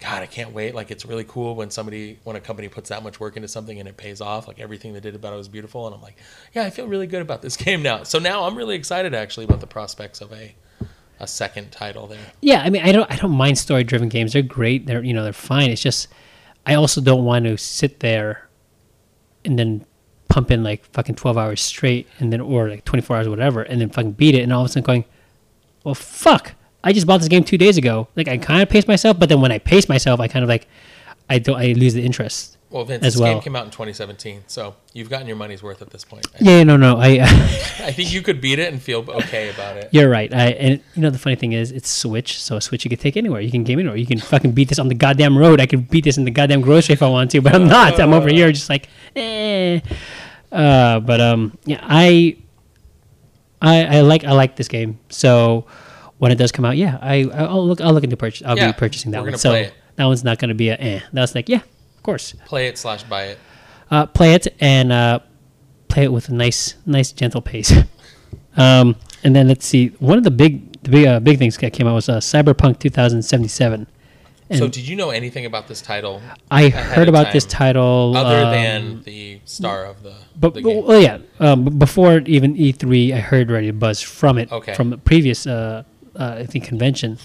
[SPEAKER 2] god i can't wait like it's really cool when somebody when a company puts that much work into something and it pays off like everything they did about it was beautiful and i'm like yeah i feel really good about this (laughs) game now so now i'm really excited actually about the prospects of a a second title there
[SPEAKER 1] yeah, I mean, I don't, I don't mind story-driven games. They're great. They're, you know, they're fine. It's just, I also don't want to sit there, and then pump in like fucking twelve hours straight, and then or like twenty-four hours, or whatever, and then fucking beat it, and all of a sudden going, well, fuck, I just bought this game two days ago. Like I kind of pace myself, but then when I pace myself, I kind of like, I don't, I lose the interest.
[SPEAKER 2] well vince
[SPEAKER 1] As
[SPEAKER 2] this
[SPEAKER 1] well.
[SPEAKER 2] game came out in 2017 so you've gotten your money's worth at this point
[SPEAKER 1] Yeah, no, no, I. (laughs)
[SPEAKER 2] I think you could beat it and feel okay about it.
[SPEAKER 1] You're right. I and you know the funny thing is it's Switch, so a Switch you can take anywhere. You can game anywhere. You can fucking beat this on the goddamn road. I could beat this in the goddamn grocery if I want to, but I'm not. I'm over here just like eh. Uh, but um, yeah, I, I I like I like this game. So when it does come out, yeah, I I'll look I'll look into purchase. I'll
[SPEAKER 2] Yeah,
[SPEAKER 1] be purchasing that
[SPEAKER 2] we're
[SPEAKER 1] one.
[SPEAKER 2] gonna
[SPEAKER 1] So
[SPEAKER 2] play it.
[SPEAKER 1] that one's not gonna be a eh. That's like yeah, of course.
[SPEAKER 2] Play it slash buy it.
[SPEAKER 1] Uh, play it and uh, play it with a nice, nice, gentle pace. (laughs) um, and then let's see. One of the big, the big, uh, big things that came out was uh, Cyberpunk 2077. And
[SPEAKER 2] so, did you know anything about this title
[SPEAKER 1] I
[SPEAKER 2] ahead
[SPEAKER 1] heard
[SPEAKER 2] of
[SPEAKER 1] about
[SPEAKER 2] time,
[SPEAKER 1] this title.
[SPEAKER 2] other
[SPEAKER 1] um,
[SPEAKER 2] than the star of the,
[SPEAKER 1] Mm. but,
[SPEAKER 2] the
[SPEAKER 1] but-
[SPEAKER 2] game?
[SPEAKER 1] well, yeah, um, b- before even E3, I heard already buzz from it
[SPEAKER 2] Okay.
[SPEAKER 1] from the previous, uh, uh, I think, convention.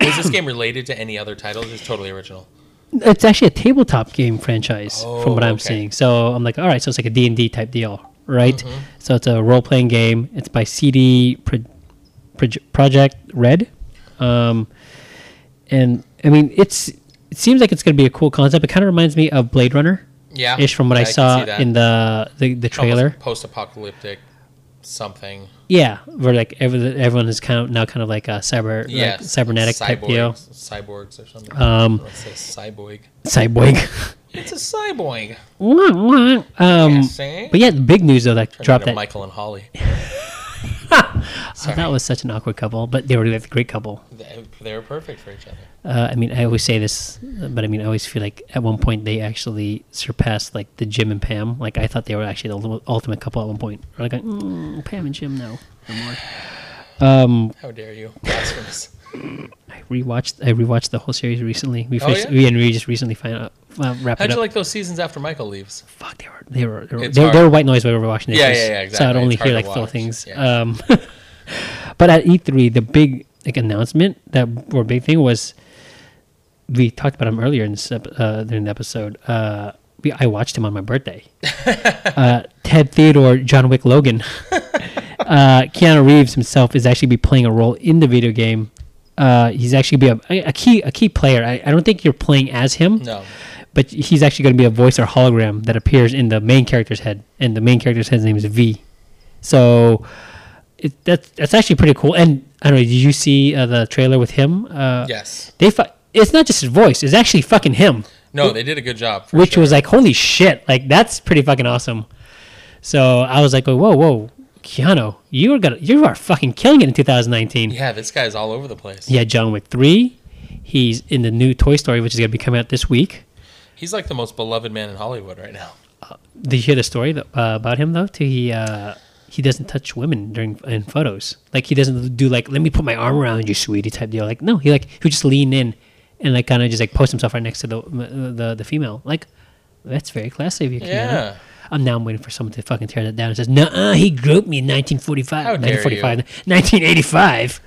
[SPEAKER 2] Is this game related to any other titles? It's totally original.
[SPEAKER 1] It's actually a tabletop game franchise, from what
[SPEAKER 2] Oh,
[SPEAKER 1] I'm
[SPEAKER 2] okay.
[SPEAKER 1] seeing. So I'm like, all right, so it's like a D and D type deal, right?
[SPEAKER 2] Mm-hmm.
[SPEAKER 1] So it's a role playing game. It's by CD Pro- Proj- Project Red, um, and I mean, it's it seems like it's going to be a cool concept. It kind of reminds me of Blade Runner,
[SPEAKER 2] Yeah,
[SPEAKER 1] ish, from what
[SPEAKER 2] yeah,
[SPEAKER 1] I
[SPEAKER 2] can
[SPEAKER 1] saw
[SPEAKER 2] see that.
[SPEAKER 1] in the the, the
[SPEAKER 2] Almost
[SPEAKER 1] trailer.
[SPEAKER 2] post-apocalyptic something.
[SPEAKER 1] Yeah, where like every, everyone is kind of now kind of like a cyber like
[SPEAKER 2] Yes,
[SPEAKER 1] cybernetic type deal,
[SPEAKER 2] cyborgs, cyborgs or something.
[SPEAKER 1] Um,
[SPEAKER 2] Let's say cyborg.
[SPEAKER 1] cyborg. (laughs)
[SPEAKER 2] It's a cyborg.
[SPEAKER 1] Wah, wah. um,
[SPEAKER 2] Yes, eh?
[SPEAKER 1] but yeah, the big news though that
[SPEAKER 2] Turned
[SPEAKER 1] dropped
[SPEAKER 2] into
[SPEAKER 1] that
[SPEAKER 2] Michael and Holly.
[SPEAKER 1] (laughs) Oh, that was such an awkward couple, but they were like a great couple.
[SPEAKER 2] They, they were perfect for each other.
[SPEAKER 1] Uh, I mean, I always say this, but I mean, I always feel like at one point they actually surpassed like the Jim and Pam. Like I thought they were actually the ul- ultimate couple at one point. We're like, mm, Pam and Jim, no, no more.
[SPEAKER 2] How dare you?
[SPEAKER 1] (laughs)
[SPEAKER 2] Blasphemous.
[SPEAKER 1] I rewatched. I rewatched the whole series recently. We
[SPEAKER 2] Oh,
[SPEAKER 1] finished.
[SPEAKER 2] yeah?
[SPEAKER 1] We and we just recently found out. Uh, wrapped
[SPEAKER 2] How'd
[SPEAKER 1] it
[SPEAKER 2] you
[SPEAKER 1] up.
[SPEAKER 2] like those seasons after Michael leaves?
[SPEAKER 1] Fuck, they were they were they were,
[SPEAKER 2] It's
[SPEAKER 1] they, were- they
[SPEAKER 2] hard.
[SPEAKER 1] were white noise while we were watching it.
[SPEAKER 2] Yeah, yeah, yeah,
[SPEAKER 1] So I'd
[SPEAKER 2] exactly.
[SPEAKER 1] only
[SPEAKER 2] It's
[SPEAKER 1] hear like
[SPEAKER 2] hard to
[SPEAKER 1] little
[SPEAKER 2] watch.
[SPEAKER 1] things.
[SPEAKER 2] Yeah.
[SPEAKER 1] Um, (laughs) but at E3, the big like announcement that or big thing was we talked about him earlier in this, ep- uh, during the episode. Uh, we, I watched him on my birthday. uh, Ted Theodore, John Wick Logan, uh, Keanu Reeves himself is actually be playing a role in the video game. Uh, he's actually be a, a key a key player. I, I don't think you're playing as him
[SPEAKER 2] No.
[SPEAKER 1] but he's actually going to be a voice or hologram that appears in the main character's head, and the main character's head's name is V. So it, that's that's actually pretty cool. And I don't know, did you see uh, the trailer with him? Uh,
[SPEAKER 2] Yes.
[SPEAKER 1] They fu- it's not just his voice; it's actually fucking him,
[SPEAKER 2] No, they did a good job. For
[SPEAKER 1] which
[SPEAKER 2] sure.
[SPEAKER 1] was like holy shit, like that's pretty fucking awesome. So I was like, whoa, whoa, Keanu, you are gonna you are fucking killing it in 2019.
[SPEAKER 2] Yeah, this guy's all over the place.
[SPEAKER 1] He had John Wick three. He's in the new Toy Story, which is going to be coming out this week.
[SPEAKER 2] He's like the most beloved man in Hollywood right now.
[SPEAKER 1] Did you hear the story tho- uh, about him though? Too he uh, he doesn't touch women during in photos. Like he doesn't do like let me put my arm around you, sweetie type deal. Like no, he like he would just lean in and like kind of just like post himself right next to the uh, the, the female. Like that's very classy of you. Keanu.
[SPEAKER 2] Yeah.
[SPEAKER 1] I'm now waiting for someone to fucking tear that down and says, "No, he groped me in 1945,
[SPEAKER 2] How dare
[SPEAKER 1] 1945, 1985,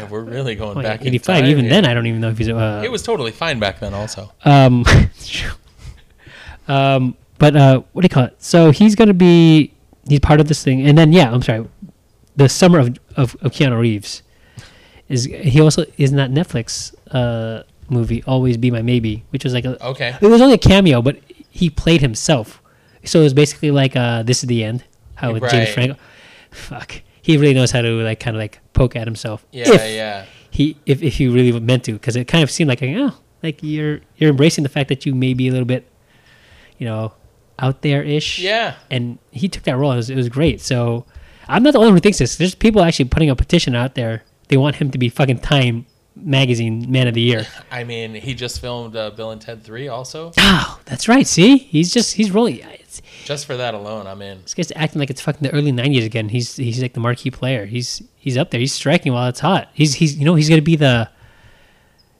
[SPEAKER 2] 1945. We're really going
[SPEAKER 1] Oh, yeah,
[SPEAKER 2] back in
[SPEAKER 1] 85."
[SPEAKER 2] time
[SPEAKER 1] Even
[SPEAKER 2] here.
[SPEAKER 1] then, I don't even know if he's uh,
[SPEAKER 2] it was totally fine back then. Also,
[SPEAKER 1] Um, (laughs) um, but uh, what do you call it? So he's gonna be he's part of this thing, and then yeah, I'm sorry, the summer of of, of Keanu Reeves is he also is not Netflix. Uh, movie, Always Be My Maybe, which was like a,
[SPEAKER 2] Okay.
[SPEAKER 1] It was only a cameo, but he played himself, so it was basically like uh, This is the End, how with James
[SPEAKER 2] Right.
[SPEAKER 1] Franco. Fuck, he really knows how to like kind of like poke at himself.
[SPEAKER 2] Yeah,
[SPEAKER 1] If
[SPEAKER 2] yeah.
[SPEAKER 1] He if if he really meant to, because it kind of seemed like oh, like you're you're embracing the fact that you may be a little bit, you know, out there ish
[SPEAKER 2] Yeah.
[SPEAKER 1] and he took that role. It was, it was great. So I'm not the only one who thinks this. There's people actually putting a petition out there. They want him to be fucking Time Magazine Man of the
[SPEAKER 2] (laughs)
[SPEAKER 1] Year.
[SPEAKER 2] I mean, he just filmed uh, Bill and Ted 3 also.
[SPEAKER 1] Oh, that's right. See, he's just he's really it's,
[SPEAKER 2] Just for that alone, I'm in.
[SPEAKER 1] this guy's acting like it's fucking the early '90s again. He's he's like the marquee player. He's he's up there. He's striking while it's hot. He's he's you know he's gonna be the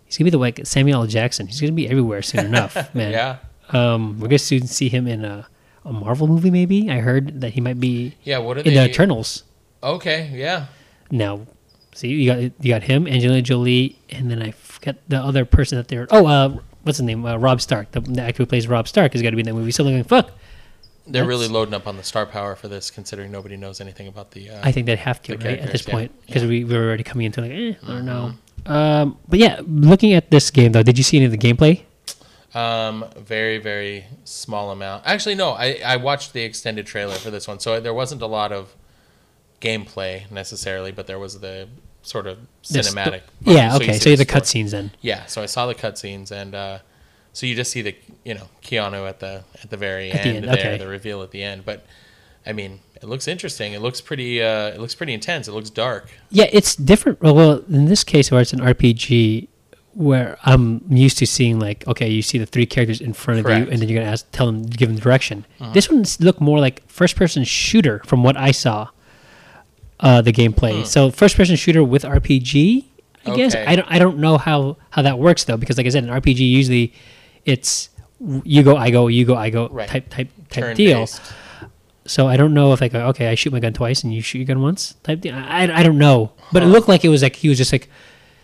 [SPEAKER 1] he's gonna be the like Samuel L. Jackson. He's gonna be everywhere soon
[SPEAKER 2] (laughs)
[SPEAKER 1] enough, man.
[SPEAKER 2] Yeah.
[SPEAKER 1] Um, we're gonna soon see him in a, a Marvel movie. Maybe I heard that he might be
[SPEAKER 2] Yeah, what are
[SPEAKER 1] in uh,
[SPEAKER 2] they?
[SPEAKER 1] the Eternals.
[SPEAKER 2] Okay, yeah.
[SPEAKER 1] No. See, you got you got him, Angelina Jolie, and then I forget the other person that they're. Oh, uh, what's his name? Uh, Rob Stark. The, the actor who plays Rob Stark is got to be in that movie. So I'm like, fuck.
[SPEAKER 2] They're
[SPEAKER 1] That's-
[SPEAKER 2] really loading up on the star power for this, considering nobody knows anything about the. Uh,
[SPEAKER 1] I think they'd have to
[SPEAKER 2] The
[SPEAKER 1] right at this
[SPEAKER 2] characters, yeah. Mm-hmm.
[SPEAKER 1] point because we, we were already coming into like, eh, I don't know. Um, but yeah, looking at this game though, did you see any of the gameplay?
[SPEAKER 2] Um, very very small amount. Actually, no. I I watched the extended trailer for this one, so uh, there wasn't a lot of gameplay necessarily, but there was the sort of
[SPEAKER 1] The sto-
[SPEAKER 2] cinematic.
[SPEAKER 1] yeah.
[SPEAKER 2] Oh, you
[SPEAKER 1] Okay. So,
[SPEAKER 2] see
[SPEAKER 1] the
[SPEAKER 2] story.
[SPEAKER 1] cutscenes then.
[SPEAKER 2] Yeah, so I saw the cutscenes, and uh, so you just see the you know Keanu at the at the very
[SPEAKER 1] At the
[SPEAKER 2] end,
[SPEAKER 1] end,
[SPEAKER 2] there,
[SPEAKER 1] okay.
[SPEAKER 2] the reveal at the end. But I mean, it looks interesting. It looks pretty. Uh, it looks pretty intense. It looks dark.
[SPEAKER 1] Yeah, it's different. Well, well, in this case, where it's an RPG, where I'm used to seeing like, okay, you see the three characters in front of
[SPEAKER 2] Correct. Uh-huh.
[SPEAKER 1] you, and then you're gonna ask, tell them, give them direction. This one looked more like first-person shooter, from what I saw. Uh, the gameplay. So first-person shooter with RPG. I guess
[SPEAKER 2] Hmm. Okay.
[SPEAKER 1] I don't. I don't know how how that works though, because like I said, in RPG usually, it's you go, I go, you go, I go,
[SPEAKER 2] Right.
[SPEAKER 1] type type type deal.
[SPEAKER 2] Turn-based.
[SPEAKER 1] So I don't know if like okay, I shoot my gun twice and you shoot your gun once type thing. I, I don't know, but it looked like it was like he was just like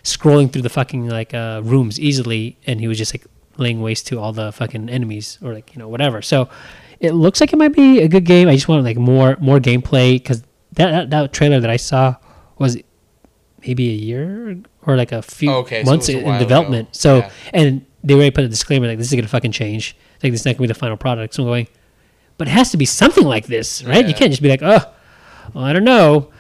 [SPEAKER 1] scrolling through the fucking like uh, rooms easily, and he was just like laying waste to all the fucking enemies or like you know whatever. So it looks like it might be a good game. I just want like more more gameplay because that, that that trailer that I saw was maybe a year or like a few
[SPEAKER 2] Oh, okay, so it
[SPEAKER 1] months
[SPEAKER 2] was a
[SPEAKER 1] in
[SPEAKER 2] while ago.
[SPEAKER 1] development. So
[SPEAKER 2] Yeah.
[SPEAKER 1] and they already put a disclaimer like this is gonna fucking change. Like this is not gonna be the final product. So I'm going, but it has to be something like this, right? You
[SPEAKER 2] Yeah.
[SPEAKER 1] can't just be like, oh, well, I don't know.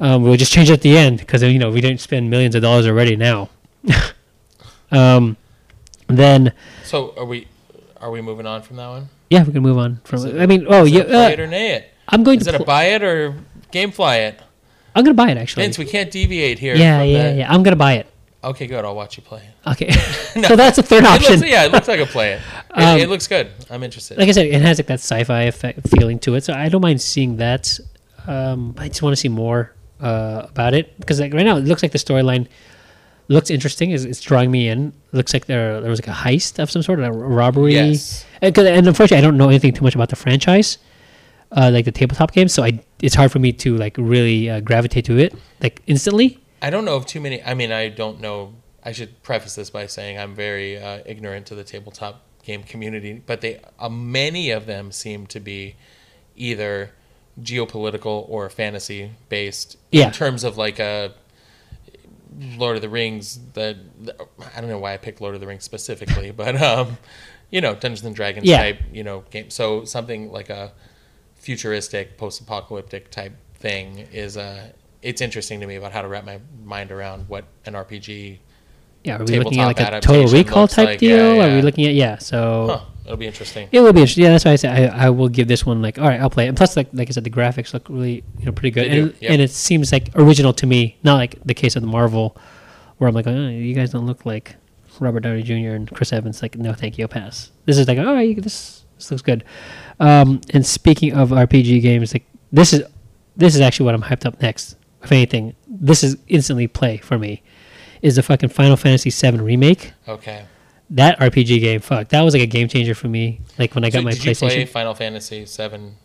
[SPEAKER 1] Um, we'll just change it at the end because you know we didn't spend millions of dollars already now. (laughs) um, then
[SPEAKER 2] So are we? Are we moving on from that one?
[SPEAKER 1] yeah, we can move on from.
[SPEAKER 2] it
[SPEAKER 1] I mean, oh
[SPEAKER 2] Is
[SPEAKER 1] yeah,
[SPEAKER 2] it a play it
[SPEAKER 1] uh,
[SPEAKER 2] or nay it?
[SPEAKER 1] I'm going
[SPEAKER 2] Is
[SPEAKER 1] to.
[SPEAKER 2] it a
[SPEAKER 1] pl-
[SPEAKER 2] buy it or gamefly it?
[SPEAKER 1] I'm gonna buy it actually.
[SPEAKER 2] Vince, we can't deviate here.
[SPEAKER 1] yeah,
[SPEAKER 2] from
[SPEAKER 1] yeah,
[SPEAKER 2] that.
[SPEAKER 1] yeah. I'm gonna buy it.
[SPEAKER 2] Okay, good. I'll watch you play it. (laughs)
[SPEAKER 1] Okay, so that's a third
[SPEAKER 2] It
[SPEAKER 1] option.
[SPEAKER 2] looks, yeah, it looks like a play
[SPEAKER 1] (laughs)
[SPEAKER 2] it. It,
[SPEAKER 1] Um,
[SPEAKER 2] it looks good. I'm interested.
[SPEAKER 1] like I said, it has like that sci-fi effect feeling to it, so I don't mind seeing that. Um, I just want to see more uh, about it because like right now, it looks like the storyline looks interesting. It's, it's drawing me in. Looks like there there was like a heist of some sort, a robbery.
[SPEAKER 2] Yes.
[SPEAKER 1] And, 'cause- and unfortunately, I don't know anything too much about the franchise, uh, like the tabletop games. So I it's hard for me to like really uh, gravitate to it like instantly.
[SPEAKER 2] I don't know of too many. I mean, I don't know. I should preface this by saying I'm very uh, ignorant to the tabletop game community, but they uh, many of them seem to be either geopolitical or fantasy based
[SPEAKER 1] Yeah.
[SPEAKER 2] in terms of like a Lord of the Rings. The, the I don't know why I picked Lord of the Rings specifically, (laughs) but um, you know, Dungeons and Dragons
[SPEAKER 1] Yeah.
[SPEAKER 2] type, you know, game. So something like a futuristic, post-apocalyptic type thing is Uh, it's interesting to me about how to wrap my mind around what an RPG.
[SPEAKER 1] Yeah, are we looking at
[SPEAKER 2] Tabletop
[SPEAKER 1] like a
[SPEAKER 2] adaptation
[SPEAKER 1] Total Recall
[SPEAKER 2] looks
[SPEAKER 1] type
[SPEAKER 2] like, yeah,
[SPEAKER 1] deal? Are
[SPEAKER 2] yeah.
[SPEAKER 1] we looking at yeah? So.
[SPEAKER 2] Huh, it'll be interesting.
[SPEAKER 1] It will be interesting. Yeah, that's why I said I, I will give this one like all right, I'll play it. And plus, like like I said, the graphics look really you know pretty good,
[SPEAKER 2] They do,
[SPEAKER 1] and,
[SPEAKER 2] yep.
[SPEAKER 1] and it seems like original to me. Not like the case of the Marvel, where I'm like, oh, you guys don't look like Robert Downey Jr. and Chris Evans. Like, no, thank you, I'll pass. This is like, all right, this this looks good. Um, and speaking of RPG games, like this is this is actually what I'm hyped up next. If anything, this is instantly play for me. Is the fucking Final Fantasy VII remake?
[SPEAKER 2] Okay.
[SPEAKER 1] That RPG game, fuck, that was like a game changer for me. Like when I got
[SPEAKER 2] So
[SPEAKER 1] my
[SPEAKER 2] did you
[SPEAKER 1] PlayStation
[SPEAKER 2] play Final Fantasy Seven?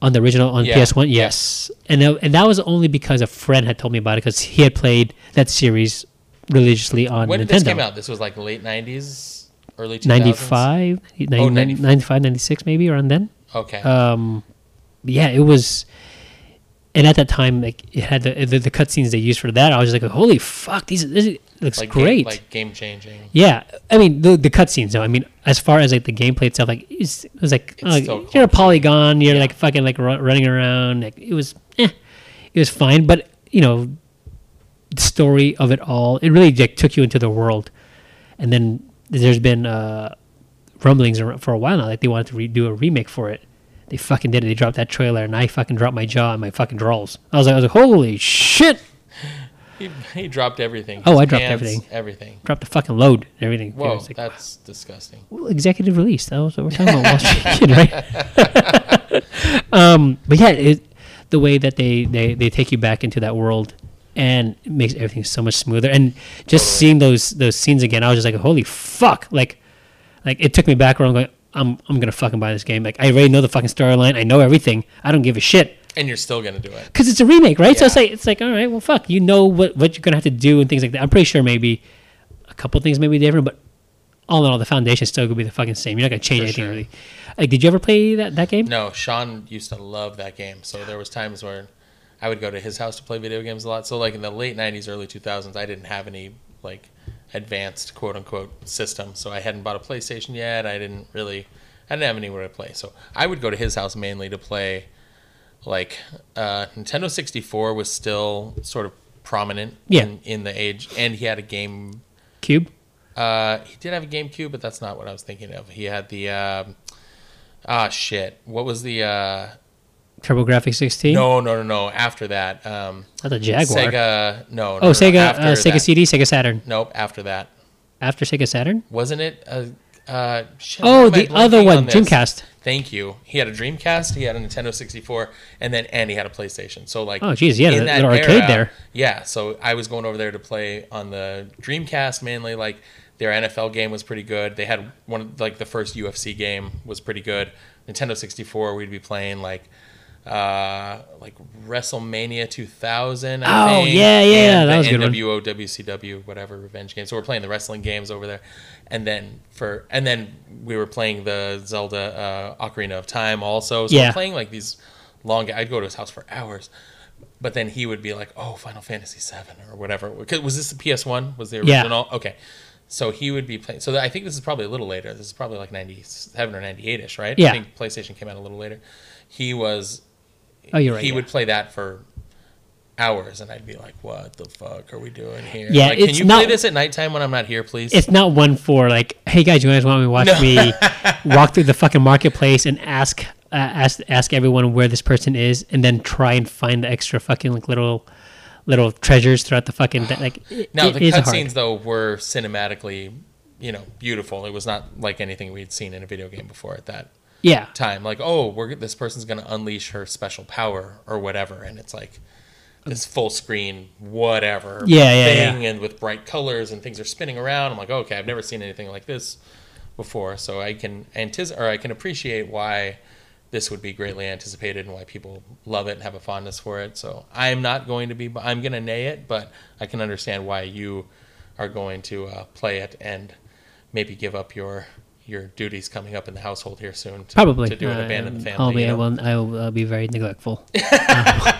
[SPEAKER 1] on the original on
[SPEAKER 2] Yeah.
[SPEAKER 1] PS1.
[SPEAKER 2] Yeah.
[SPEAKER 1] Yes, and that, and that was only because a friend had told me about it because he had played that series religiously on
[SPEAKER 2] When
[SPEAKER 1] Uh, Nintendo.
[SPEAKER 2] did this came out? This was like late '90s, early 2000s.
[SPEAKER 1] 95,
[SPEAKER 2] Oh,
[SPEAKER 1] 99,
[SPEAKER 2] 95.
[SPEAKER 1] 95, 96 maybe around then.
[SPEAKER 2] Okay.
[SPEAKER 1] Um, yeah, it was. and at that time, like it had the the, the cutscenes they used for that. I was just like, holy fuck, these this looks
[SPEAKER 2] like
[SPEAKER 1] great.
[SPEAKER 2] Game, like game changing.
[SPEAKER 1] yeah, I mean the the cutscenes though. I mean, as far as like the gameplay itself, like it's, it was like oh,
[SPEAKER 2] still
[SPEAKER 1] you're a
[SPEAKER 2] clunky.
[SPEAKER 1] polygon, you're like fucking like ru- running around. Like it was, eh, it was fine, but you know, the story of it all, it really like took you into the world. And then there's been uh, rumblings ar- for a while now, like they wanted to re- do a remake for it. They fucking did it. They dropped that trailer, and I fucking dropped my jaw and my fucking drawers. I was like, I was like, holy shit!
[SPEAKER 2] He, he dropped everything.
[SPEAKER 1] Oh,
[SPEAKER 2] His
[SPEAKER 1] I dropped
[SPEAKER 2] pants,
[SPEAKER 1] everything.
[SPEAKER 2] Everything.
[SPEAKER 1] Dropped the fucking load and everything. I
[SPEAKER 2] Whoa,
[SPEAKER 1] was like,
[SPEAKER 2] that's disgusting.
[SPEAKER 1] well, executive release. That was what we're talking about. Wall Street Kid, right? (laughs) um, but yeah, it, the way that they, they, they take you back into that world and it makes everything so much smoother. And just seeing those those scenes again, I was just like, holy fuck! Like, like it took me back where I'm going. I'm I'm gonna fucking buy this game. Like I already know the fucking storyline. I know everything. I don't give a shit
[SPEAKER 2] And you're still gonna do it.
[SPEAKER 1] because it's a remake, right? So it's
[SPEAKER 2] Yeah.
[SPEAKER 1] like it's like all right, well, fuck, you know what what you're gonna have to do and things like that. I'm pretty sure maybe a couple things may be different, but all in all, the foundation's still gonna be the fucking same. You're not gonna change
[SPEAKER 2] For
[SPEAKER 1] anything
[SPEAKER 2] sure.
[SPEAKER 1] really. Like, did you ever play that that game?
[SPEAKER 2] No, Sean used to love that game. So there was times where I would go to his house to play video games a lot. So like in the late '90s, early 2000s, I didn't have any like advanced quote unquote system. So I hadn't bought a PlayStation yet. I didn't really, I didn't have anywhere to play. So I would go to his house mainly to play. Like uh, Nintendo 64 was still sort of prominent
[SPEAKER 1] Yeah.
[SPEAKER 2] in, in the age, and he had a game
[SPEAKER 1] Cube.
[SPEAKER 2] uh, he did have a GameCube, but that's not what I was thinking of. He had the um, ah shit. What was the uh,
[SPEAKER 1] TurboGrafx 16.
[SPEAKER 2] no no no no after that um,
[SPEAKER 1] not the Jaguar.
[SPEAKER 2] Sega no no,
[SPEAKER 1] oh,
[SPEAKER 2] no,
[SPEAKER 1] Sega,
[SPEAKER 2] after
[SPEAKER 1] uh, Sega
[SPEAKER 2] that.
[SPEAKER 1] CD, Sega Saturn.
[SPEAKER 2] nope after that
[SPEAKER 1] After Sega Saturn.
[SPEAKER 2] wasn't it uh, uh, shit,
[SPEAKER 1] Oh,
[SPEAKER 2] why am I
[SPEAKER 1] the other
[SPEAKER 2] blanking
[SPEAKER 1] one,
[SPEAKER 2] this?
[SPEAKER 1] Dreamcast.
[SPEAKER 2] Thank you. He had a Dreamcast. He had a Nintendo 64, and then and he had a PlayStation. So like,
[SPEAKER 1] Oh, geez, yeah,
[SPEAKER 2] in
[SPEAKER 1] the-
[SPEAKER 2] that
[SPEAKER 1] the arcade there.
[SPEAKER 2] Yeah, so I was going over there to play on the Dreamcast mainly. Like their NFL game was pretty good. They had one of like the first UFC game was pretty good. Nintendo 64, we'd be playing like. Uh, like WrestleMania 2000. I
[SPEAKER 1] Oh,
[SPEAKER 2] think,
[SPEAKER 1] yeah, yeah,
[SPEAKER 2] and
[SPEAKER 1] that
[SPEAKER 2] the
[SPEAKER 1] was a good one.
[SPEAKER 2] NW WO, WCW, whatever revenge game. So we're playing the wrestling games over there, and then for and then we were playing the Zelda uh, Ocarina of Time also. So
[SPEAKER 1] Yeah.
[SPEAKER 2] we're playing like these long. I'd go to his house for hours, but then he would be like, "Oh, Final Fantasy Seven or whatever." 'Cause Was this the PS One? Was the
[SPEAKER 1] Yeah.
[SPEAKER 2] original? Okay, so he would be playing. So I think this is probably a little later. This is probably like ninety seven or ninety eight ish, right?
[SPEAKER 1] Yeah.
[SPEAKER 2] I think PlayStation came out a little later. He was
[SPEAKER 1] Oh, you're right.
[SPEAKER 2] he
[SPEAKER 1] yeah.
[SPEAKER 2] would play that for hours, and I'd be like, "What the fuck are we doing here?
[SPEAKER 1] Yeah,
[SPEAKER 2] like, can
[SPEAKER 1] it's
[SPEAKER 2] you play
[SPEAKER 1] not-
[SPEAKER 2] this at nighttime when I'm not here, please?"
[SPEAKER 1] it's not one for like, hey guys, you guys want me to watch
[SPEAKER 2] No. (laughs)
[SPEAKER 1] me walk through the fucking marketplace and ask uh, ask ask everyone where this person is, and then try and find the extra fucking like little little treasures throughout the fucking that, like. It,
[SPEAKER 2] now
[SPEAKER 1] it
[SPEAKER 2] the
[SPEAKER 1] is hard.
[SPEAKER 2] cutscenes though were cinematically, you know, beautiful. It was not like anything we'd seen in a video game before at that
[SPEAKER 1] yeah,
[SPEAKER 2] time. Like, oh, we're this person's gonna unleash her special power or whatever, and it's like this full screen whatever
[SPEAKER 1] Yeah, yeah,
[SPEAKER 2] thing, and with bright colors and things are spinning around. I'm like, okay, I've never seen anything like this before, so I can antici- or I can appreciate why this would be greatly anticipated and why people love it and have a fondness for it. So I'm not going to be, I'm gonna nay it, but I can understand why you are going to uh, play it and maybe give up your your duties coming up in the household here soon to,
[SPEAKER 1] probably.
[SPEAKER 2] to do an
[SPEAKER 1] Um,
[SPEAKER 2] abandon the family.
[SPEAKER 1] I'll be
[SPEAKER 2] you know?
[SPEAKER 1] I will, I will uh, be very neglectful.
[SPEAKER 2] (laughs)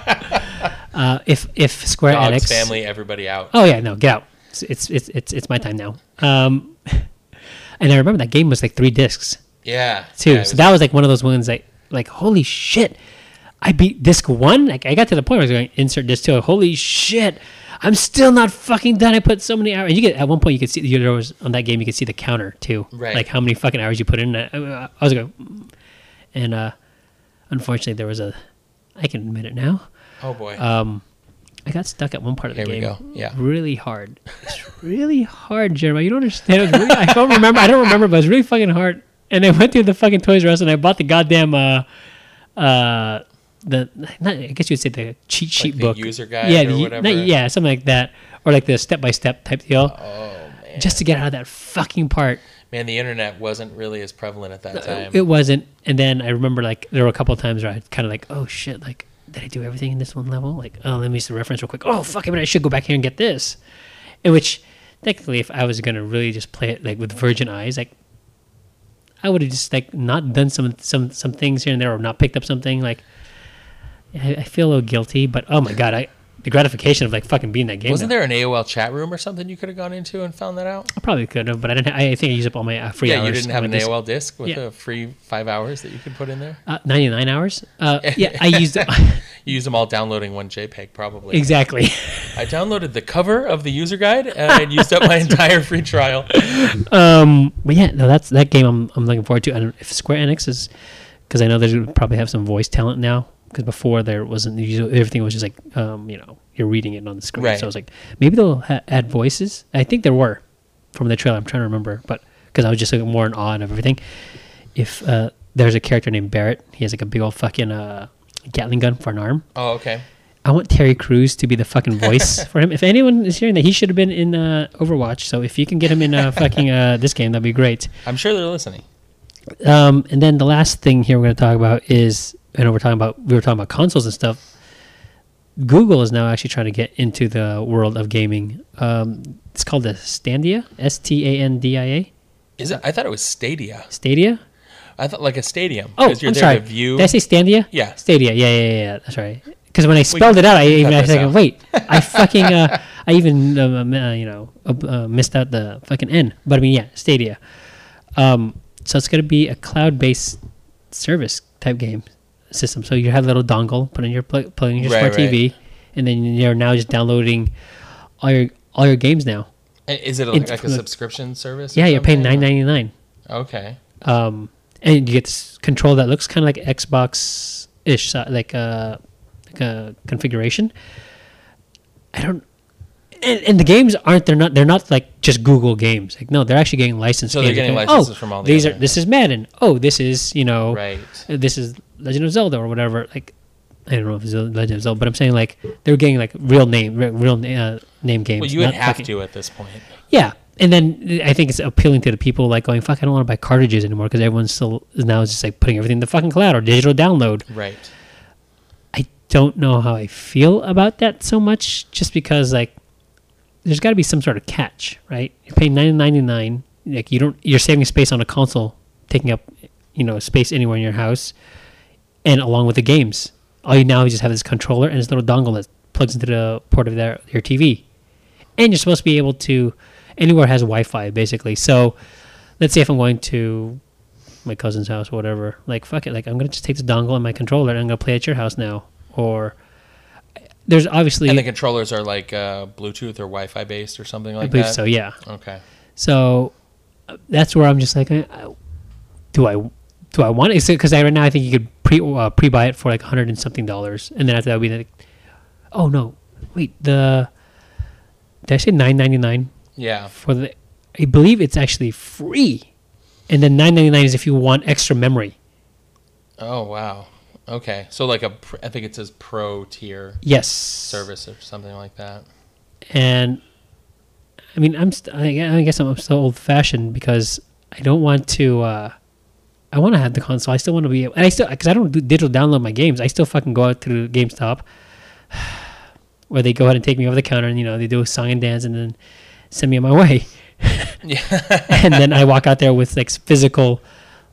[SPEAKER 1] uh, if if Square
[SPEAKER 2] Dogs,
[SPEAKER 1] Enix
[SPEAKER 2] family, everybody out.
[SPEAKER 1] Oh yeah, no, get out. It's it's it's it's, it's my time now. Um, (laughs) and I remember that game was like three discs.
[SPEAKER 2] Yeah,
[SPEAKER 1] too.
[SPEAKER 2] yeah, it
[SPEAKER 1] so
[SPEAKER 2] was-
[SPEAKER 1] that was like one of those ones that like holy shit, I beat disc one. Like I got to the point where I was going insert disc two. Holy shit, I'm still not fucking done. I put so many hours. And you get at one point you could see you know, there was on that game you could see the counter too.
[SPEAKER 2] Right.
[SPEAKER 1] Like how many fucking hours you put in. I, I was going, "Mm." and uh, unfortunately there was a. I can admit it now.
[SPEAKER 2] oh boy.
[SPEAKER 1] uh, I got stuck at one part of the
[SPEAKER 2] Here we
[SPEAKER 1] game.
[SPEAKER 2] go. Yeah.
[SPEAKER 1] Really hard. It's really hard, Jeremiah. You don't understand. It was really, I don't remember. I don't remember, but it was really fucking hard. And I went through the fucking Toys R Us and I bought the goddamn uh uh the not I guess you would say the cheat sheet
[SPEAKER 2] the
[SPEAKER 1] book.
[SPEAKER 2] user guide or
[SPEAKER 1] u-
[SPEAKER 2] whatever.
[SPEAKER 1] yeah, something like that. Or like the step by step type deal. Oh man. Just to get out of that fucking part.
[SPEAKER 2] Man, the internet wasn't really as prevalent at that time.
[SPEAKER 1] Uh, It wasn't. And then I remember like there were a couple of times where I kind of like, oh shit, like did I do everything in this one level? Like, oh, let me see the reference real quick. Oh fuck, I mean, I should go back here and get this. In which technically, if I was gonna really just play it like with virgin eyes, like I would have just like not done some some some things here and there or not picked up something like. I, I feel a little guilty, but oh my god, I the gratification of like fucking beating that game.
[SPEAKER 2] Wasn't
[SPEAKER 1] now.
[SPEAKER 2] there an AOL chat room or something you could have gone into and found that out?
[SPEAKER 1] I probably could have, but I didn't. ha- I think I used up all my uh, free
[SPEAKER 2] Yeah,
[SPEAKER 1] hours.
[SPEAKER 2] you didn't have
[SPEAKER 1] on
[SPEAKER 2] an
[SPEAKER 1] this-
[SPEAKER 2] AOL disc with
[SPEAKER 1] Yeah.
[SPEAKER 2] a free five hours that you could put in there.
[SPEAKER 1] Uh, Ninety nine hours. Uh, yeah, I
[SPEAKER 2] (laughs)
[SPEAKER 1] used (laughs)
[SPEAKER 2] You use them all downloading one JPEG, probably.
[SPEAKER 1] exactly.
[SPEAKER 2] I downloaded the cover of the user guide and used
[SPEAKER 1] (laughs)
[SPEAKER 2] up my entire free trial.
[SPEAKER 1] Um, but yeah, no, that's that game I'm, I'm looking forward to. And if Square Enix is, because I know they're gonna probably have some voice talent now. Because before there wasn't usually everything was just like um, you know you're reading it on the screen.
[SPEAKER 2] Right.
[SPEAKER 1] So I was like, maybe they'll ha- add voices. I think there were from the trailer. I'm trying to remember, but because I was just like, more in awe of everything. If uh, there's a character named Barrett, he has like a big old fucking uh, Gatling gun for an arm.
[SPEAKER 2] Oh, okay.
[SPEAKER 1] I want Terry Crews to be the fucking voice for him. If anyone is hearing that, he should have been in uh, Overwatch. So if you can get him in uh, fucking uh, this game, that'd be great.
[SPEAKER 2] I'm sure they're listening.
[SPEAKER 1] Um, and then the last thing here we're going to talk about is, and we're talking about we were talking about consoles and stuff. Google is now actually trying to get into the world of gaming. Um, it's called the Standia, S T A N D I A,
[SPEAKER 2] Is it? I thought it was Stadia.
[SPEAKER 1] Stadia.
[SPEAKER 2] I thought like a stadium.
[SPEAKER 1] Oh,
[SPEAKER 2] 'cause
[SPEAKER 1] I'm sorry.
[SPEAKER 2] To view.
[SPEAKER 1] Did I say Standia?
[SPEAKER 2] Yeah.
[SPEAKER 1] Stadia. Yeah, yeah, yeah. yeah. That's right. Because when I spelled it out, I even I was
[SPEAKER 2] this
[SPEAKER 1] like,
[SPEAKER 2] out. (laughs)
[SPEAKER 1] wait, I fucking, uh, I even, um, uh, you know, ob- uh, missed out the fucking N. But I mean, yeah, Stadia. Um, so it's going to be a cloud-based service type game system. So you have a little dongle, put in your pl- plug in your
[SPEAKER 2] Right,
[SPEAKER 1] smart
[SPEAKER 2] right.
[SPEAKER 1] TV, and then you're now just downloading all your all your games now.
[SPEAKER 2] I- Eh, Is it like,
[SPEAKER 1] It's
[SPEAKER 2] like a
[SPEAKER 1] the-
[SPEAKER 2] subscription service? or
[SPEAKER 1] Yeah, you're paying
[SPEAKER 2] something?
[SPEAKER 1] nine ninety nine.
[SPEAKER 2] Okay.
[SPEAKER 1] um, and you get s- control that looks kind of like Xbox ish, like a like a configuration. I don't. And, and the games aren't they're not they're not like just Google games like no they're actually getting licensed
[SPEAKER 2] So they're
[SPEAKER 1] games. Like,
[SPEAKER 2] getting
[SPEAKER 1] oh,
[SPEAKER 2] licenses from all the
[SPEAKER 1] these
[SPEAKER 2] other-
[SPEAKER 1] are this is Madden oh this is you know
[SPEAKER 2] Right.
[SPEAKER 1] this is Legend of Zelda or whatever like I don't know if it's Legend of Zelda but I'm saying like they're getting like real name re- real na- uh, name games
[SPEAKER 2] Well, you would
[SPEAKER 1] not
[SPEAKER 2] have
[SPEAKER 1] fucking-
[SPEAKER 2] to at this point.
[SPEAKER 1] yeah, and then uh, I think it's appealing to the people like going, "Fuck, I don't want to buy cartridges anymore" because everyone's still now is just like putting everything in the fucking cloud or digital download.
[SPEAKER 2] Right.
[SPEAKER 1] I don't know how I feel about that so much, just because like there's got to be some sort of catch, right? You're paying nine ninety nine, like you don't you're saving space on a console, taking up you know space anywhere in your house, and along with the games, all you now is just have this controller and this little dongle that plugs into the port of their, your TV, and you're supposed to be able to anywhere has Wi-Fi basically. So let's say if I'm going to my cousin's house or whatever. Like fuck it, like I'm gonna just take this dongle and my controller and I'm gonna play at your house now. Or there's obviously
[SPEAKER 2] And the controllers are like uh, Bluetooth or Wi-Fi based or something
[SPEAKER 1] I
[SPEAKER 2] like
[SPEAKER 1] believe
[SPEAKER 2] that.
[SPEAKER 1] so, yeah.
[SPEAKER 2] Okay.
[SPEAKER 1] So uh, that's where I'm just like, I, I, do I do I want it? Because I, right now I think you could pre uh, pre buy it for like hundred and something dollars, and then after that would be like, oh no, wait the did I say nine ninety nine
[SPEAKER 2] Yeah.
[SPEAKER 1] for the? I believe it's actually free, and then nine ninety nine is if you want extra memory.
[SPEAKER 2] Oh wow. Okay. So like a, pr- I think it says pro tier
[SPEAKER 1] Yes,
[SPEAKER 2] service or something like that.
[SPEAKER 1] and I mean, I'm st- I gue- I guess I'm so old fashioned because I don't want to. Uh, I want to have the console. I still want to be, and I still because I don't do digital download my games. I still fucking go out to GameStop, (sighs) where they go ahead and take me over the counter, and you know they do a song and dance, and then send me on my way. (laughs) and then I walk out there with like physical,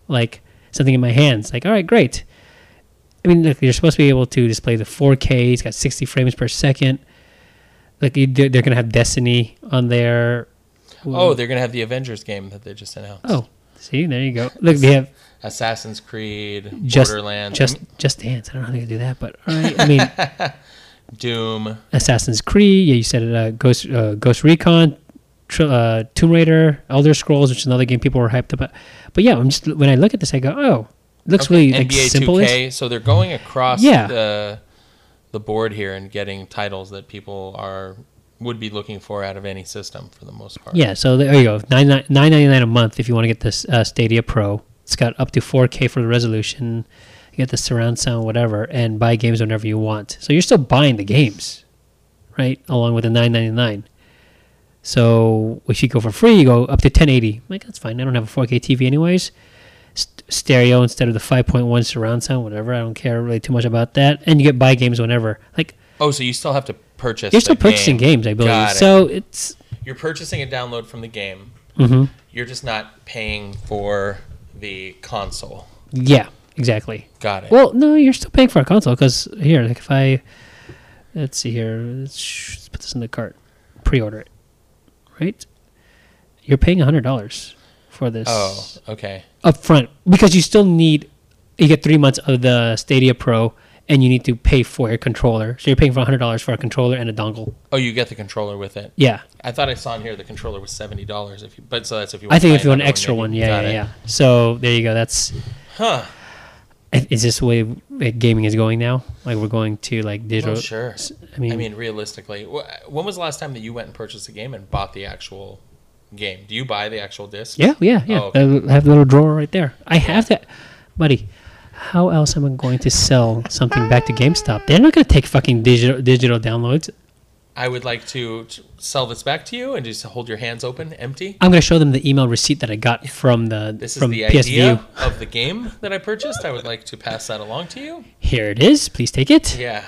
[SPEAKER 1] like something in my hands. Like, all right, great. I mean, look, you're supposed to be able to display the 4K. It's got 60 frames per second. Like, you, they're going to have Destiny on there.
[SPEAKER 2] Oh, they're gonna have the Avengers game that they just announced.
[SPEAKER 1] Oh, see, there you go. Look, they have
[SPEAKER 2] Assassin's Creed,
[SPEAKER 1] just
[SPEAKER 2] Borderlands,
[SPEAKER 1] just just dance. I don't know how they do that, but all right. I mean, (laughs)
[SPEAKER 2] Doom.
[SPEAKER 1] Assassin's Creed. Yeah, you said it. Uh, Ghost uh, Ghost Recon, tr- uh, Tomb Raider, Elder Scrolls, which is another game people were hyped about. But yeah, I'm just when I look at this, I go, oh, looks really like
[SPEAKER 2] NBA
[SPEAKER 1] simple.
[SPEAKER 2] 2K. So they're going across
[SPEAKER 1] Yeah.
[SPEAKER 2] the the board here and getting titles that people are would be looking for out of any system for the most part.
[SPEAKER 1] Yeah, so there you go. Nine nine ninety nine a month if you want to get this uh, Stadia Pro. It's got up to 4K for the resolution. You get the surround sound, whatever, and buy games whenever you want. So you're still buying the games, right? Along with the nine ninety nine. So if you go for free, you go up to 1080. I'm like that's fine. I don't have a 4K TV anyways. St- stereo instead of the 5.1 surround sound, whatever. I don't care really too much about that. And you get buy games whenever. Like
[SPEAKER 2] Oh, so you still have to purchase.
[SPEAKER 1] you're still
[SPEAKER 2] the
[SPEAKER 1] purchasing
[SPEAKER 2] game.
[SPEAKER 1] games, I believe.
[SPEAKER 2] Got it.
[SPEAKER 1] So it's
[SPEAKER 2] you're purchasing a download from the
[SPEAKER 1] Mm-hmm.
[SPEAKER 2] game. You're just not paying for the console.
[SPEAKER 1] yeah. Exactly.
[SPEAKER 2] Got it.
[SPEAKER 1] Well, no, you're still paying for a console because here, like if I, let's see here, let's, sh- let's put this in the cart, pre-order it, right? You're paying hundred dollars for this
[SPEAKER 2] oh, okay.
[SPEAKER 1] up front because you still need you get three months of the Stadia Pro and you need to pay for your controller. So you're paying for hundred dollars for a controller and a dongle.
[SPEAKER 2] Oh, you get the controller with it.
[SPEAKER 1] Yeah,
[SPEAKER 2] I thought I saw in here the controller was seventy dollars. If you, but so that's if you.
[SPEAKER 1] I think
[SPEAKER 2] to
[SPEAKER 1] if
[SPEAKER 2] buy
[SPEAKER 1] you want an
[SPEAKER 2] another
[SPEAKER 1] extra
[SPEAKER 2] maybe.
[SPEAKER 1] one, yeah,
[SPEAKER 2] Got
[SPEAKER 1] yeah,
[SPEAKER 2] it.
[SPEAKER 1] yeah. So there you go. That's
[SPEAKER 2] Huh.
[SPEAKER 1] i- is this the way uh, gaming is going now? Like we're going to like digital.
[SPEAKER 2] Well, Oh, sure.
[SPEAKER 1] I mean,
[SPEAKER 2] I mean, realistically, wh- when was the last time that you went and purchased a game and bought the actual game? Do you buy the actual disc?
[SPEAKER 1] yeah, yeah, yeah.
[SPEAKER 2] Oh, okay.
[SPEAKER 1] I have a little drawer right there. I have that, buddy. How else am I going to sell something back to GameStop? They're not going to take fucking digital digital downloads.
[SPEAKER 2] I would like to t- sell this back to you and just hold your hands open, empty.
[SPEAKER 1] I'm going to show them the email receipt that I got from the
[SPEAKER 2] This
[SPEAKER 1] from
[SPEAKER 2] is the
[SPEAKER 1] PSVU.
[SPEAKER 2] idea of the game that I purchased. I would like to pass that along to you.
[SPEAKER 1] Here it is. Please take it.
[SPEAKER 2] Yeah.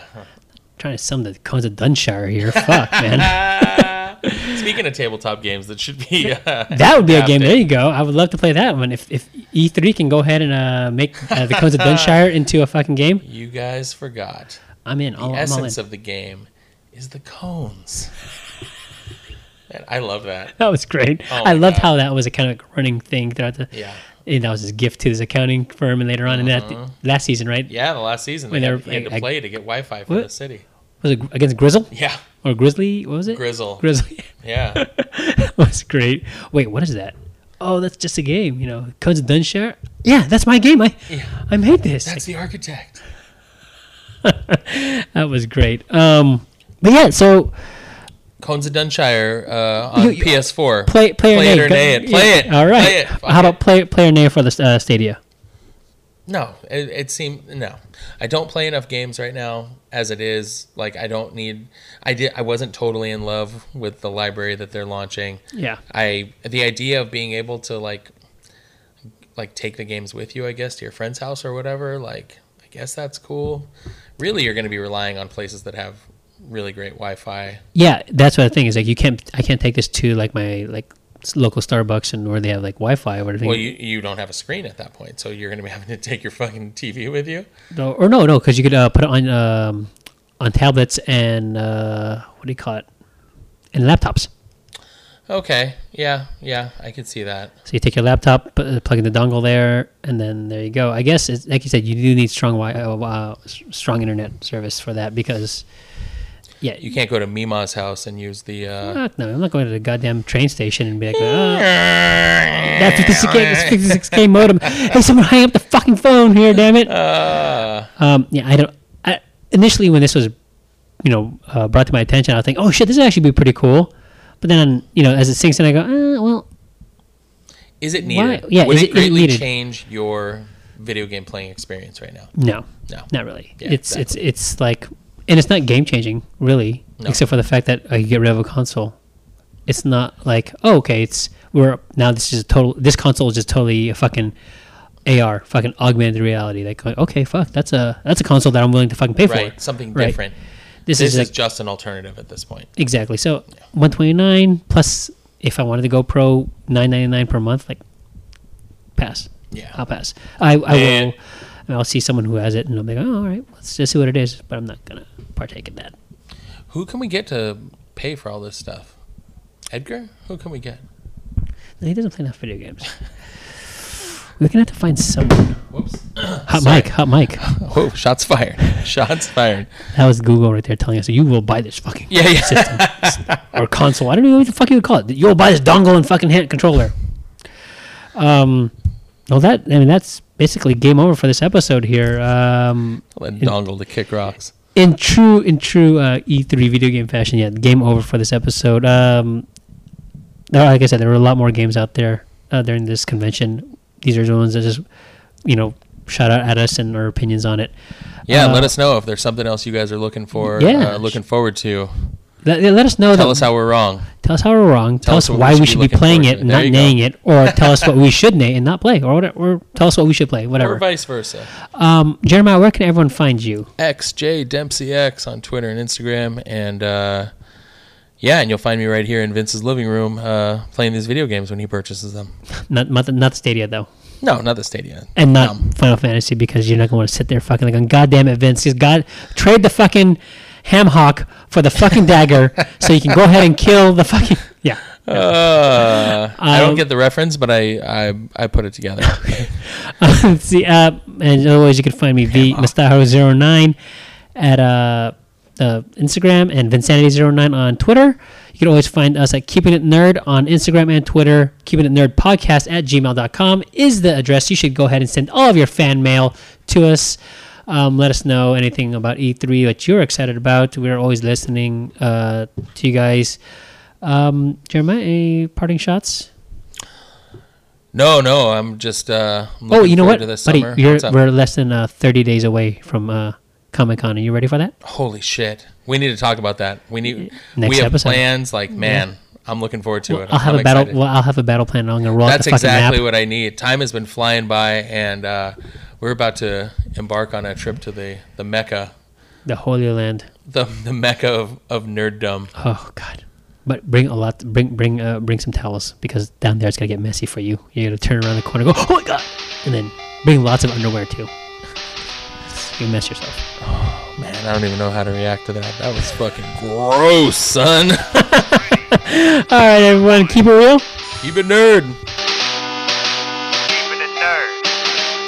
[SPEAKER 1] trying to sum the cons of Dunshire
[SPEAKER 2] (laughs)
[SPEAKER 1] here. Fuck, man.
[SPEAKER 2] Speaking of tabletop games, that should be. (laughs) Uh,
[SPEAKER 1] That would be a game.
[SPEAKER 2] adapted.
[SPEAKER 1] There you go. I would love to play that one. If, if E3 can go ahead and uh, make uh, the cons
[SPEAKER 2] (laughs)
[SPEAKER 1] of Dunshire into a fucking game,
[SPEAKER 2] You guys forgot.
[SPEAKER 1] Oh, I'm in.
[SPEAKER 2] the
[SPEAKER 1] All, I'm all in.
[SPEAKER 2] essence of the game is the cones. (laughs) Man, I love that.
[SPEAKER 1] (laughs) That was great.
[SPEAKER 2] Oh
[SPEAKER 1] I
[SPEAKER 2] my
[SPEAKER 1] loved
[SPEAKER 2] God.
[SPEAKER 1] how that was a kind of like running thing throughout the.
[SPEAKER 2] Yeah. Uh-huh.
[SPEAKER 1] And that was his gift to his accounting firm, and later on in that last season, right?
[SPEAKER 2] Yeah, the last season they
[SPEAKER 1] When
[SPEAKER 2] had,
[SPEAKER 1] they're-
[SPEAKER 2] he had to
[SPEAKER 1] I- I-
[SPEAKER 2] play to get Wi-Fi for
[SPEAKER 1] What?
[SPEAKER 2] the city.
[SPEAKER 1] Was it against Grizzle
[SPEAKER 2] Yeah,
[SPEAKER 1] or Grizzly? What was it?
[SPEAKER 2] Grizzle.
[SPEAKER 1] Grizzly. (laughs)
[SPEAKER 2] yeah.
[SPEAKER 1] That was great. Wait, what is that? Oh, that's just a game, you know. Codes of Dunshire. Yeah, that's my game. I, I made this.
[SPEAKER 2] That's the architect.
[SPEAKER 1] That was great. Um, but yeah, so
[SPEAKER 2] Cones of Dunshire uh,
[SPEAKER 1] (laughs)
[SPEAKER 2] on
[SPEAKER 1] You- you-
[SPEAKER 2] PS4.
[SPEAKER 1] play player
[SPEAKER 2] Play it
[SPEAKER 1] name.
[SPEAKER 2] or nay it. Play it.
[SPEAKER 1] All right.
[SPEAKER 2] Play it. Fuck
[SPEAKER 1] How
[SPEAKER 2] it.
[SPEAKER 1] about play, player name for the uh, Stadia?
[SPEAKER 2] No, it, it seemed no. I don't play enough games right now as it is. Like I don't need. I did. I wasn't totally in love with the library that they're launching.
[SPEAKER 1] Yeah.
[SPEAKER 2] I the idea of being able to like like take the games with you, I guess, to your friend's house or whatever, like I guess that's cool. Really you're gonna be relying on places that have really great Wi Fi.
[SPEAKER 1] Yeah, that's what I think is like you can't. I can't take this to like my like s- local Starbucks and where they have like Wi-Fi or everything.
[SPEAKER 2] Well you you don't have a screen at that point, so you're gonna be (laughs) having to take your fucking TV with you.
[SPEAKER 1] No, or no, no, because you could uh, put it on um, on tablets and uh, what do you call it? And laptops.
[SPEAKER 2] Okay. Yeah, yeah, I could see that.
[SPEAKER 1] So you take your laptop, put, uh, plug in the dongle there, and then there you go. I guess, it's, like you said, you do need strong wi- uh, uh, s- strong internet service for that because, yeah,
[SPEAKER 2] You can't go to Mima's house and use the uh
[SPEAKER 1] Fuck no, I'm not going to the goddamn train station and be like, oh, that 56K, 56K modem. Hey, someone hang up the fucking phone here, damn it. um, yeah, I don't. I, initially, when this was, you know, uh, brought to my attention, I was thinking, oh shit, this would actually be pretty cool. But then, you know, as it sinks in, I go, uh, well,
[SPEAKER 2] is it
[SPEAKER 1] Why-
[SPEAKER 2] needed?
[SPEAKER 1] yeah,
[SPEAKER 2] Would
[SPEAKER 1] is
[SPEAKER 2] it
[SPEAKER 1] it
[SPEAKER 2] greatly
[SPEAKER 1] needed?
[SPEAKER 2] change your video game playing experience right now?
[SPEAKER 1] no,
[SPEAKER 2] No.
[SPEAKER 1] not really.
[SPEAKER 2] Yeah,
[SPEAKER 1] it's it's it's like, and it's not game changing really,
[SPEAKER 2] No.
[SPEAKER 1] except for the fact that I get rid of a console. It's not like oh okay, it's we're now this is a total this console is just totally a fucking AR, fucking augmented reality. Like okay, fuck, that's a that's a console that I'm willing to fucking pay
[SPEAKER 2] Right.
[SPEAKER 1] for.
[SPEAKER 2] Something
[SPEAKER 1] Right.
[SPEAKER 2] different.
[SPEAKER 1] This,
[SPEAKER 2] This
[SPEAKER 1] is,
[SPEAKER 2] is
[SPEAKER 1] like,
[SPEAKER 2] just an alternative at this point.
[SPEAKER 1] exactly so 129 plus if I wanted to go pro 999 per month, like pass.
[SPEAKER 2] Yeah.
[SPEAKER 1] I'll pass. I, I
[SPEAKER 2] Man.
[SPEAKER 1] will. I'll see someone who has it, and I'll be like, oh, all right, let's just see what it is. But I'm not gonna partake in that.
[SPEAKER 2] Who can we get to pay for all this stuff? Edgar? Who can we get?
[SPEAKER 1] No, he doesn't play enough video
[SPEAKER 2] (laughs)
[SPEAKER 1] games. We're gonna have to find someone.
[SPEAKER 2] Whoops.
[SPEAKER 1] Hot
[SPEAKER 2] Sorry.
[SPEAKER 1] mic, hot mic.
[SPEAKER 2] Oh,
[SPEAKER 1] (laughs)
[SPEAKER 2] shots fired. Shots fired.
[SPEAKER 1] That was Google right there telling us you will buy this fucking
[SPEAKER 2] Yeah, yeah.
[SPEAKER 1] (laughs) or console. I don't know what the fuck you would call it. You'll buy this dongle and fucking hand controller. Um, well, that I mean that's basically game over for this episode here. Um,
[SPEAKER 2] Let dongle to kick rocks.
[SPEAKER 1] in true in true uh, E3 video game fashion, yeah, game over for this episode. Um, there, like I said, there were a lot more games out there uh, during this convention. These are the ones that just you know shout out at us and our opinions on it.
[SPEAKER 2] Yeah,
[SPEAKER 1] Uh,
[SPEAKER 2] let us know if there's something else you guys are looking for,
[SPEAKER 1] Yeah.
[SPEAKER 2] uh, looking forward to.
[SPEAKER 1] Let, let us know
[SPEAKER 2] Tell
[SPEAKER 1] that,
[SPEAKER 2] us how we're wrong.
[SPEAKER 1] tell us how we're wrong. Tell,
[SPEAKER 2] us
[SPEAKER 1] us
[SPEAKER 2] what we
[SPEAKER 1] why
[SPEAKER 2] should
[SPEAKER 1] we
[SPEAKER 2] be
[SPEAKER 1] should be
[SPEAKER 2] looking
[SPEAKER 1] playing
[SPEAKER 2] forward
[SPEAKER 1] it,
[SPEAKER 2] to.
[SPEAKER 1] and
[SPEAKER 2] There
[SPEAKER 1] not
[SPEAKER 2] you go.
[SPEAKER 1] naying it,
[SPEAKER 2] (laughs)
[SPEAKER 1] or tell us what we should nay and not play, or, whatever, or tell us what we should play,
[SPEAKER 2] Or
[SPEAKER 1] whatever.
[SPEAKER 2] vice versa.
[SPEAKER 1] Um, Jeremiah, where can everyone find you?
[SPEAKER 2] XJ Dempsey X on Twitter and Instagram. And uh, Yeah, and you'll find me right here in Vince's living room uh, playing these video games when he purchases them.
[SPEAKER 1] Not not, the- not the Stadia though,
[SPEAKER 2] No, not the Stadia.
[SPEAKER 1] and not
[SPEAKER 2] Um,
[SPEAKER 1] Final Fantasy because you're not gonna want to sit there fucking like, God damn it, Vince, just God trade the fucking ham hock for the fucking
[SPEAKER 2] (laughs)
[SPEAKER 1] dagger so you can go ahead and kill the fucking yeah.
[SPEAKER 2] Uh, I
[SPEAKER 1] Um,
[SPEAKER 2] don't get the reference, but I I, I put it
[SPEAKER 1] (laughs)
[SPEAKER 2] together.
[SPEAKER 1] See, uh, and otherwise you can find me v mustaho 9 at uh, uh, Instagram and Vinsanity09 on Twitter. You can always find us at Keeping It Nerd on Instagram and Twitter. Keeping It Nerd Podcast at gmail.com is the address. You should go ahead and send all of your fan mail to us. Um, let us know anything about E3 that you're excited about. We're always listening uh, to you guys. Um, Jeremiah, any parting shots?
[SPEAKER 2] no, no, I'm just. Uh, I'm
[SPEAKER 1] Oh,
[SPEAKER 2] looking
[SPEAKER 1] you know
[SPEAKER 2] forward
[SPEAKER 1] what,
[SPEAKER 2] to this
[SPEAKER 1] buddy?
[SPEAKER 2] summer.
[SPEAKER 1] You're,
[SPEAKER 2] What's up?
[SPEAKER 1] we're less than uh, 30 days away from uh, Comic Con. Are you ready for that?
[SPEAKER 2] Holy shit, we need to talk about that. We need.
[SPEAKER 1] Next
[SPEAKER 2] we have
[SPEAKER 1] episode.
[SPEAKER 2] plans. Like man, I'm looking forward to it.
[SPEAKER 1] I'll have
[SPEAKER 2] Oh, I'm
[SPEAKER 1] a battle.
[SPEAKER 2] excited.
[SPEAKER 1] Well, I'll have a battle plan. and I'm gonna roll
[SPEAKER 2] That's
[SPEAKER 1] out the fucking
[SPEAKER 2] exactly
[SPEAKER 1] map.
[SPEAKER 2] what I need. Time has been flying by, and uh, we're about to embark on a trip to the the mecca,
[SPEAKER 1] The Holy Land.
[SPEAKER 2] the the mecca of of nerddom.
[SPEAKER 1] Oh God! But bring a lot. Bring bring uh, bring some towels because down there it's gonna get messy for you. You're gonna turn around the corner, and go, oh my God, and then bring lots of underwear too. (laughs) You mess yourself.
[SPEAKER 2] Man, I don't even know how to react to that. That was fucking gross, son. (laughs)
[SPEAKER 1] All right, everyone, keep it real.
[SPEAKER 2] Keep it nerd.
[SPEAKER 3] Keeping it nerd.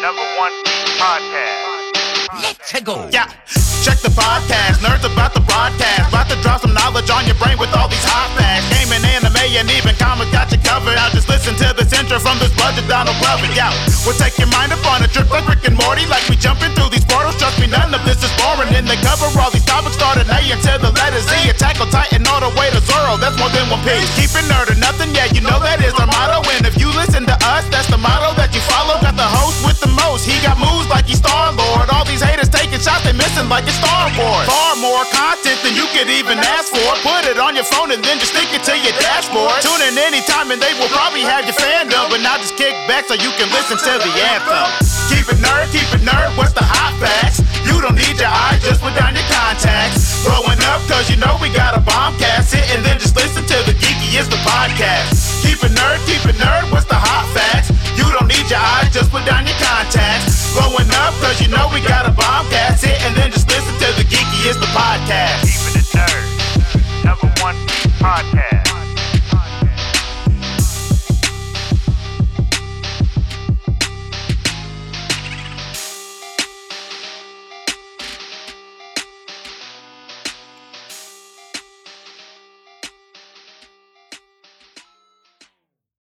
[SPEAKER 3] Number one podcast. Let's go.
[SPEAKER 4] Yeah, check the podcast, nerds about the broadcast. About to drop some knowledge on your brain with all these hot facts. Gaming, anime, and even comics got you covered. Now just listen to this intro from this budget Donald Glover. Yeah, we'll take your mind up on a trip like Rick and Morty. Like we jumping through these portals. Trust me, none of this is boring. In the cover, all these topics started A until the letter Z. Attack on Titan all the way to Zoro. That's more than one piece. Keep it nerd or nothing. Yeah, you know that is our motto. And if you listen to us, that's the motto that you follow. Got the host with the most. He got moves like he's Star Lord. All these haters taking shots, they missing like it's Star Wars. Far more content than you could even ask for. Put it on your phone and then just stick it to your dashboard. Tune in anytime and they will probably have your fandom. But now just kick back so you can listen to the anthem. Keep it nerd, keep it nerd, what's the hot facts? You don't need your eyes, just put down your contacts. Blowing up, cause you know we got a bomb cast. Sit and then just listen to the geeky is the podcast.